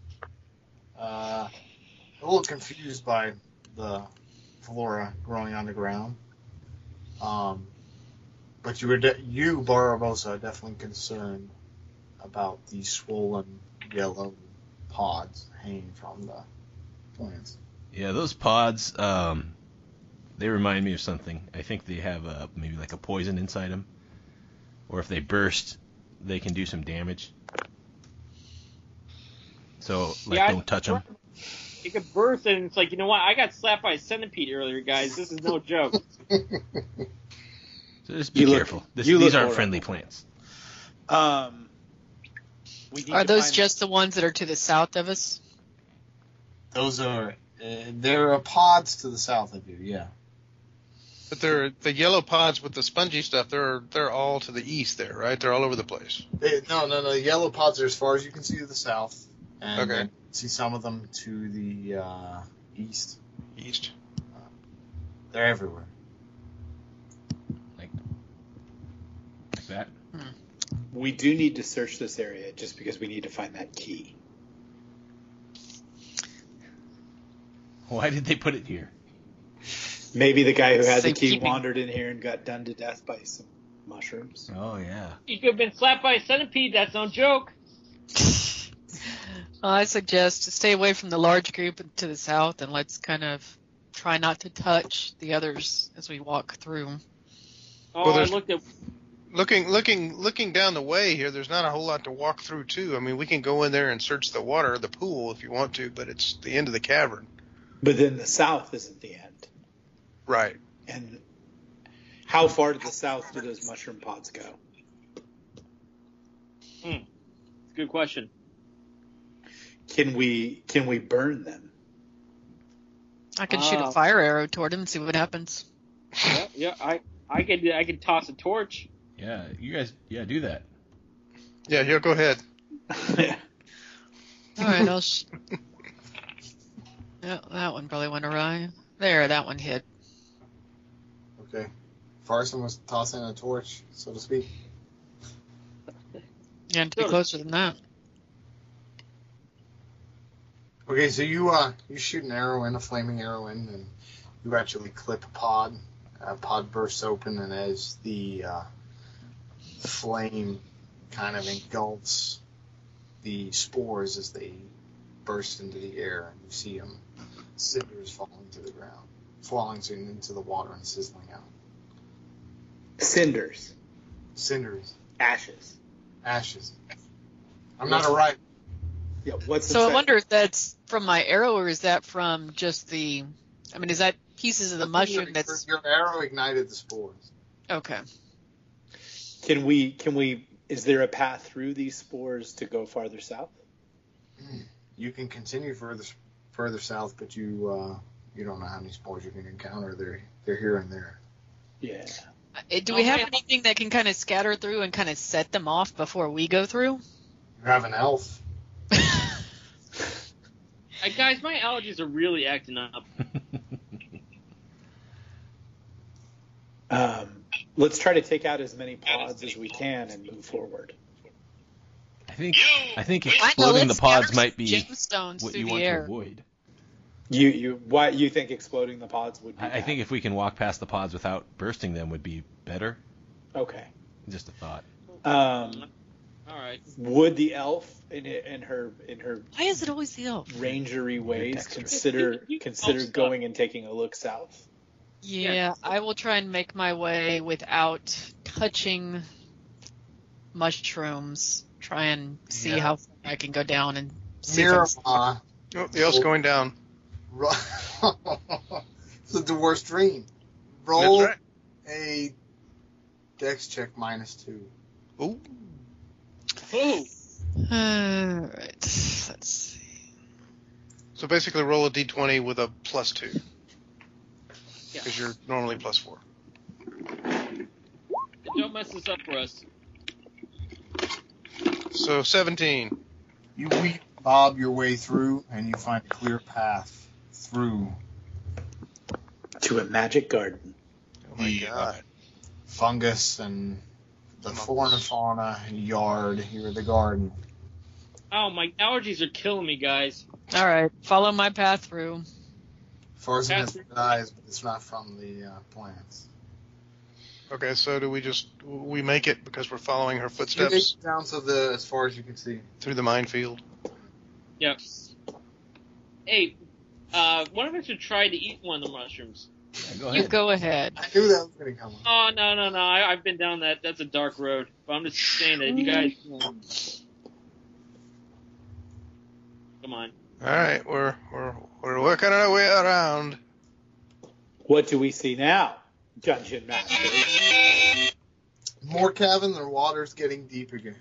[SPEAKER 2] uh, a little confused by the flora growing on the ground. Um, but you were de- you Barbosa are definitely concerned about the swollen yellow pods hanging from the plants.
[SPEAKER 7] Yeah, those pods. Um, they remind me of something. I think they have a maybe like a poison inside them, or if they burst, they can do some damage. So like,
[SPEAKER 5] Yeah, I-
[SPEAKER 7] don't touch them.
[SPEAKER 5] It could burst, and it's like, you know what? I got slapped by a centipede earlier, guys. This is no joke.
[SPEAKER 7] So just be
[SPEAKER 3] You look-
[SPEAKER 7] careful. this,
[SPEAKER 3] you look
[SPEAKER 7] these aren't
[SPEAKER 3] horrible.
[SPEAKER 7] friendly plants.
[SPEAKER 3] Um, we need
[SPEAKER 6] Are
[SPEAKER 3] to
[SPEAKER 6] those
[SPEAKER 3] find-
[SPEAKER 6] just the ones that are to the south of [LAUGHS] us?
[SPEAKER 2] Those are uh, there are pods to the south of you. Yeah.
[SPEAKER 4] But they're the yellow pods with the spongy stuff. They're they're all to the east there, right? They're all over the place.
[SPEAKER 2] They, no, no, no. Yellow pods are as far as you can see to the south, and
[SPEAKER 4] Okay.
[SPEAKER 2] then see some of them to the uh, east.
[SPEAKER 4] East.
[SPEAKER 2] They're everywhere.
[SPEAKER 7] Like that.
[SPEAKER 3] we do need to search this area just because we need to find that key.
[SPEAKER 7] Why did they put it here?
[SPEAKER 3] Maybe the guy who had the key
[SPEAKER 6] Safekeeping.
[SPEAKER 3] wandered in here and got done to death by some mushrooms.
[SPEAKER 7] Oh yeah.
[SPEAKER 5] you could have been slapped by a centipede. That's no joke.
[SPEAKER 6] Well, I suggest to stay away from the large group to the south and let's kind of try not to touch the others as we walk through.
[SPEAKER 5] Oh,
[SPEAKER 4] Well,
[SPEAKER 5] I
[SPEAKER 4] there's-
[SPEAKER 5] looked at.
[SPEAKER 4] Looking looking looking down the way here. There's not a whole lot to walk through too. I mean, we can go in there and search the water, the pool, if you want to, but it's the end of the cavern.
[SPEAKER 3] But then the south isn't the end.
[SPEAKER 4] Right.
[SPEAKER 3] And how far to the south do those mushroom pods go?
[SPEAKER 5] Good question.
[SPEAKER 3] Can we can we burn them?
[SPEAKER 6] I can shoot
[SPEAKER 5] Ah.
[SPEAKER 6] a fire arrow toward him and see what happens.
[SPEAKER 5] Yeah, yeah, I, I could, I could toss a torch.
[SPEAKER 7] Yeah, you guys. Yeah,
[SPEAKER 3] [LAUGHS]
[SPEAKER 7] do that.
[SPEAKER 4] Yeah. Here, go ahead.
[SPEAKER 6] All right, I'll. [LAUGHS] Sh- Yeah, that one probably went awry. There, that one hit.
[SPEAKER 2] Okay. Farson was tossing a torch, so to speak.
[SPEAKER 6] Yeah, to be
[SPEAKER 5] Sure.
[SPEAKER 6] closer than that.
[SPEAKER 2] Okay, so you uh you shoot an arrow in, a flaming arrow in, and you actually clip a pod. A pod bursts open, and as the uh, flame kind of engulfs the spores as they burst into the air, and you see them cinders falling to the ground, falling soon into the water and sizzling out.
[SPEAKER 3] Cinders,
[SPEAKER 2] Cinders,
[SPEAKER 3] ashes.
[SPEAKER 2] ashes. I'm not a right.
[SPEAKER 3] Yeah. What's
[SPEAKER 6] So I
[SPEAKER 3] inside-
[SPEAKER 6] wonder if that's from my arrow or is that from just the? I mean, is that pieces of the mushroom that's
[SPEAKER 2] your arrow ignited the spores.
[SPEAKER 6] okay?
[SPEAKER 3] Can we can we is there a path through these spores to go farther south?
[SPEAKER 2] you can continue further further south, but you uh, you don't know how many spores you can encounter. They're they're here and there.
[SPEAKER 3] Yeah.
[SPEAKER 6] Uh, Do we have anything that can kind of scatter through and kind of set them off before we go through? [LAUGHS]
[SPEAKER 2] You have an elf.
[SPEAKER 5] Uh, guys, my allergies are really acting up.
[SPEAKER 3] Um, let's try to take out as many pods as we can and move forward.
[SPEAKER 7] I think. I think
[SPEAKER 6] I know,
[SPEAKER 7] exploding the
[SPEAKER 6] let's
[SPEAKER 7] pods
[SPEAKER 6] scatter
[SPEAKER 7] might be
[SPEAKER 6] gemstones
[SPEAKER 7] what
[SPEAKER 6] through
[SPEAKER 7] you
[SPEAKER 6] the
[SPEAKER 7] want to
[SPEAKER 6] air.
[SPEAKER 7] avoid.
[SPEAKER 3] You you why you think exploding the pods would be
[SPEAKER 7] I, I
[SPEAKER 3] bad?
[SPEAKER 7] think if we can walk past the pods without bursting them, would be better.
[SPEAKER 3] okay.
[SPEAKER 7] Just a thought.
[SPEAKER 3] Um,
[SPEAKER 5] All right.
[SPEAKER 3] would the elf in in her in her
[SPEAKER 6] Why is it always the elf?
[SPEAKER 3] rangery ways
[SPEAKER 7] texture.
[SPEAKER 3] consider
[SPEAKER 5] You- you-
[SPEAKER 3] consider
[SPEAKER 5] elf stuff.
[SPEAKER 3] going and taking a look south?
[SPEAKER 6] Yeah, I will try and make my way without touching mushrooms. Try and see
[SPEAKER 2] Yeah.
[SPEAKER 6] how far I can go down and see. if I'm-
[SPEAKER 2] Miramah.
[SPEAKER 4] Oh, the elf's
[SPEAKER 2] Cool.
[SPEAKER 4] going down.
[SPEAKER 2] ro- [LAUGHS] it's the worst dream. Roll
[SPEAKER 4] That's right.
[SPEAKER 2] a dex check minus two.
[SPEAKER 4] Ooh.
[SPEAKER 5] Ooh,
[SPEAKER 6] All right, let's see.
[SPEAKER 4] So basically, roll a d20 with a plus two.
[SPEAKER 5] Yeah.
[SPEAKER 4] Because you're normally plus four.
[SPEAKER 5] don't mess this up for us.
[SPEAKER 4] So 17.
[SPEAKER 2] You weep, bob your way through, and you find a clear path through
[SPEAKER 3] To a magic garden.
[SPEAKER 4] Oh my
[SPEAKER 2] Yeah.
[SPEAKER 4] god.
[SPEAKER 2] fungus and the flora and fauna yard here at the garden.
[SPEAKER 5] Oh, my allergies are killing me, guys.
[SPEAKER 6] All right, follow my path through.
[SPEAKER 2] Frozen is
[SPEAKER 5] That's-
[SPEAKER 2] from the eyes, but it's not from the uh, plants.
[SPEAKER 4] Okay, so do we just we make it because we're following her footsteps
[SPEAKER 2] Down to the as far as you can see.
[SPEAKER 4] through the minefield?
[SPEAKER 5] Yep. Hey, uh, one of us should try to eat one of the mushrooms.
[SPEAKER 7] Yeah, go
[SPEAKER 6] You
[SPEAKER 7] ahead.
[SPEAKER 6] go ahead.
[SPEAKER 2] I knew that was going to come up.
[SPEAKER 5] Oh no no no! I, I've been down that. That's a dark road. But I'm just saying that you guys. Come on.
[SPEAKER 4] All right, we're we're we're working our way around.
[SPEAKER 3] What do we see now, Dungeon Master?
[SPEAKER 2] More cavern, the water's getting deep again.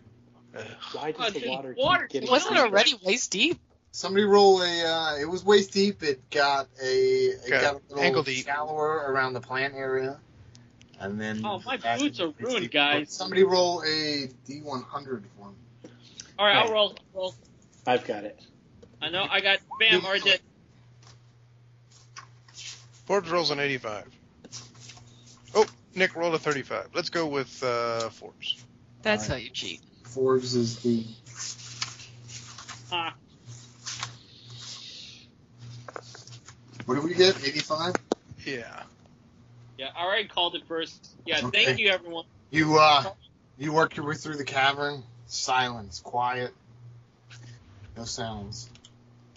[SPEAKER 3] Why does
[SPEAKER 5] Oh,
[SPEAKER 3] the
[SPEAKER 5] dude,
[SPEAKER 3] water
[SPEAKER 5] water-
[SPEAKER 3] keep getting
[SPEAKER 6] Wasn't it
[SPEAKER 3] deeper?
[SPEAKER 6] already waist deep?
[SPEAKER 2] Somebody roll a. Uh, it was waist deep. It got a. It
[SPEAKER 4] Got
[SPEAKER 2] got a little
[SPEAKER 4] ankle deep.
[SPEAKER 2] shallower around the plant area, and then.
[SPEAKER 5] Oh, my
[SPEAKER 2] back
[SPEAKER 5] boots
[SPEAKER 2] to
[SPEAKER 5] are
[SPEAKER 2] waist
[SPEAKER 5] ruined,
[SPEAKER 2] deep.
[SPEAKER 5] guys.
[SPEAKER 2] Somebody roll a D one hundred for me.
[SPEAKER 5] All right, I'll
[SPEAKER 3] Right.
[SPEAKER 5] roll. roll.
[SPEAKER 3] I've got it.
[SPEAKER 5] I know. I got bam already. dead.
[SPEAKER 4] Forbes rolls an 85. Oh, Nick rolled a 35. Let's go with uh, Forbes.
[SPEAKER 6] That's how you cheat.
[SPEAKER 2] Forbes is the.
[SPEAKER 5] Ah.
[SPEAKER 2] What did we get? Eighty five.
[SPEAKER 4] Yeah.
[SPEAKER 5] Yeah, I already called it first. Yeah,
[SPEAKER 2] Okay.
[SPEAKER 5] thank you everyone.
[SPEAKER 2] You uh, you work your way through the cavern. Silence, quiet, no sounds,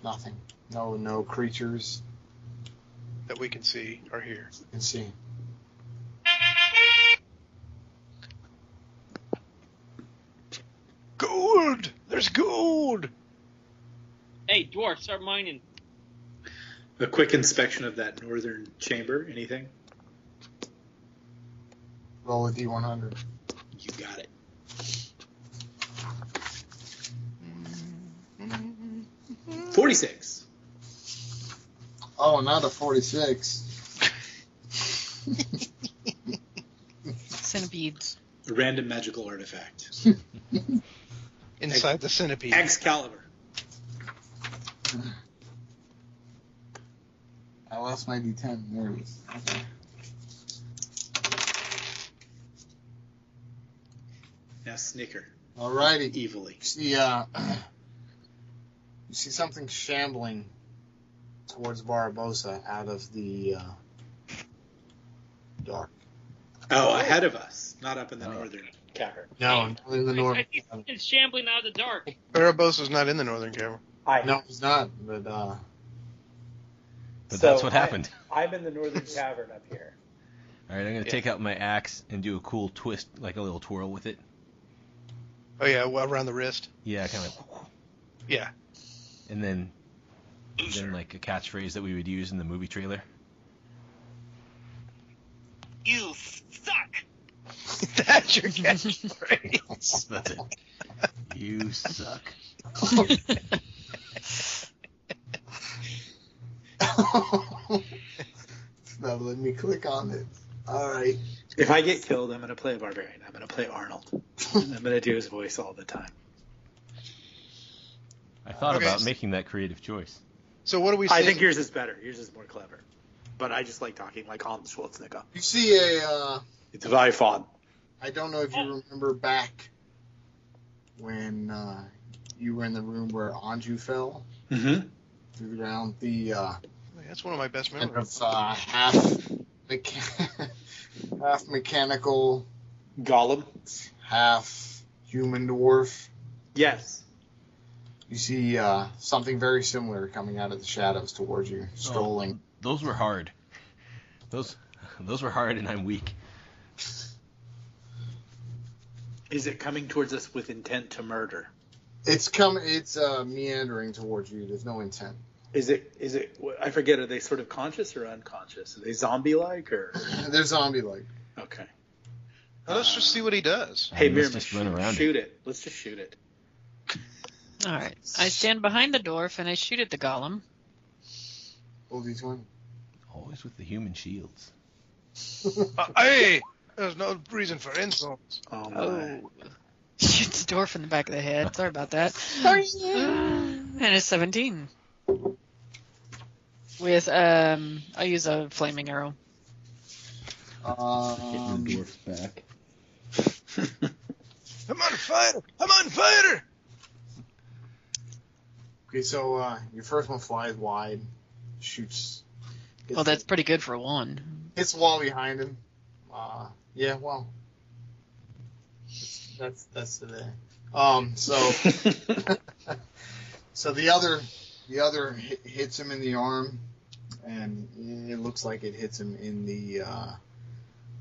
[SPEAKER 2] nothing. No, no creatures
[SPEAKER 4] That we can see are here.
[SPEAKER 2] you can see.
[SPEAKER 4] Gold! There's gold!
[SPEAKER 5] Hey, dwarf, start mining.
[SPEAKER 3] A quick inspection of that northern chamber. Anything?
[SPEAKER 2] Roll a D one hundred.
[SPEAKER 3] You got it. Forty-six.
[SPEAKER 2] Oh, not a forty six.
[SPEAKER 6] Centipedes.
[SPEAKER 3] A random magical artifact.
[SPEAKER 4] Inside the centipede.
[SPEAKER 3] Excalibur.
[SPEAKER 2] [LAUGHS] I lost my D10. There it is.
[SPEAKER 3] Now snicker
[SPEAKER 2] Alrighty.
[SPEAKER 3] evilly.
[SPEAKER 2] You see, uh, [CLEARS THROAT] you see something shambling towards Barbosa out of the uh, dark.
[SPEAKER 9] Oh, ahead of us, not up in the northern cavern.
[SPEAKER 2] No, in the north.
[SPEAKER 5] I see something shambling out of the dark.
[SPEAKER 4] Barabosa's not in the northern cavern.
[SPEAKER 3] I
[SPEAKER 2] No, it's not. But uh, [LAUGHS]
[SPEAKER 7] But
[SPEAKER 3] So
[SPEAKER 7] that's what
[SPEAKER 3] I-
[SPEAKER 7] happened.
[SPEAKER 3] I'm in the northern cavern up here.
[SPEAKER 7] All right, I'm gonna take out my axe and do a cool twist, like a little twirl with it.
[SPEAKER 4] Oh, yeah, well, around the wrist.
[SPEAKER 7] Yeah, kind of. Like,
[SPEAKER 4] Yeah.
[SPEAKER 7] and then, then like a catchphrase that we would use in the movie trailer.
[SPEAKER 8] You suck.
[SPEAKER 4] [LAUGHS] That's
[SPEAKER 8] [LAUGHS]
[SPEAKER 4] your catchphrase.
[SPEAKER 7] That's it. You suck.
[SPEAKER 2] it's not letting me click on it. All right. [LAUGHS]
[SPEAKER 3] If I get killed, I'm gonna play a barbarian. I'm gonna play Arnold. And I'm gonna do his voice all the time.
[SPEAKER 7] I thought
[SPEAKER 4] Okay.
[SPEAKER 7] about making that creative choice.
[SPEAKER 4] so what do we see?
[SPEAKER 3] I think yours is better. Yours is more clever. But I just like talking like Arnold Schwarzenegger.
[SPEAKER 2] You see a. Uh,
[SPEAKER 3] It's very fun.
[SPEAKER 2] I don't know if you remember back when uh, you were in the room where Anju fell.
[SPEAKER 3] Mm-hmm.
[SPEAKER 2] through the ground. The uh,
[SPEAKER 4] That's one of my best
[SPEAKER 2] kind
[SPEAKER 4] memories.
[SPEAKER 2] of uh, half mecha- [LAUGHS] half mechanical,
[SPEAKER 3] Gollum.
[SPEAKER 2] half human dwarf.
[SPEAKER 3] Yes.
[SPEAKER 2] You see uh, something very similar coming out of the shadows towards you, strolling.
[SPEAKER 7] Those were hard. Those, those were hard, and I'm weak.
[SPEAKER 3] Is it coming towards us with intent to murder?
[SPEAKER 2] It's come. It's uh, meandering towards you. There's no intent. [CLEARS THROAT]
[SPEAKER 3] Is it? Is it? I forget. Are they sort of conscious or unconscious? Are they zombie-like or?
[SPEAKER 2] They're zombie-like.
[SPEAKER 3] Okay.
[SPEAKER 4] Well, let's just see what he does.
[SPEAKER 7] I
[SPEAKER 3] Hey,
[SPEAKER 7] mean, let's
[SPEAKER 3] Miriam,
[SPEAKER 7] just run around
[SPEAKER 3] shoot it. Let's just shoot it.
[SPEAKER 6] All right. I stand behind the dwarf and I shoot at the golem.
[SPEAKER 2] All these one.
[SPEAKER 7] Always with the human shields.
[SPEAKER 4] Uh, hey! There's no reason for insults.
[SPEAKER 3] Oh my!
[SPEAKER 6] [LAUGHS] Shoot the dwarf in the back of the head. Sorry about that. [SIGHS] and it's 17. With um, I use a flaming arrow.
[SPEAKER 2] Um,
[SPEAKER 10] Get
[SPEAKER 7] Um,
[SPEAKER 10] the dwarf back.
[SPEAKER 3] Oh. [LAUGHS]
[SPEAKER 4] I'm on fire! I'm on fire!
[SPEAKER 2] okay, so uh, your first one flies wide, shoots. Hits,
[SPEAKER 6] Well, Oh, that's pretty good for one.
[SPEAKER 2] hits the wall behind him. Uh, yeah, well, that's that's the day. Um, so. So the other, the other hi- hits him in the arm, and it looks like it hits him in the, uh,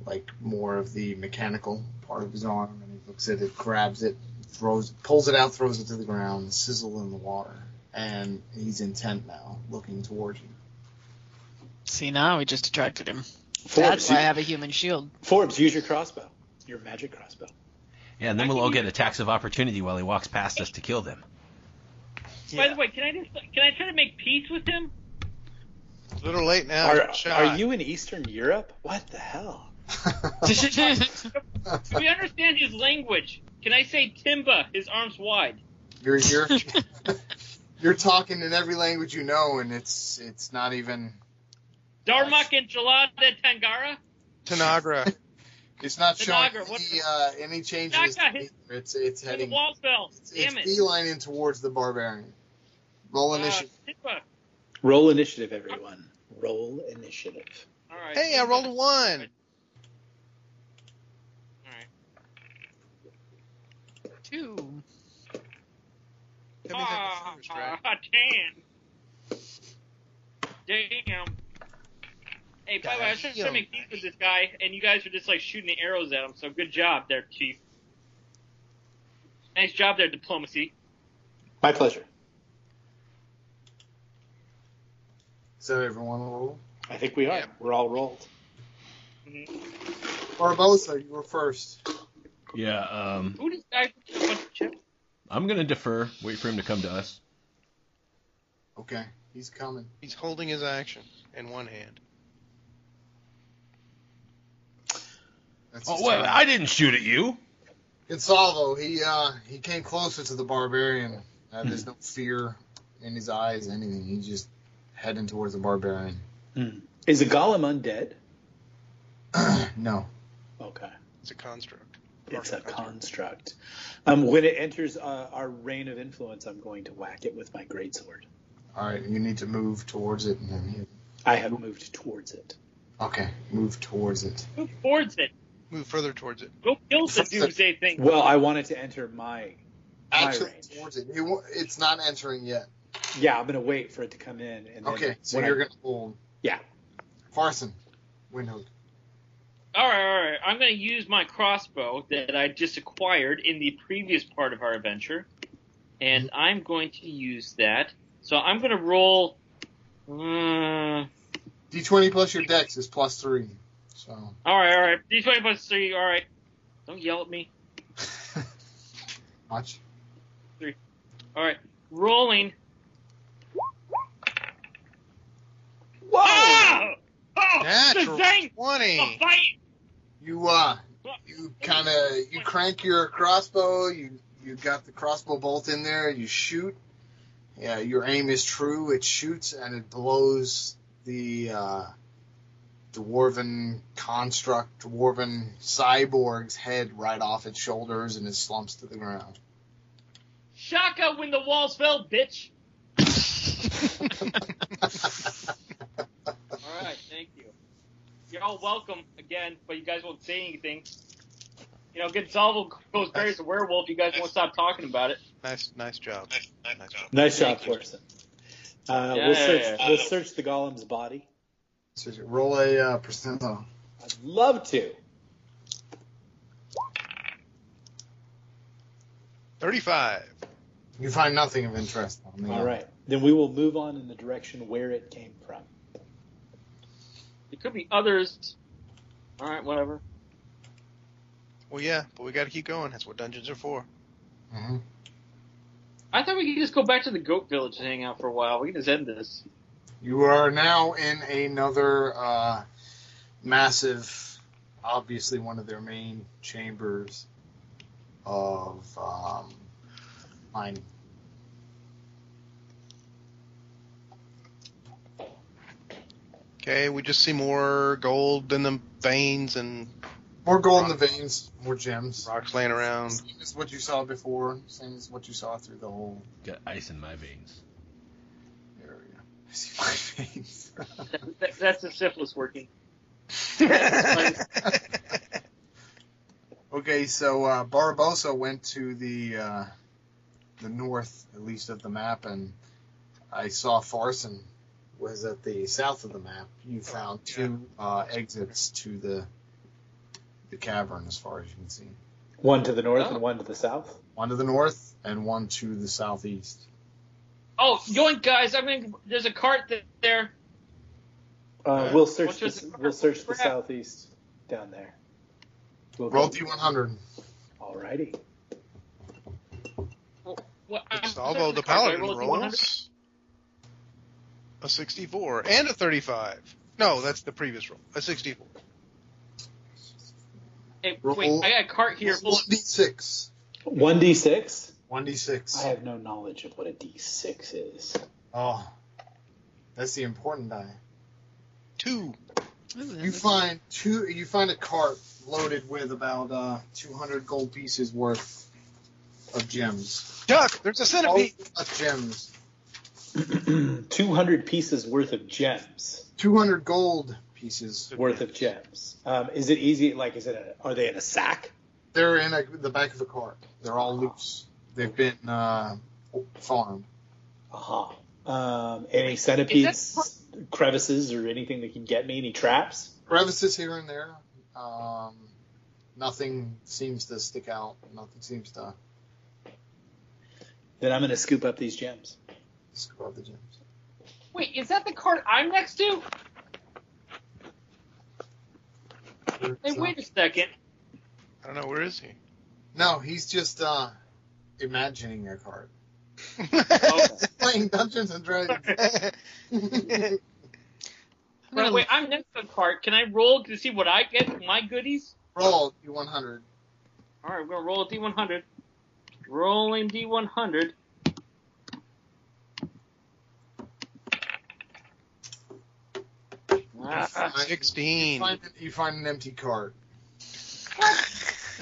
[SPEAKER 2] like more of the mechanical part of his arm. And he looks at it, grabs it, throws, pulls it out, throws it to the ground, sizzle in the water, and he's intent now, looking towards you.
[SPEAKER 6] See, now we just attracted him.
[SPEAKER 3] Forbes, [LAUGHS]
[SPEAKER 6] That's why I
[SPEAKER 3] u-
[SPEAKER 6] have a human shield.
[SPEAKER 3] Forbes, use your crossbow, your magic crossbow.
[SPEAKER 7] Yeah, and then we'll all get attacks of opportunity while he walks past us to kill them.
[SPEAKER 5] By the way, can I just can I try to make peace with him?
[SPEAKER 4] [LAUGHS] A little late now.
[SPEAKER 3] Are,
[SPEAKER 4] Good shot.
[SPEAKER 3] are you in Eastern Europe? What the hell?
[SPEAKER 5] Do we understand his language? Can I say Timba, his arms wide?
[SPEAKER 2] [LAUGHS] you're
[SPEAKER 5] [LAUGHS]
[SPEAKER 2] you're you're talking in every language you know, and it's it's not even
[SPEAKER 5] Darmok and Jalada Tangara?
[SPEAKER 4] Tanagra?
[SPEAKER 2] it's not showing
[SPEAKER 5] Nagar, what
[SPEAKER 2] any,
[SPEAKER 5] the-
[SPEAKER 2] uh, any changes.
[SPEAKER 5] Naga, his-
[SPEAKER 2] It's it's
[SPEAKER 5] Oh, The
[SPEAKER 2] heading.
[SPEAKER 5] wall fell.
[SPEAKER 2] It's
[SPEAKER 5] Damn it.
[SPEAKER 2] beelining towards the barbarian. Roll
[SPEAKER 5] Uh,
[SPEAKER 2] initiative.
[SPEAKER 5] Timba.
[SPEAKER 3] Roll initiative, everyone. Roll initiative.
[SPEAKER 5] All right.
[SPEAKER 4] hey, I rolled a one.
[SPEAKER 6] [LAUGHS] Two.
[SPEAKER 4] [LAUGHS] Give me that
[SPEAKER 5] Ah,
[SPEAKER 4] first, right?
[SPEAKER 5] damn. [LAUGHS] Damn. Hey, by the way, I was trying to make peace with this guy, and you guys are just like shooting the arrows at him. So good job there, Chief. Nice job there, diplomacy.
[SPEAKER 3] My pleasure.
[SPEAKER 2] So everyone roll.
[SPEAKER 3] I think we are.
[SPEAKER 4] Yeah.
[SPEAKER 3] We're all rolled.
[SPEAKER 2] Barbosa, you were first.
[SPEAKER 7] Yeah, um,
[SPEAKER 5] Who decided to put a bunch of chips?
[SPEAKER 7] I'm gonna defer. Wait for him to come to us.
[SPEAKER 2] Okay, he's coming.
[SPEAKER 4] He's holding his action in one hand.
[SPEAKER 2] That's
[SPEAKER 7] Oh
[SPEAKER 2] his
[SPEAKER 7] well,
[SPEAKER 2] turn.
[SPEAKER 7] I didn't shoot at you.
[SPEAKER 2] Gonsalvo, he uh, he came closer to the barbarian. Uh, there's no fear in his eyes, anything. He's just heading towards the barbarian. [CLEARS THROAT]
[SPEAKER 3] Hmm. Is a golem undead?
[SPEAKER 2] no.
[SPEAKER 3] Okay.
[SPEAKER 4] It's a construct.
[SPEAKER 3] It's a construct. Um, when it enters uh, our reign of influence, I'm going to whack it with my greatsword.
[SPEAKER 2] All right, you need to move towards it. And then he-
[SPEAKER 3] I have moved towards it.
[SPEAKER 2] okay, move towards it.
[SPEAKER 5] Who boards it?
[SPEAKER 4] Move further towards it. [LAUGHS]
[SPEAKER 5] Go kill the doomsday thing.
[SPEAKER 3] Well, I wanted to enter my. My
[SPEAKER 2] Actually,
[SPEAKER 3] range.
[SPEAKER 2] towards it. He wa- it's not entering yet.
[SPEAKER 3] Yeah, I'm going to wait for it to come in. And then
[SPEAKER 2] Okay, so
[SPEAKER 3] when I-
[SPEAKER 2] you're gonna hold.
[SPEAKER 3] Yeah.
[SPEAKER 2] Farson, Windhoek.
[SPEAKER 5] All right, all right. I'm going to use my crossbow that I just acquired in the previous part of our adventure, and I'm going to use that. So I'm going to roll. Uh,
[SPEAKER 2] D20 plus your dex is plus three. So
[SPEAKER 5] All right, all right. D20 plus three. All right. Don't yell at me.
[SPEAKER 2] much.
[SPEAKER 5] All right. Rolling.
[SPEAKER 3] Whoa!
[SPEAKER 5] Oh! Oh!
[SPEAKER 4] Natural
[SPEAKER 5] The thing! The
[SPEAKER 4] twenty.
[SPEAKER 5] fight!
[SPEAKER 2] You uh, you kind of you crank your crossbow. You you got the crossbow bolt in there. You shoot. Yeah, your aim is true. It shoots and it blows the uh, dwarven construct, dwarven cyborg's head right off its shoulders, and it slumps to the ground. [LAUGHS]
[SPEAKER 5] Shaka when the walls fell, bitch! All right, thank you. You're all welcome again, but you guys won't say anything. You know, Gonzalo goes buries a werewolf. You guys won't stop talking about it.
[SPEAKER 4] Nice, nice job. Nice job.
[SPEAKER 3] Nice job, Forson. Uh,
[SPEAKER 5] Yeah,
[SPEAKER 3] we'll,
[SPEAKER 5] yeah,
[SPEAKER 3] search,
[SPEAKER 5] yeah.
[SPEAKER 3] we'll search the golem's body.
[SPEAKER 2] So roll a uh, percentile.
[SPEAKER 3] I'd love to.
[SPEAKER 4] Thirty-five.
[SPEAKER 2] You find nothing of interest. On the
[SPEAKER 3] All right. Then we will move on in the direction where it came from.
[SPEAKER 5] It could be others. All right, whatever.
[SPEAKER 4] Well, yeah, but we got to keep going. That's what dungeons are for.
[SPEAKER 2] Mhm.
[SPEAKER 5] I thought we could just go back to the goat village and hang out for a while. We can just end this.
[SPEAKER 2] You are now in another uh, massive, obviously one of their main chambers of um, mining.
[SPEAKER 4] Okay, we just see more gold in the veins and
[SPEAKER 2] More gold in the veins, more gems.
[SPEAKER 4] rocks laying around. [LAUGHS]
[SPEAKER 2] Same as what you saw before, same as what you saw through the whole
[SPEAKER 7] Got ice in my veins.
[SPEAKER 2] area. [LAUGHS] I see my veins. [LAUGHS]
[SPEAKER 5] That- that's the syphilis working.
[SPEAKER 2] okay, so uh, Barbosa went to the uh, the north, at least of the map, and I saw Farson was at the south of the map. You found two uh, exits to the the cavern, as far as you can see.
[SPEAKER 3] One to the north
[SPEAKER 5] Oh.
[SPEAKER 3] and one to the south.
[SPEAKER 2] One to the north and one to the southeast.
[SPEAKER 5] Oh, yoink, guys! I mean, there's a cart th- there.
[SPEAKER 3] Uh, we'll search.
[SPEAKER 5] Which is-
[SPEAKER 3] The, we'll search the southeast down there. We'll
[SPEAKER 2] Roll D100.
[SPEAKER 3] Alrighty.
[SPEAKER 5] Well, I'm
[SPEAKER 4] Salvo
[SPEAKER 5] searching
[SPEAKER 4] the
[SPEAKER 5] cart. Do I
[SPEAKER 4] Paladin
[SPEAKER 5] roll a D100?
[SPEAKER 4] rolls a 64 and a 35. No, that's the previous roll. A 64.
[SPEAKER 5] Hey,
[SPEAKER 2] Roll-
[SPEAKER 5] wait, I got a cart here.
[SPEAKER 2] Roll a D6.
[SPEAKER 3] One d six. I
[SPEAKER 2] 1d6.
[SPEAKER 3] have no knowledge of what a d six is. [CLEARS THROAT]
[SPEAKER 2] Oh, that's the important die.
[SPEAKER 4] Two.
[SPEAKER 2] You find two. You find a cart loaded with about uh, 200 gold pieces worth of gems.
[SPEAKER 4] Duck, there's a
[SPEAKER 2] All
[SPEAKER 4] centipede.
[SPEAKER 2] of gems.
[SPEAKER 3] Two hundred pieces worth of gems.
[SPEAKER 2] 200 gold pieces.
[SPEAKER 3] Worth of gems. Um, is it easy? Like, is it? A, are they in a sack?
[SPEAKER 2] They're in a, the back of a cart. They're all loose. They've been uh, farmed.
[SPEAKER 3] Uh-huh. Um, any centipedes, crevices, or anything that can get me? Any traps?
[SPEAKER 2] Crevices here and there. Um, nothing seems to stick out. Nothing seems to
[SPEAKER 3] Then I'm going to scoop up these gems.
[SPEAKER 2] scoop up the gems.
[SPEAKER 5] Wait, is that the cart I'm next to? Hey, wait a second.
[SPEAKER 4] I don't know, where is he?
[SPEAKER 2] No, he's just uh, imagining a cart. [LAUGHS]
[SPEAKER 4] [LAUGHS]
[SPEAKER 2] Playing Dungeons and Dragons.
[SPEAKER 5] [LAUGHS]
[SPEAKER 6] I'm gonna
[SPEAKER 5] wait, I'm next to the cart. Can I roll to see what I get? My goodies?
[SPEAKER 2] Roll you 100.
[SPEAKER 5] All right, we're gonna roll a D100. Rolling D100. Ah,
[SPEAKER 4] 16.
[SPEAKER 2] Find, you find an empty cart.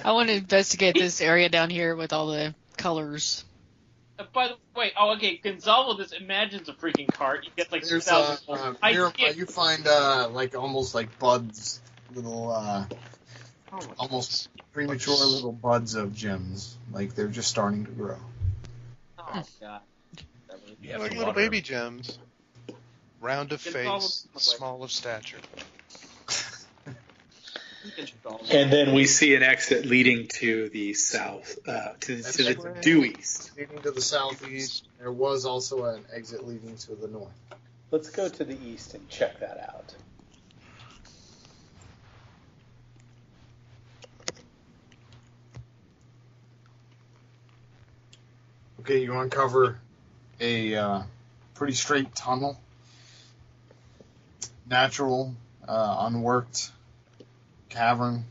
[SPEAKER 6] I want to investigate this area down here with all the colors.
[SPEAKER 5] by the way, oh okay, Gonzalo just imagines a freaking cart. He gets like two
[SPEAKER 2] There's uh, uh,
[SPEAKER 5] thousand. I
[SPEAKER 2] near-
[SPEAKER 5] can't-
[SPEAKER 2] you find uh, like almost like buds, little uh,
[SPEAKER 5] Oh,
[SPEAKER 2] almost premature little buds of gems. Like they're just starting to grow. Hmm.
[SPEAKER 5] Oh god. That was-
[SPEAKER 7] You have
[SPEAKER 4] like
[SPEAKER 7] to
[SPEAKER 4] little
[SPEAKER 7] water 'em.
[SPEAKER 4] baby gems. Round of
[SPEAKER 5] It's
[SPEAKER 4] face,
[SPEAKER 5] all-
[SPEAKER 4] small of stature.
[SPEAKER 9] And then we see an exit leading to the south, uh, to,
[SPEAKER 2] That's
[SPEAKER 9] to the
[SPEAKER 2] right.
[SPEAKER 9] due east.
[SPEAKER 2] Leading to the southeast, there was also an exit leading to the north.
[SPEAKER 3] Let's go to the east and check that out.
[SPEAKER 2] Okay, you uncover a uh, pretty straight tunnel, natural, uh, unworked cavern,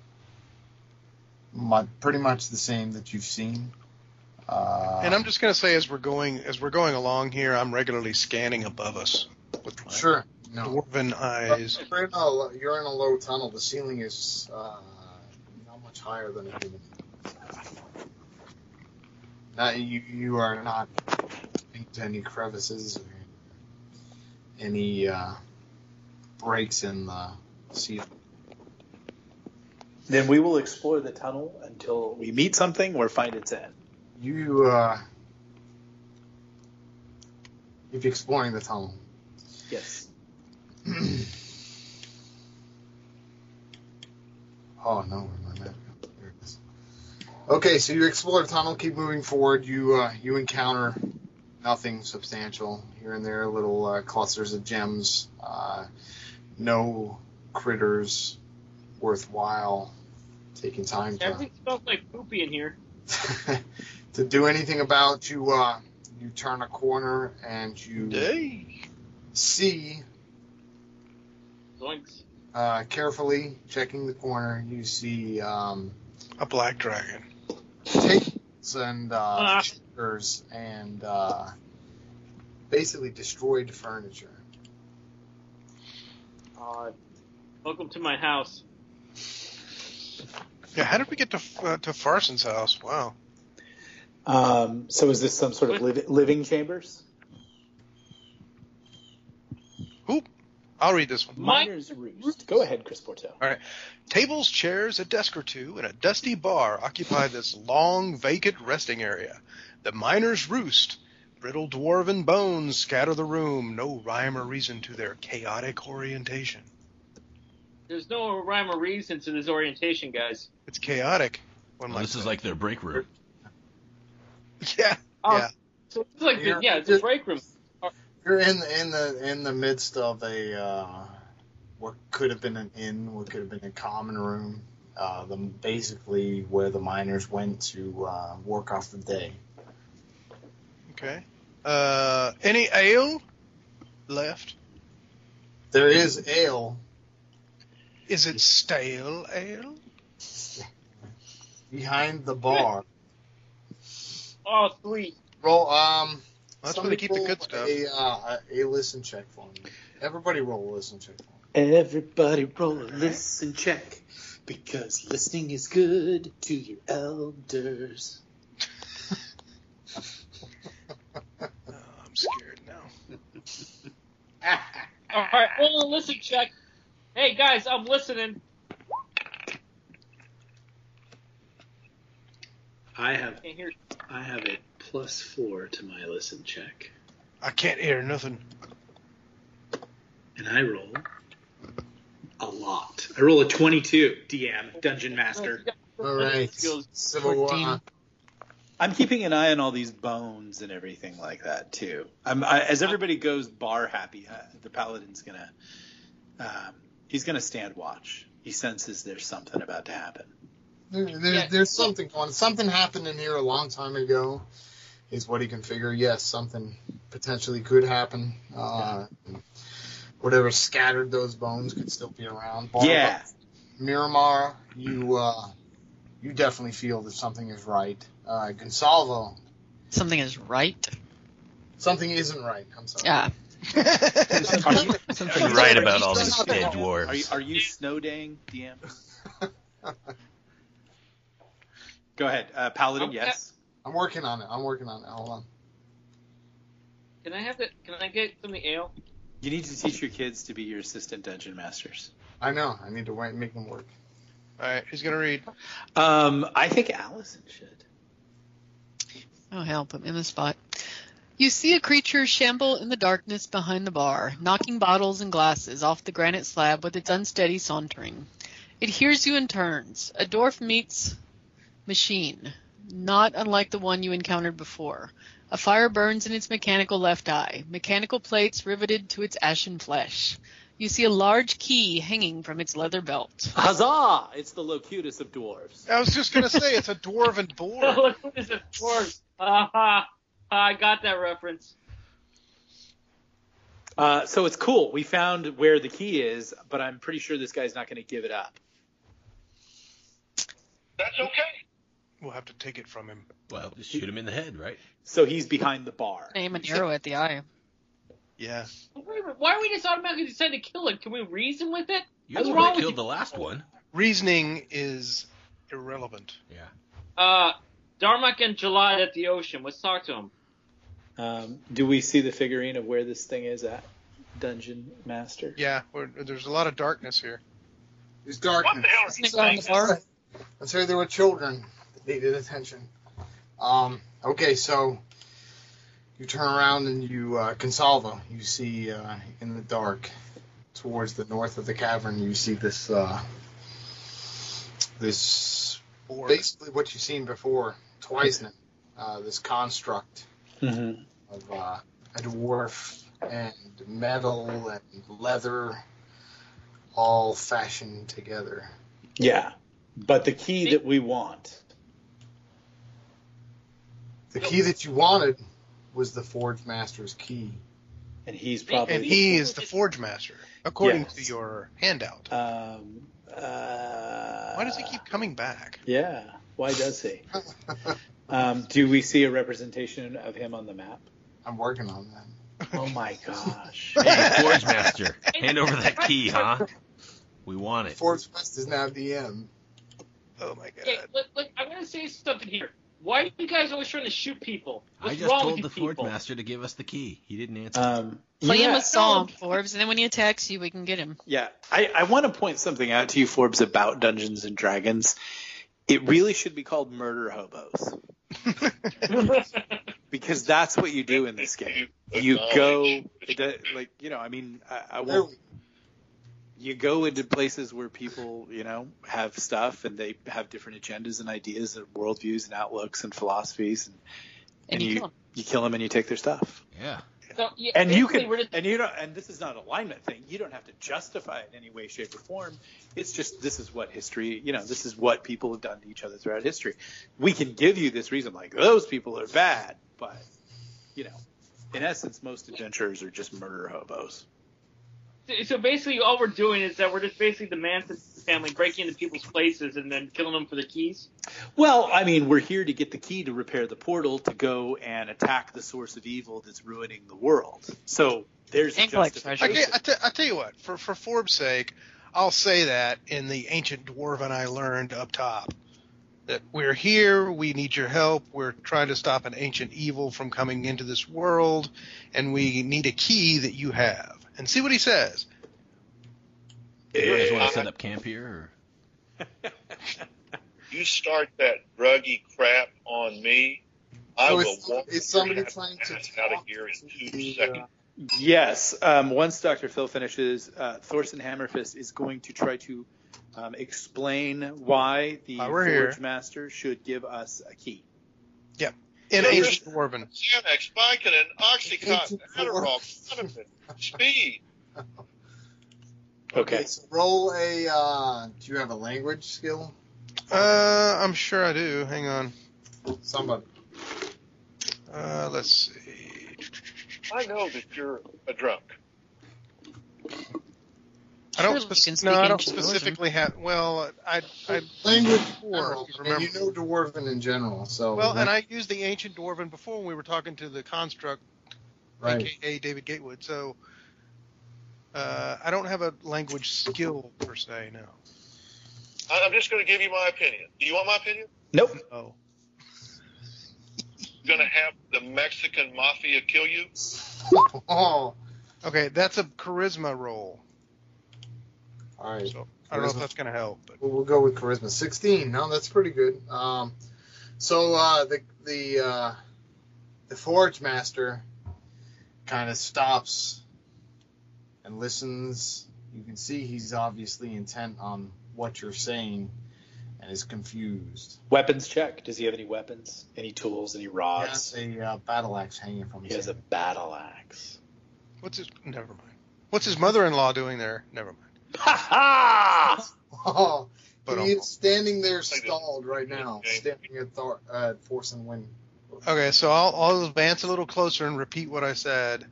[SPEAKER 2] mu- pretty much the same that you've seen. Uh,
[SPEAKER 4] And I'm just gonna say, as we're going, as we're going along here, I'm regularly scanning above us with my
[SPEAKER 2] sure. No,
[SPEAKER 4] dwarven eyes.
[SPEAKER 2] you're in, a, you're in a low tunnel. The ceiling is uh, not much higher than a human. Not, you, you are not into any crevices or any uh, breaks in the ceiling.
[SPEAKER 3] Then we will explore the tunnel until we meet something or find its end.
[SPEAKER 2] You uh, you be exploring the tunnel.
[SPEAKER 3] Yes.
[SPEAKER 2] [CLEARS THROAT] Oh no, where my map? go? There it is. Okay, so you explore the tunnel, keep moving forward. You uh, you encounter nothing substantial here and there, little uh, clusters of gems. Uh, no critters worthwhile taking time to.
[SPEAKER 5] Everything smells like poopy in here.
[SPEAKER 2] [LAUGHS] to do anything about you uh, you turn a corner and you
[SPEAKER 4] Hey.
[SPEAKER 2] see
[SPEAKER 5] Zoinks.
[SPEAKER 2] uh, carefully checking the corner you see um,
[SPEAKER 4] A black dragon.
[SPEAKER 2] tables and uh,
[SPEAKER 5] Ah.
[SPEAKER 2] chairs and uh, basically destroyed furniture
[SPEAKER 5] God. Uh, Welcome to my house.
[SPEAKER 4] Yeah, how did we get to uh, to Farson's house? Wow.
[SPEAKER 3] Um, so is this some sort of liv- living chambers?
[SPEAKER 4] Oop. I'll read this one.
[SPEAKER 3] Miner's Roost. Go ahead, Chris Porto.
[SPEAKER 4] Tables, chairs, a desk or two, and a dusty bar occupy this long, vacant resting area. The miners roost. Brittle dwarven bones scatter the room, no rhyme or reason to their chaotic orientation.
[SPEAKER 5] There's no rhyme or reason to this orientation, guys.
[SPEAKER 4] It's chaotic. One
[SPEAKER 7] Well,
[SPEAKER 4] might
[SPEAKER 7] this is
[SPEAKER 4] say.
[SPEAKER 7] like their break [LAUGHS] room.
[SPEAKER 4] [LAUGHS] yeah,
[SPEAKER 5] Oh,
[SPEAKER 4] yeah.
[SPEAKER 5] So it's like, the,
[SPEAKER 2] You're-
[SPEAKER 5] yeah, it's a break room.
[SPEAKER 2] You're in in the in the midst of a uh, what could have been an inn, what could have been a common room, uh, the, basically where the miners went to uh, work off the day.
[SPEAKER 4] Okay. Uh, any ale left?
[SPEAKER 2] There is ale.
[SPEAKER 4] Is it stale ale?
[SPEAKER 2] behind the bar.
[SPEAKER 5] Oh, sweet.
[SPEAKER 2] Roll. Um,
[SPEAKER 4] That's where
[SPEAKER 2] somebody
[SPEAKER 4] they keep the
[SPEAKER 2] roll
[SPEAKER 4] good stuff.
[SPEAKER 2] A, uh, a a listen check for me. Everybody roll a listen check. For me.
[SPEAKER 9] Everybody roll a listen check because listening is good to your elders.
[SPEAKER 4] Oh, I'm scared now.
[SPEAKER 5] All right, well, listen, check. Hey, guys, I'm listening.
[SPEAKER 9] I have
[SPEAKER 5] Can't hear.
[SPEAKER 9] I have a plus four to my listen check,
[SPEAKER 4] I can't hear nothing.
[SPEAKER 9] and I roll a lot. I roll a twenty-two. DM Dungeon Master.
[SPEAKER 2] All right.
[SPEAKER 5] Skills.
[SPEAKER 2] Civil War.
[SPEAKER 3] I'm keeping an eye on all these bones and everything like that too. I'm, I, as everybody goes bar happy, uh, the paladin's gonna um, he's gonna stand watch. He senses there's something about to happen.
[SPEAKER 2] There, there-
[SPEAKER 5] Yeah.
[SPEAKER 2] There's something going. Something happened in here a long time ago. Is what he can figure. Yes, something potentially could happen. Uh, whatever scattered those bones could still be around. Bar-
[SPEAKER 3] yeah,
[SPEAKER 2] Miramar, you uh, you definitely feel that something is right. Uh, Gonsalvo,
[SPEAKER 6] Something is right.
[SPEAKER 2] something isn't right. I'm sorry.
[SPEAKER 6] Yeah.
[SPEAKER 3] Are you-
[SPEAKER 6] [LAUGHS]
[SPEAKER 7] Something right about all
[SPEAKER 2] He's
[SPEAKER 7] these
[SPEAKER 2] not
[SPEAKER 7] dead
[SPEAKER 2] there.
[SPEAKER 3] are you
[SPEAKER 7] dwarves.
[SPEAKER 3] are you snow daying, DM? Go ahead, uh, paladin.
[SPEAKER 5] Okay.
[SPEAKER 3] Yes.
[SPEAKER 2] [LAUGHS] I'm working on it. I'm working on it. Hold on.
[SPEAKER 5] Can I have that? Can I get some of the ale?
[SPEAKER 3] You need to teach your kids to be your assistant dungeon masters.
[SPEAKER 2] I know. I need to wait, make them work.
[SPEAKER 4] All right, who's gonna read?
[SPEAKER 3] Um, I think Allison should.
[SPEAKER 6] Oh, hell, put me in the spot. You see a creature shamble in the darkness behind the bar, knocking bottles and glasses off the granite slab with its unsteady sauntering. It hears you and turns. A dwarf meets machine, not unlike the one you encountered before. A fire burns in its mechanical left eye, mechanical plates riveted to its ashen flesh. You see a large key hanging from its leather belt.
[SPEAKER 3] Huzzah! It's the locutus of dwarves.
[SPEAKER 4] I was just gonna say it's a dwarven
[SPEAKER 5] Oh, [LAUGHS]
[SPEAKER 4] boar.
[SPEAKER 5] look who is it for. Ah, ha. I got that reference.
[SPEAKER 3] Uh, so it's cool. We found where the key is, but I'm pretty sure this guy's not going to give it up.
[SPEAKER 8] [LAUGHS] That's okay.
[SPEAKER 4] We'll have to take it from him.
[SPEAKER 7] Well, just shoot him in the head, right?
[SPEAKER 3] So he's behind the bar.
[SPEAKER 6] Aim an arrow at the eye.
[SPEAKER 4] Yeah.
[SPEAKER 5] Wait a minute, Why are we just automatically deciding to kill it? Can we reason with it?
[SPEAKER 7] You
[SPEAKER 5] What's
[SPEAKER 7] the
[SPEAKER 5] wrong
[SPEAKER 7] one that
[SPEAKER 5] with
[SPEAKER 7] killed
[SPEAKER 5] you?
[SPEAKER 7] the
[SPEAKER 5] [LAUGHS]
[SPEAKER 7] last one.
[SPEAKER 4] Reasoning is irrelevant.
[SPEAKER 7] Yeah.
[SPEAKER 5] Uh, Darmok and Jalad at the ocean. Let's talk to him.
[SPEAKER 3] Um, do we see the figurine of where this thing is at, Dungeon Master?
[SPEAKER 4] Yeah, we're, there's a lot of darkness here.
[SPEAKER 2] There's
[SPEAKER 8] What
[SPEAKER 2] darkness.
[SPEAKER 8] the hell?
[SPEAKER 6] Isn't it going to bar?
[SPEAKER 2] I'm sorry there were children that needed attention. Um, okay, so you turn around and you, uh, Consalvo, you see uh, in the dark towards the north of the cavern, you see this, uh, this,
[SPEAKER 4] Boar.
[SPEAKER 2] basically what you've seen before, twice now, uh, this construct
[SPEAKER 3] Mm-hmm.
[SPEAKER 2] of uh, a dwarf and metal and leather all fashioned together.
[SPEAKER 3] Yeah. But the key that we want.
[SPEAKER 2] The key that you wanted was the Forge Master's key. [LAUGHS]
[SPEAKER 3] And he's probably.
[SPEAKER 4] and he is the forge master, according
[SPEAKER 3] Yes.
[SPEAKER 4] to your handout.
[SPEAKER 3] Um, uh,
[SPEAKER 4] Why does he keep coming back?
[SPEAKER 3] Yeah. Why does he? Um, do we see a representation of him on the map?
[SPEAKER 2] I'm working on that.
[SPEAKER 3] Oh my
[SPEAKER 4] [LAUGHS]
[SPEAKER 3] gosh.
[SPEAKER 7] Hey, Forge Master, hand over that key, huh? We want it.
[SPEAKER 2] Forbes West is now DM.
[SPEAKER 4] Oh my god.
[SPEAKER 5] Hey, look, look, I'm going to say something here. Why are you guys always trying to shoot people? What's
[SPEAKER 7] I just
[SPEAKER 5] wrong
[SPEAKER 7] told
[SPEAKER 5] with
[SPEAKER 7] the
[SPEAKER 5] you
[SPEAKER 7] Forge
[SPEAKER 5] people? Uh,
[SPEAKER 7] Master to give us the key. He didn't answer.
[SPEAKER 3] Um,
[SPEAKER 6] Play him
[SPEAKER 3] yeah.
[SPEAKER 6] a song, Forbes, and then when he attacks you, we can get him.
[SPEAKER 3] Yeah, I, I want to point something out to you, Forbes, about Dungeons and Dragons. It really should be called Murder Hobos
[SPEAKER 4] [LAUGHS]
[SPEAKER 3] because that's what you do in this game. You go, it do- like, you know, I mean, I, I
[SPEAKER 2] There
[SPEAKER 3] won't. You go into places where people, you know, have stuff and they have different agendas and ideas and worldviews and outlooks and philosophies, and, And
[SPEAKER 6] And, you,
[SPEAKER 3] you-
[SPEAKER 6] kill him.
[SPEAKER 3] you kill them and you take their stuff.
[SPEAKER 7] yeah.
[SPEAKER 5] [LAUGHS] So, yeah,
[SPEAKER 3] and you
[SPEAKER 5] basically,
[SPEAKER 3] can
[SPEAKER 5] We're just,
[SPEAKER 3] and you don't and this is not an alignment thing you don't have to justify it in any way shape or form it's just this is what history you know this is what people have done to each other throughout history we can give you this reason like those people are bad but you know in essence most adventurers are just murder hobos
[SPEAKER 5] so basically, all we're doing is that we're just basically the Manson family breaking into people's places and then killing them for the keys.
[SPEAKER 3] well i mean we're here to get the key to repair the portal to go and attack the source of evil that's ruining the world so there's a
[SPEAKER 6] And collect
[SPEAKER 3] justification.
[SPEAKER 6] treasure.
[SPEAKER 4] I, can't, I, t- I tell you what, for for Forbes' sake, I'll say that in the ancient dwarven I learned up top that we're here, we need your help, we're trying to stop an ancient evil from coming into this world, and we need a key that you have. And see what he says.
[SPEAKER 7] You guys want
[SPEAKER 8] Yeah.
[SPEAKER 7] to set up camp here? Or...
[SPEAKER 8] You start that druggy crap on me, I
[SPEAKER 2] So
[SPEAKER 8] will
[SPEAKER 2] it's-
[SPEAKER 8] walk
[SPEAKER 2] it's somebody
[SPEAKER 8] your ass
[SPEAKER 2] trying to
[SPEAKER 8] out of
[SPEAKER 2] talk
[SPEAKER 8] here in
[SPEAKER 2] to
[SPEAKER 8] two
[SPEAKER 2] the, uh,
[SPEAKER 8] seconds.
[SPEAKER 3] Yes. Um, once Dr. Phil finishes, uh, Thorsten Hammerfist is going to try to um, explain why the
[SPEAKER 4] Why we're
[SPEAKER 3] Forge
[SPEAKER 4] here.
[SPEAKER 3] Master should give us a key.
[SPEAKER 4] In
[SPEAKER 8] Yeah,
[SPEAKER 4] ancient dwarven.
[SPEAKER 8] Xanax, Vicodin, Oxycontin,
[SPEAKER 2] Agent
[SPEAKER 8] Adderall, Clonopin, Speed.
[SPEAKER 3] Okay.
[SPEAKER 2] So roll a. Uh, do you have a language skill?
[SPEAKER 4] Uh, I'm sure I do. Hang on.
[SPEAKER 2] Somebody.
[SPEAKER 4] Uh, let's see.
[SPEAKER 8] I know that you're a drunk.
[SPEAKER 4] I don't,
[SPEAKER 6] Surely you can
[SPEAKER 4] spec-
[SPEAKER 6] speak
[SPEAKER 4] no, I don't
[SPEAKER 6] ancient dwarven.
[SPEAKER 4] specifically have. Well, I, I
[SPEAKER 2] Language.
[SPEAKER 4] Or,
[SPEAKER 2] Or,
[SPEAKER 4] remember.
[SPEAKER 2] you know dwarven in general, so.
[SPEAKER 4] well, and I used the ancient dwarven before when we were talking to the construct
[SPEAKER 2] Right.
[SPEAKER 4] aka David Gatewood. So uh, I don't have a language skill per se. No.
[SPEAKER 8] I- I'm just going to give you my opinion. Do you want my opinion?
[SPEAKER 3] Nope.
[SPEAKER 4] Oh.
[SPEAKER 8] You're going to have the Mexican mafia kill you?
[SPEAKER 2] [LAUGHS] Oh.
[SPEAKER 4] Okay, that's a charisma roll.
[SPEAKER 2] All right.
[SPEAKER 4] So I don't know if
[SPEAKER 2] Charisma.
[SPEAKER 4] that's gonna help. But
[SPEAKER 2] We'll, we'll go with charisma. Sixteen. No, that's pretty good. Um, so uh, the the uh, the forge master kind of stops and listens. You can see he's obviously intent on what you're saying and is confused.
[SPEAKER 3] Weapons check. Does he have any weapons? Any tools? Any
[SPEAKER 2] He
[SPEAKER 3] rods?
[SPEAKER 2] has a uh, battle axe hanging from
[SPEAKER 3] He
[SPEAKER 2] his
[SPEAKER 3] has a
[SPEAKER 2] head.
[SPEAKER 3] battle axe.
[SPEAKER 4] what's his? Never mind. What's his mother-in-law doing there? Never mind.
[SPEAKER 3] Ha ha!
[SPEAKER 2] [LAUGHS] Oh,
[SPEAKER 4] But
[SPEAKER 2] he is standing there
[SPEAKER 8] Like that.
[SPEAKER 2] stalled right now,
[SPEAKER 8] Okay.
[SPEAKER 2] staring at Thor, uh, Force and Wind.
[SPEAKER 4] okay, so I'll, I'll advance a little closer and repeat what I said.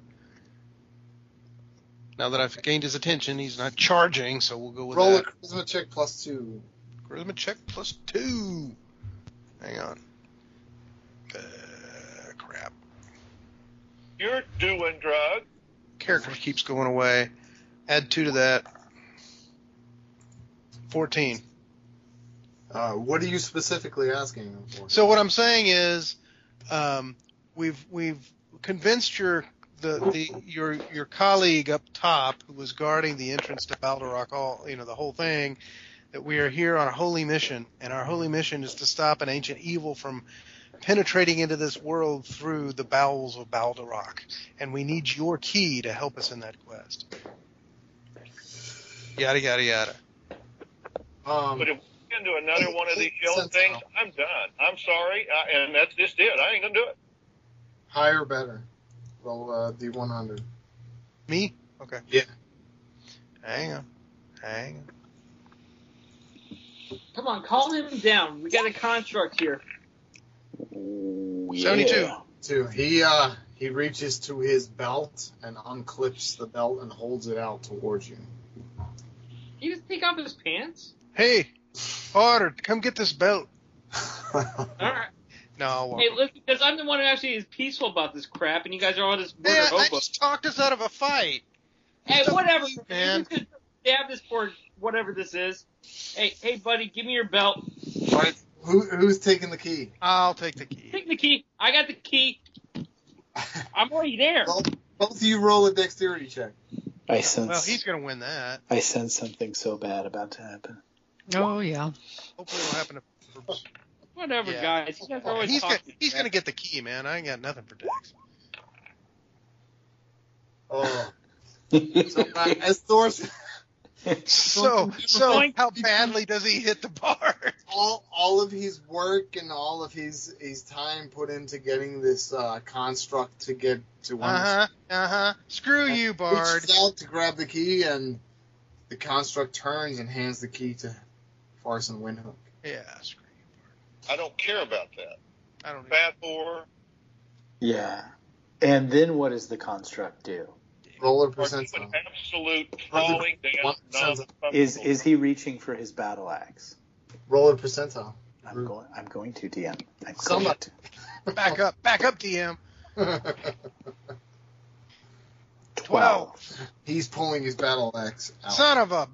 [SPEAKER 4] Now that I've gained his attention, he's not charging, so we'll go with
[SPEAKER 2] Roll a
[SPEAKER 4] that.
[SPEAKER 2] charisma check plus two.
[SPEAKER 4] Charisma check plus two. Hang on. Uh, crap.
[SPEAKER 8] You're doing drugs.
[SPEAKER 4] character keeps going away. Add two to that. Fourteen.
[SPEAKER 2] Uh, what are you specifically asking him for?
[SPEAKER 4] So what I'm saying is, um, we've we've convinced your the, the your your colleague up top who was guarding the entrance to Baldarok, all you know the whole thing, that we are here on a holy mission, and our holy mission is to stop an ancient evil from penetrating into this world through the bowels of Baldarok, and we need your key to help us in that quest. Yada yada yada.
[SPEAKER 2] Um,
[SPEAKER 8] But if we get into another one of these yelling
[SPEAKER 2] Sense
[SPEAKER 8] things,
[SPEAKER 2] now.
[SPEAKER 8] I'm done. I'm sorry, I, and that's just it. I ain't gonna do it.
[SPEAKER 2] Higher, better. Roll uh, D100.
[SPEAKER 4] Me? Okay.
[SPEAKER 2] Yeah.
[SPEAKER 4] Hang on. Hang on.
[SPEAKER 5] Come on, calm him down. We got a construct here.
[SPEAKER 3] Yeah.
[SPEAKER 4] 72.
[SPEAKER 2] Two. He uh, he reaches to his belt and unclips the belt and holds it out towards you.
[SPEAKER 5] Can you just take off his pants?
[SPEAKER 4] Hey, Otter, come get this belt.
[SPEAKER 5] All right.
[SPEAKER 4] No, I'll walk
[SPEAKER 5] Hey, listen, because I'm the one who actually is peaceful about this crap, and you guys are all this murder
[SPEAKER 4] Yeah, I
[SPEAKER 5] hobo.
[SPEAKER 4] just talked us out of a fight.
[SPEAKER 5] Hey, whatever.
[SPEAKER 4] man.
[SPEAKER 5] You could stab this poor whatever this is. Hey, hey, buddy, give me your belt.
[SPEAKER 2] What? Who, who's taking the key? [LAUGHS]
[SPEAKER 4] I'll take the key.
[SPEAKER 5] Take the key. I got the key. I'm already there.
[SPEAKER 2] Well, Both of you roll a dexterity check.
[SPEAKER 11] I sense.
[SPEAKER 4] Well, he's gonna win that.
[SPEAKER 11] I sense something so bad about to happen.
[SPEAKER 6] Oh yeah.
[SPEAKER 4] Hopefully, it'll happen. To...
[SPEAKER 5] Whatever,
[SPEAKER 4] yeah.
[SPEAKER 5] guys. You guys are always
[SPEAKER 4] he's gonna,
[SPEAKER 5] talking.
[SPEAKER 4] he's gonna get the key, man. I ain't got nothing for Dex.
[SPEAKER 2] Oh,
[SPEAKER 3] [LAUGHS]
[SPEAKER 2] so uh, as Thor said,
[SPEAKER 4] So, so how badly does he hit the bar?
[SPEAKER 2] all all of his work and all of his his time put into getting this uh, construct to get to one.
[SPEAKER 4] Uh huh. Uh huh. Screw you, Bard.
[SPEAKER 2] Reaches out to grab the key, and the construct turns and hands the key to Farson Windhook.
[SPEAKER 4] Yeah. Screw you.
[SPEAKER 8] I don't care about that.
[SPEAKER 4] I don't. Even...
[SPEAKER 8] Fat whore.
[SPEAKER 3] Yeah. And then what does the construct do?
[SPEAKER 2] Roll a
[SPEAKER 8] Are you
[SPEAKER 2] percentile.
[SPEAKER 8] an absolute crawling
[SPEAKER 2] One
[SPEAKER 8] down
[SPEAKER 2] sounds-
[SPEAKER 3] Is is he reaching for his battle axe?
[SPEAKER 2] Roll a percentile.
[SPEAKER 3] I'm
[SPEAKER 2] [LAUGHS]
[SPEAKER 4] Mm-hmm.
[SPEAKER 3] going. I'm going to DM. I'm going
[SPEAKER 2] Somebody.
[SPEAKER 3] to.
[SPEAKER 4] Back up. Back up, DM.
[SPEAKER 3] Twelve.
[SPEAKER 2] He's pulling his battle axe out.
[SPEAKER 4] Son of a.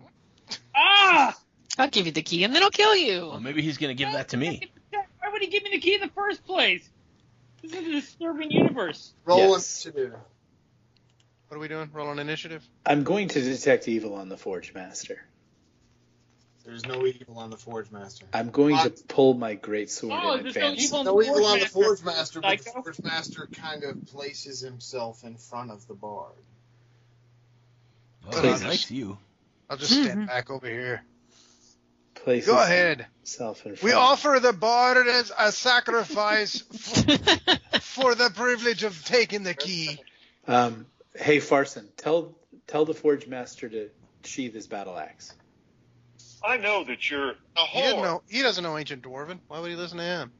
[SPEAKER 5] Ah!
[SPEAKER 6] I'll give you the key and then I'll kill
[SPEAKER 7] Well,
[SPEAKER 4] [LAUGHS]
[SPEAKER 6] you. [LAUGHS]
[SPEAKER 7] maybe he's gonna give that
[SPEAKER 5] [LAUGHS]
[SPEAKER 7] to me.
[SPEAKER 5] Why would he give me the key in the first place? This is a disturbing universe.
[SPEAKER 2] Roll
[SPEAKER 3] Yes.
[SPEAKER 2] initiative.
[SPEAKER 4] What are we doing? Roll on initiative.
[SPEAKER 3] I'm going to detect evil on the Forge Master.
[SPEAKER 2] There's no evil on the Forge Master.
[SPEAKER 3] I'm going to
[SPEAKER 2] What?
[SPEAKER 3] pull my great sword
[SPEAKER 5] Oh,
[SPEAKER 3] and
[SPEAKER 5] there's no
[SPEAKER 3] advance.
[SPEAKER 5] evil on
[SPEAKER 2] No
[SPEAKER 5] the
[SPEAKER 2] evil on the Forge
[SPEAKER 5] Forge
[SPEAKER 2] Master,
[SPEAKER 5] Master,
[SPEAKER 2] but the
[SPEAKER 5] psycho.
[SPEAKER 2] Forge Master kind of places himself in front of the bard.
[SPEAKER 7] Oh,
[SPEAKER 4] Please.
[SPEAKER 7] he likes you.
[SPEAKER 4] I'll just
[SPEAKER 5] Mm-hmm.
[SPEAKER 4] stand back over here.
[SPEAKER 3] place
[SPEAKER 4] Go ahead.
[SPEAKER 3] Self in front.
[SPEAKER 4] We offer the bard as a sacrifice for, for the privilege of taking the key.
[SPEAKER 3] Um, hey Farson, tell tell the Forge Master to sheathe his battle axe.
[SPEAKER 8] I know that you're a
[SPEAKER 4] He didn't
[SPEAKER 8] whore.
[SPEAKER 4] know. He doesn't know ancient dwarven. Why would he listen to him?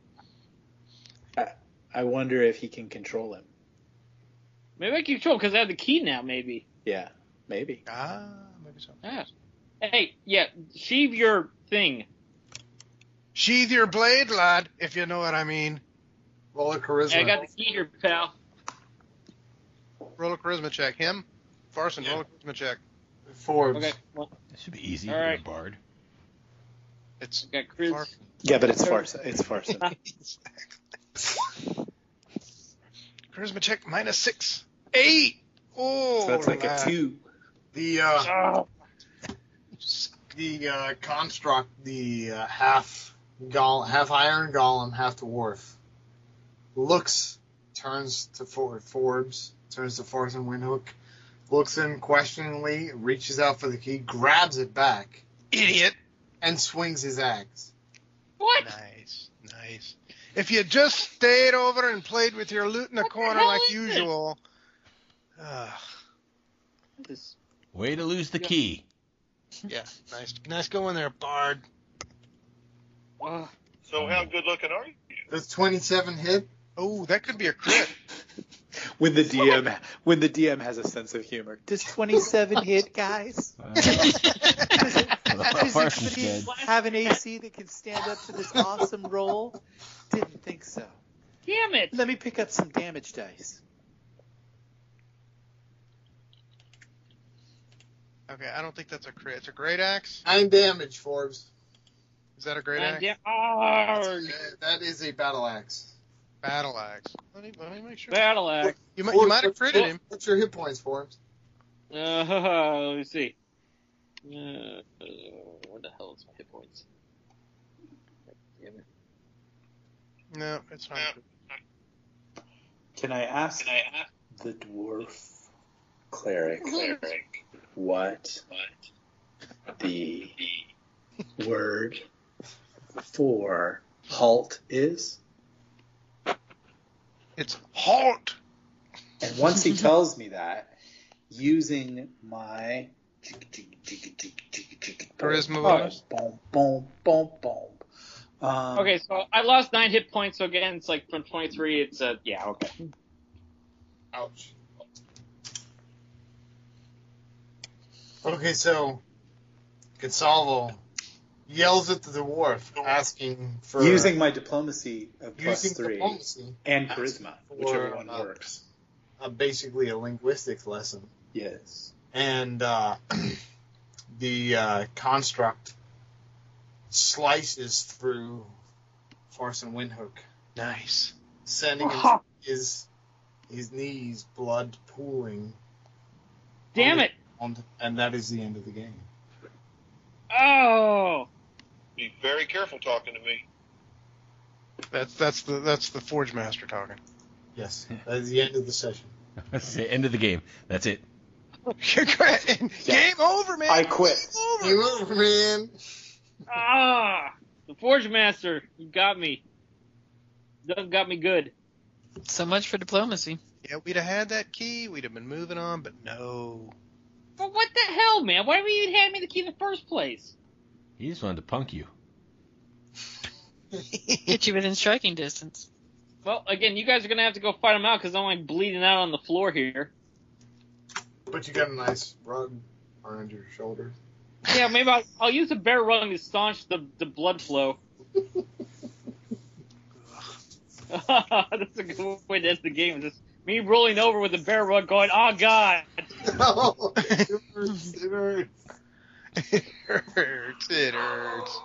[SPEAKER 3] I wonder if he can control him.
[SPEAKER 5] Maybe I can control because I have the key now, maybe.
[SPEAKER 3] Yeah, maybe.
[SPEAKER 4] Ah, maybe so.
[SPEAKER 5] Yeah. Hey, yeah, sheave your thing.
[SPEAKER 4] Sheathe your blade, lad, if you know what I mean.
[SPEAKER 2] Roll a charisma.
[SPEAKER 5] Hey, I got the key here, pal.
[SPEAKER 4] Roll a charisma check. Him, Farson. Roll a charisma check.
[SPEAKER 2] Forbes.
[SPEAKER 5] Okay, well,
[SPEAKER 7] This should be easy.
[SPEAKER 5] All
[SPEAKER 7] All right.
[SPEAKER 5] right.
[SPEAKER 7] bard.
[SPEAKER 4] It's
[SPEAKER 5] I got Chris.
[SPEAKER 4] Farson.
[SPEAKER 3] Yeah, but it's Farson. It's
[SPEAKER 5] [LAUGHS]
[SPEAKER 3] Farson.
[SPEAKER 4] charisma check minus six, eight. Oh,
[SPEAKER 3] So that's like a
[SPEAKER 4] lad. Ah.
[SPEAKER 3] two.
[SPEAKER 2] The uh,
[SPEAKER 5] Oh,
[SPEAKER 2] the uh, construct, the uh, half gol- half iron golem, half dwarf, looks, turns to For- Forbes, turns to Forbes and Windhook, looks in questioningly, reaches out for the key, grabs it back,
[SPEAKER 4] Idiot.
[SPEAKER 2] and swings his axe.
[SPEAKER 5] what?
[SPEAKER 4] Nice, nice. If you just stayed over and played with your loot in the
[SPEAKER 5] What the
[SPEAKER 4] corner
[SPEAKER 5] hell
[SPEAKER 4] like
[SPEAKER 5] is this?
[SPEAKER 4] usual. Ugh.
[SPEAKER 5] This-
[SPEAKER 7] Way to lose the
[SPEAKER 5] [LAUGHS]
[SPEAKER 7] key.
[SPEAKER 4] yeah, nice, nice going there, Bard.
[SPEAKER 5] uh,
[SPEAKER 8] So how good looking are you?
[SPEAKER 2] Does 27 hit?
[SPEAKER 4] Oh, that could be a crit.
[SPEAKER 3] When the DM when the DM has a sense of humor. Does twenty seven hit, guys? Does
[SPEAKER 7] Farson's dead.
[SPEAKER 3] anybody have an AC that can stand up to this awesome roll? Didn't think so.
[SPEAKER 5] damn it.
[SPEAKER 3] Let me pick up some damage dice.
[SPEAKER 4] Okay, I don't think that's a crit. It's a great axe.
[SPEAKER 2] Nine damage, Forbes.
[SPEAKER 4] Is that a great
[SPEAKER 5] And
[SPEAKER 4] axe?
[SPEAKER 5] Uh, yeah, arg.
[SPEAKER 2] That- that is a battle axe.
[SPEAKER 4] Battle axe. Let me, let me make sure.
[SPEAKER 5] Battle axe.
[SPEAKER 4] You, might- you might have
[SPEAKER 2] What's-
[SPEAKER 4] critted him.
[SPEAKER 2] What's your hit points, Forbes?
[SPEAKER 5] Uh, [LAUGHS] let me see. Uh, uh, where the hell is my hit points? Damn it.
[SPEAKER 4] No, it's not.
[SPEAKER 3] Can I ask the dwarf cleric what the [LAUGHS] word for halt is?
[SPEAKER 4] It's halt.
[SPEAKER 3] And once he tells me that, using my charisma
[SPEAKER 4] bonus?
[SPEAKER 3] Boom, boom, boom, boom. Um,
[SPEAKER 5] Okay, so I lost nine hit points. So again, it's like from 23. It's uh, yeah, okay.
[SPEAKER 2] Ouch. Okay, so Consalvo yells at the dwarf, asking for
[SPEAKER 3] using my diplomacy of plus
[SPEAKER 2] using
[SPEAKER 3] three
[SPEAKER 2] diplomacy,
[SPEAKER 3] and
[SPEAKER 2] Asking
[SPEAKER 3] charisma, whichever
[SPEAKER 2] for,
[SPEAKER 3] one
[SPEAKER 2] uh,
[SPEAKER 3] works.
[SPEAKER 2] uh, basically a linguistics lesson.
[SPEAKER 3] Yes.
[SPEAKER 2] and uh, [CLEARS THROAT] the uh, construct slices through Farson Windhoek,
[SPEAKER 4] Nice.
[SPEAKER 2] sending him his his knees blood pooling,
[SPEAKER 5] Damn it!
[SPEAKER 2] on, and that is the end of the game.
[SPEAKER 5] Oh,
[SPEAKER 8] Be very careful talking to me.
[SPEAKER 4] That's that's the that's the Forge Master
[SPEAKER 5] [LAUGHS]
[SPEAKER 4] talking.
[SPEAKER 2] Yes, that is the end of the session.
[SPEAKER 7] That's the end of the game. That's it.
[SPEAKER 4] Game over, man.
[SPEAKER 3] I quit.
[SPEAKER 4] Game
[SPEAKER 2] Game
[SPEAKER 4] over.
[SPEAKER 2] over, man.
[SPEAKER 5] ah, the Forge Master, you got me. Doug got me good.
[SPEAKER 6] So much for diplomacy.
[SPEAKER 4] Yeah, we'd have had that key. We'd have been moving on, but no.
[SPEAKER 5] But what the hell, man? Why were you even handing me the key in the first place?
[SPEAKER 7] He just wanted to punk you.
[SPEAKER 6] Get you within striking distance.
[SPEAKER 5] Well, again, you guys are gonna have to go fight him out because I'm like bleeding out on the floor here.
[SPEAKER 2] But you got a nice rug around your shoulder.
[SPEAKER 5] Yeah, maybe I'll, I'll use a bear rug to staunch the, the blood flow. [LAUGHS] That's a good way to end the game. Just me rolling over with a bear rug, going, "Oh God!"
[SPEAKER 2] oh, [LAUGHS] it hurts, it hurts.
[SPEAKER 4] It hurts. It hurts.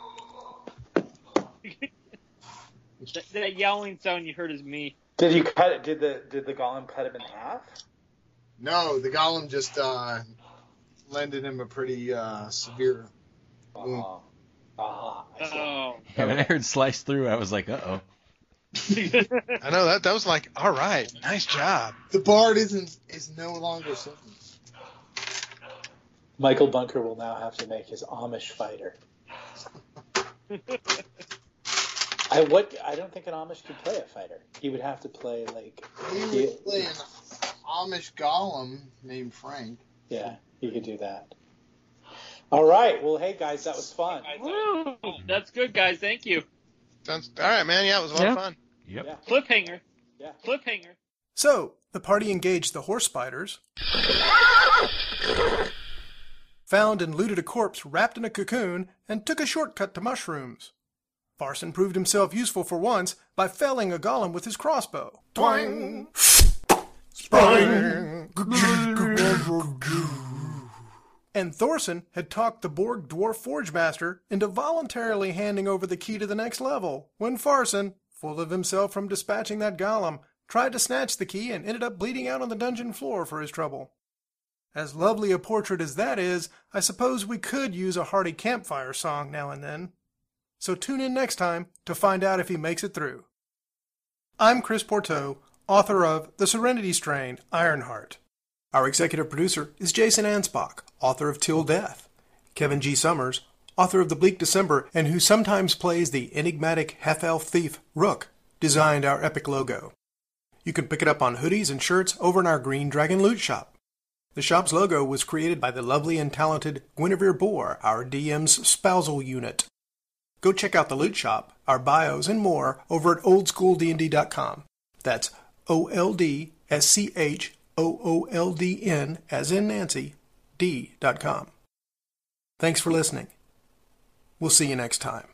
[SPEAKER 5] That, that yowling sound you heard is me.
[SPEAKER 3] Did you cut it? Did the did the golem cut him in half?
[SPEAKER 2] No, the golem just uh, lended him a pretty uh, severe
[SPEAKER 3] Ah, ah, I see.
[SPEAKER 5] Oh,
[SPEAKER 7] And [LAUGHS] when I heard slice through, I was like, uh oh.
[SPEAKER 4] I know that that was like, all right, nice job.
[SPEAKER 2] The bard isn't is no longer sentenced.
[SPEAKER 3] Michael Bunker will now have to make his Amish fighter.
[SPEAKER 5] Oh.
[SPEAKER 3] I what I don't think an Amish could play a fighter. He would have to play like
[SPEAKER 2] He would
[SPEAKER 3] Yeah.
[SPEAKER 2] play an Amish golem named Frank.
[SPEAKER 3] yeah, he could do that. All right. Well, hey guys, that was fun.
[SPEAKER 5] Woo. that's good, guys. Thank you.
[SPEAKER 4] Sounds all right, man. Yeah, it was a lot
[SPEAKER 6] Yeah.
[SPEAKER 4] of fun.
[SPEAKER 7] Yep.
[SPEAKER 3] Yeah.
[SPEAKER 5] Cliffhanger.
[SPEAKER 3] Yeah.
[SPEAKER 5] Cliffhanger.
[SPEAKER 1] So, the party engaged the horse spiders, found and looted a corpse wrapped in a cocoon, and took a shortcut to mushrooms. Farson proved himself useful for once by felling a golem with his crossbow. Twang! Spring! [LAUGHS] And Thorson had talked the Borg Dwarf Forge Master into voluntarily handing over the key to the next level when Farson, full of himself from dispatching that golem, tried to snatch the key and ended up bleeding out on the dungeon floor for his trouble. As lovely a portrait as that is, I suppose we could use a hearty campfire song now and then. So tune in next time to find out if he makes it through. I'm Chris Porteau, author of The Serenity Strain, Ironheart. Our executive producer is Jason Ansbach, author of Till Death. Kevin G. Summers, author of The Bleak December and who sometimes plays the enigmatic half elf thief Rook, designed our epic logo. You can pick it up on hoodies and shirts over in our Green Dragon Loot Shop. The shop's logo was created by the lovely and talented Guinevere Bohr, our DM's spousal unit. Go check out the loot shop, our bios, and more over at oldschooldnd.com. That's O L D S C H O O L D N, as in Nancy, D.com. Thanks for listening. We'll see you next time.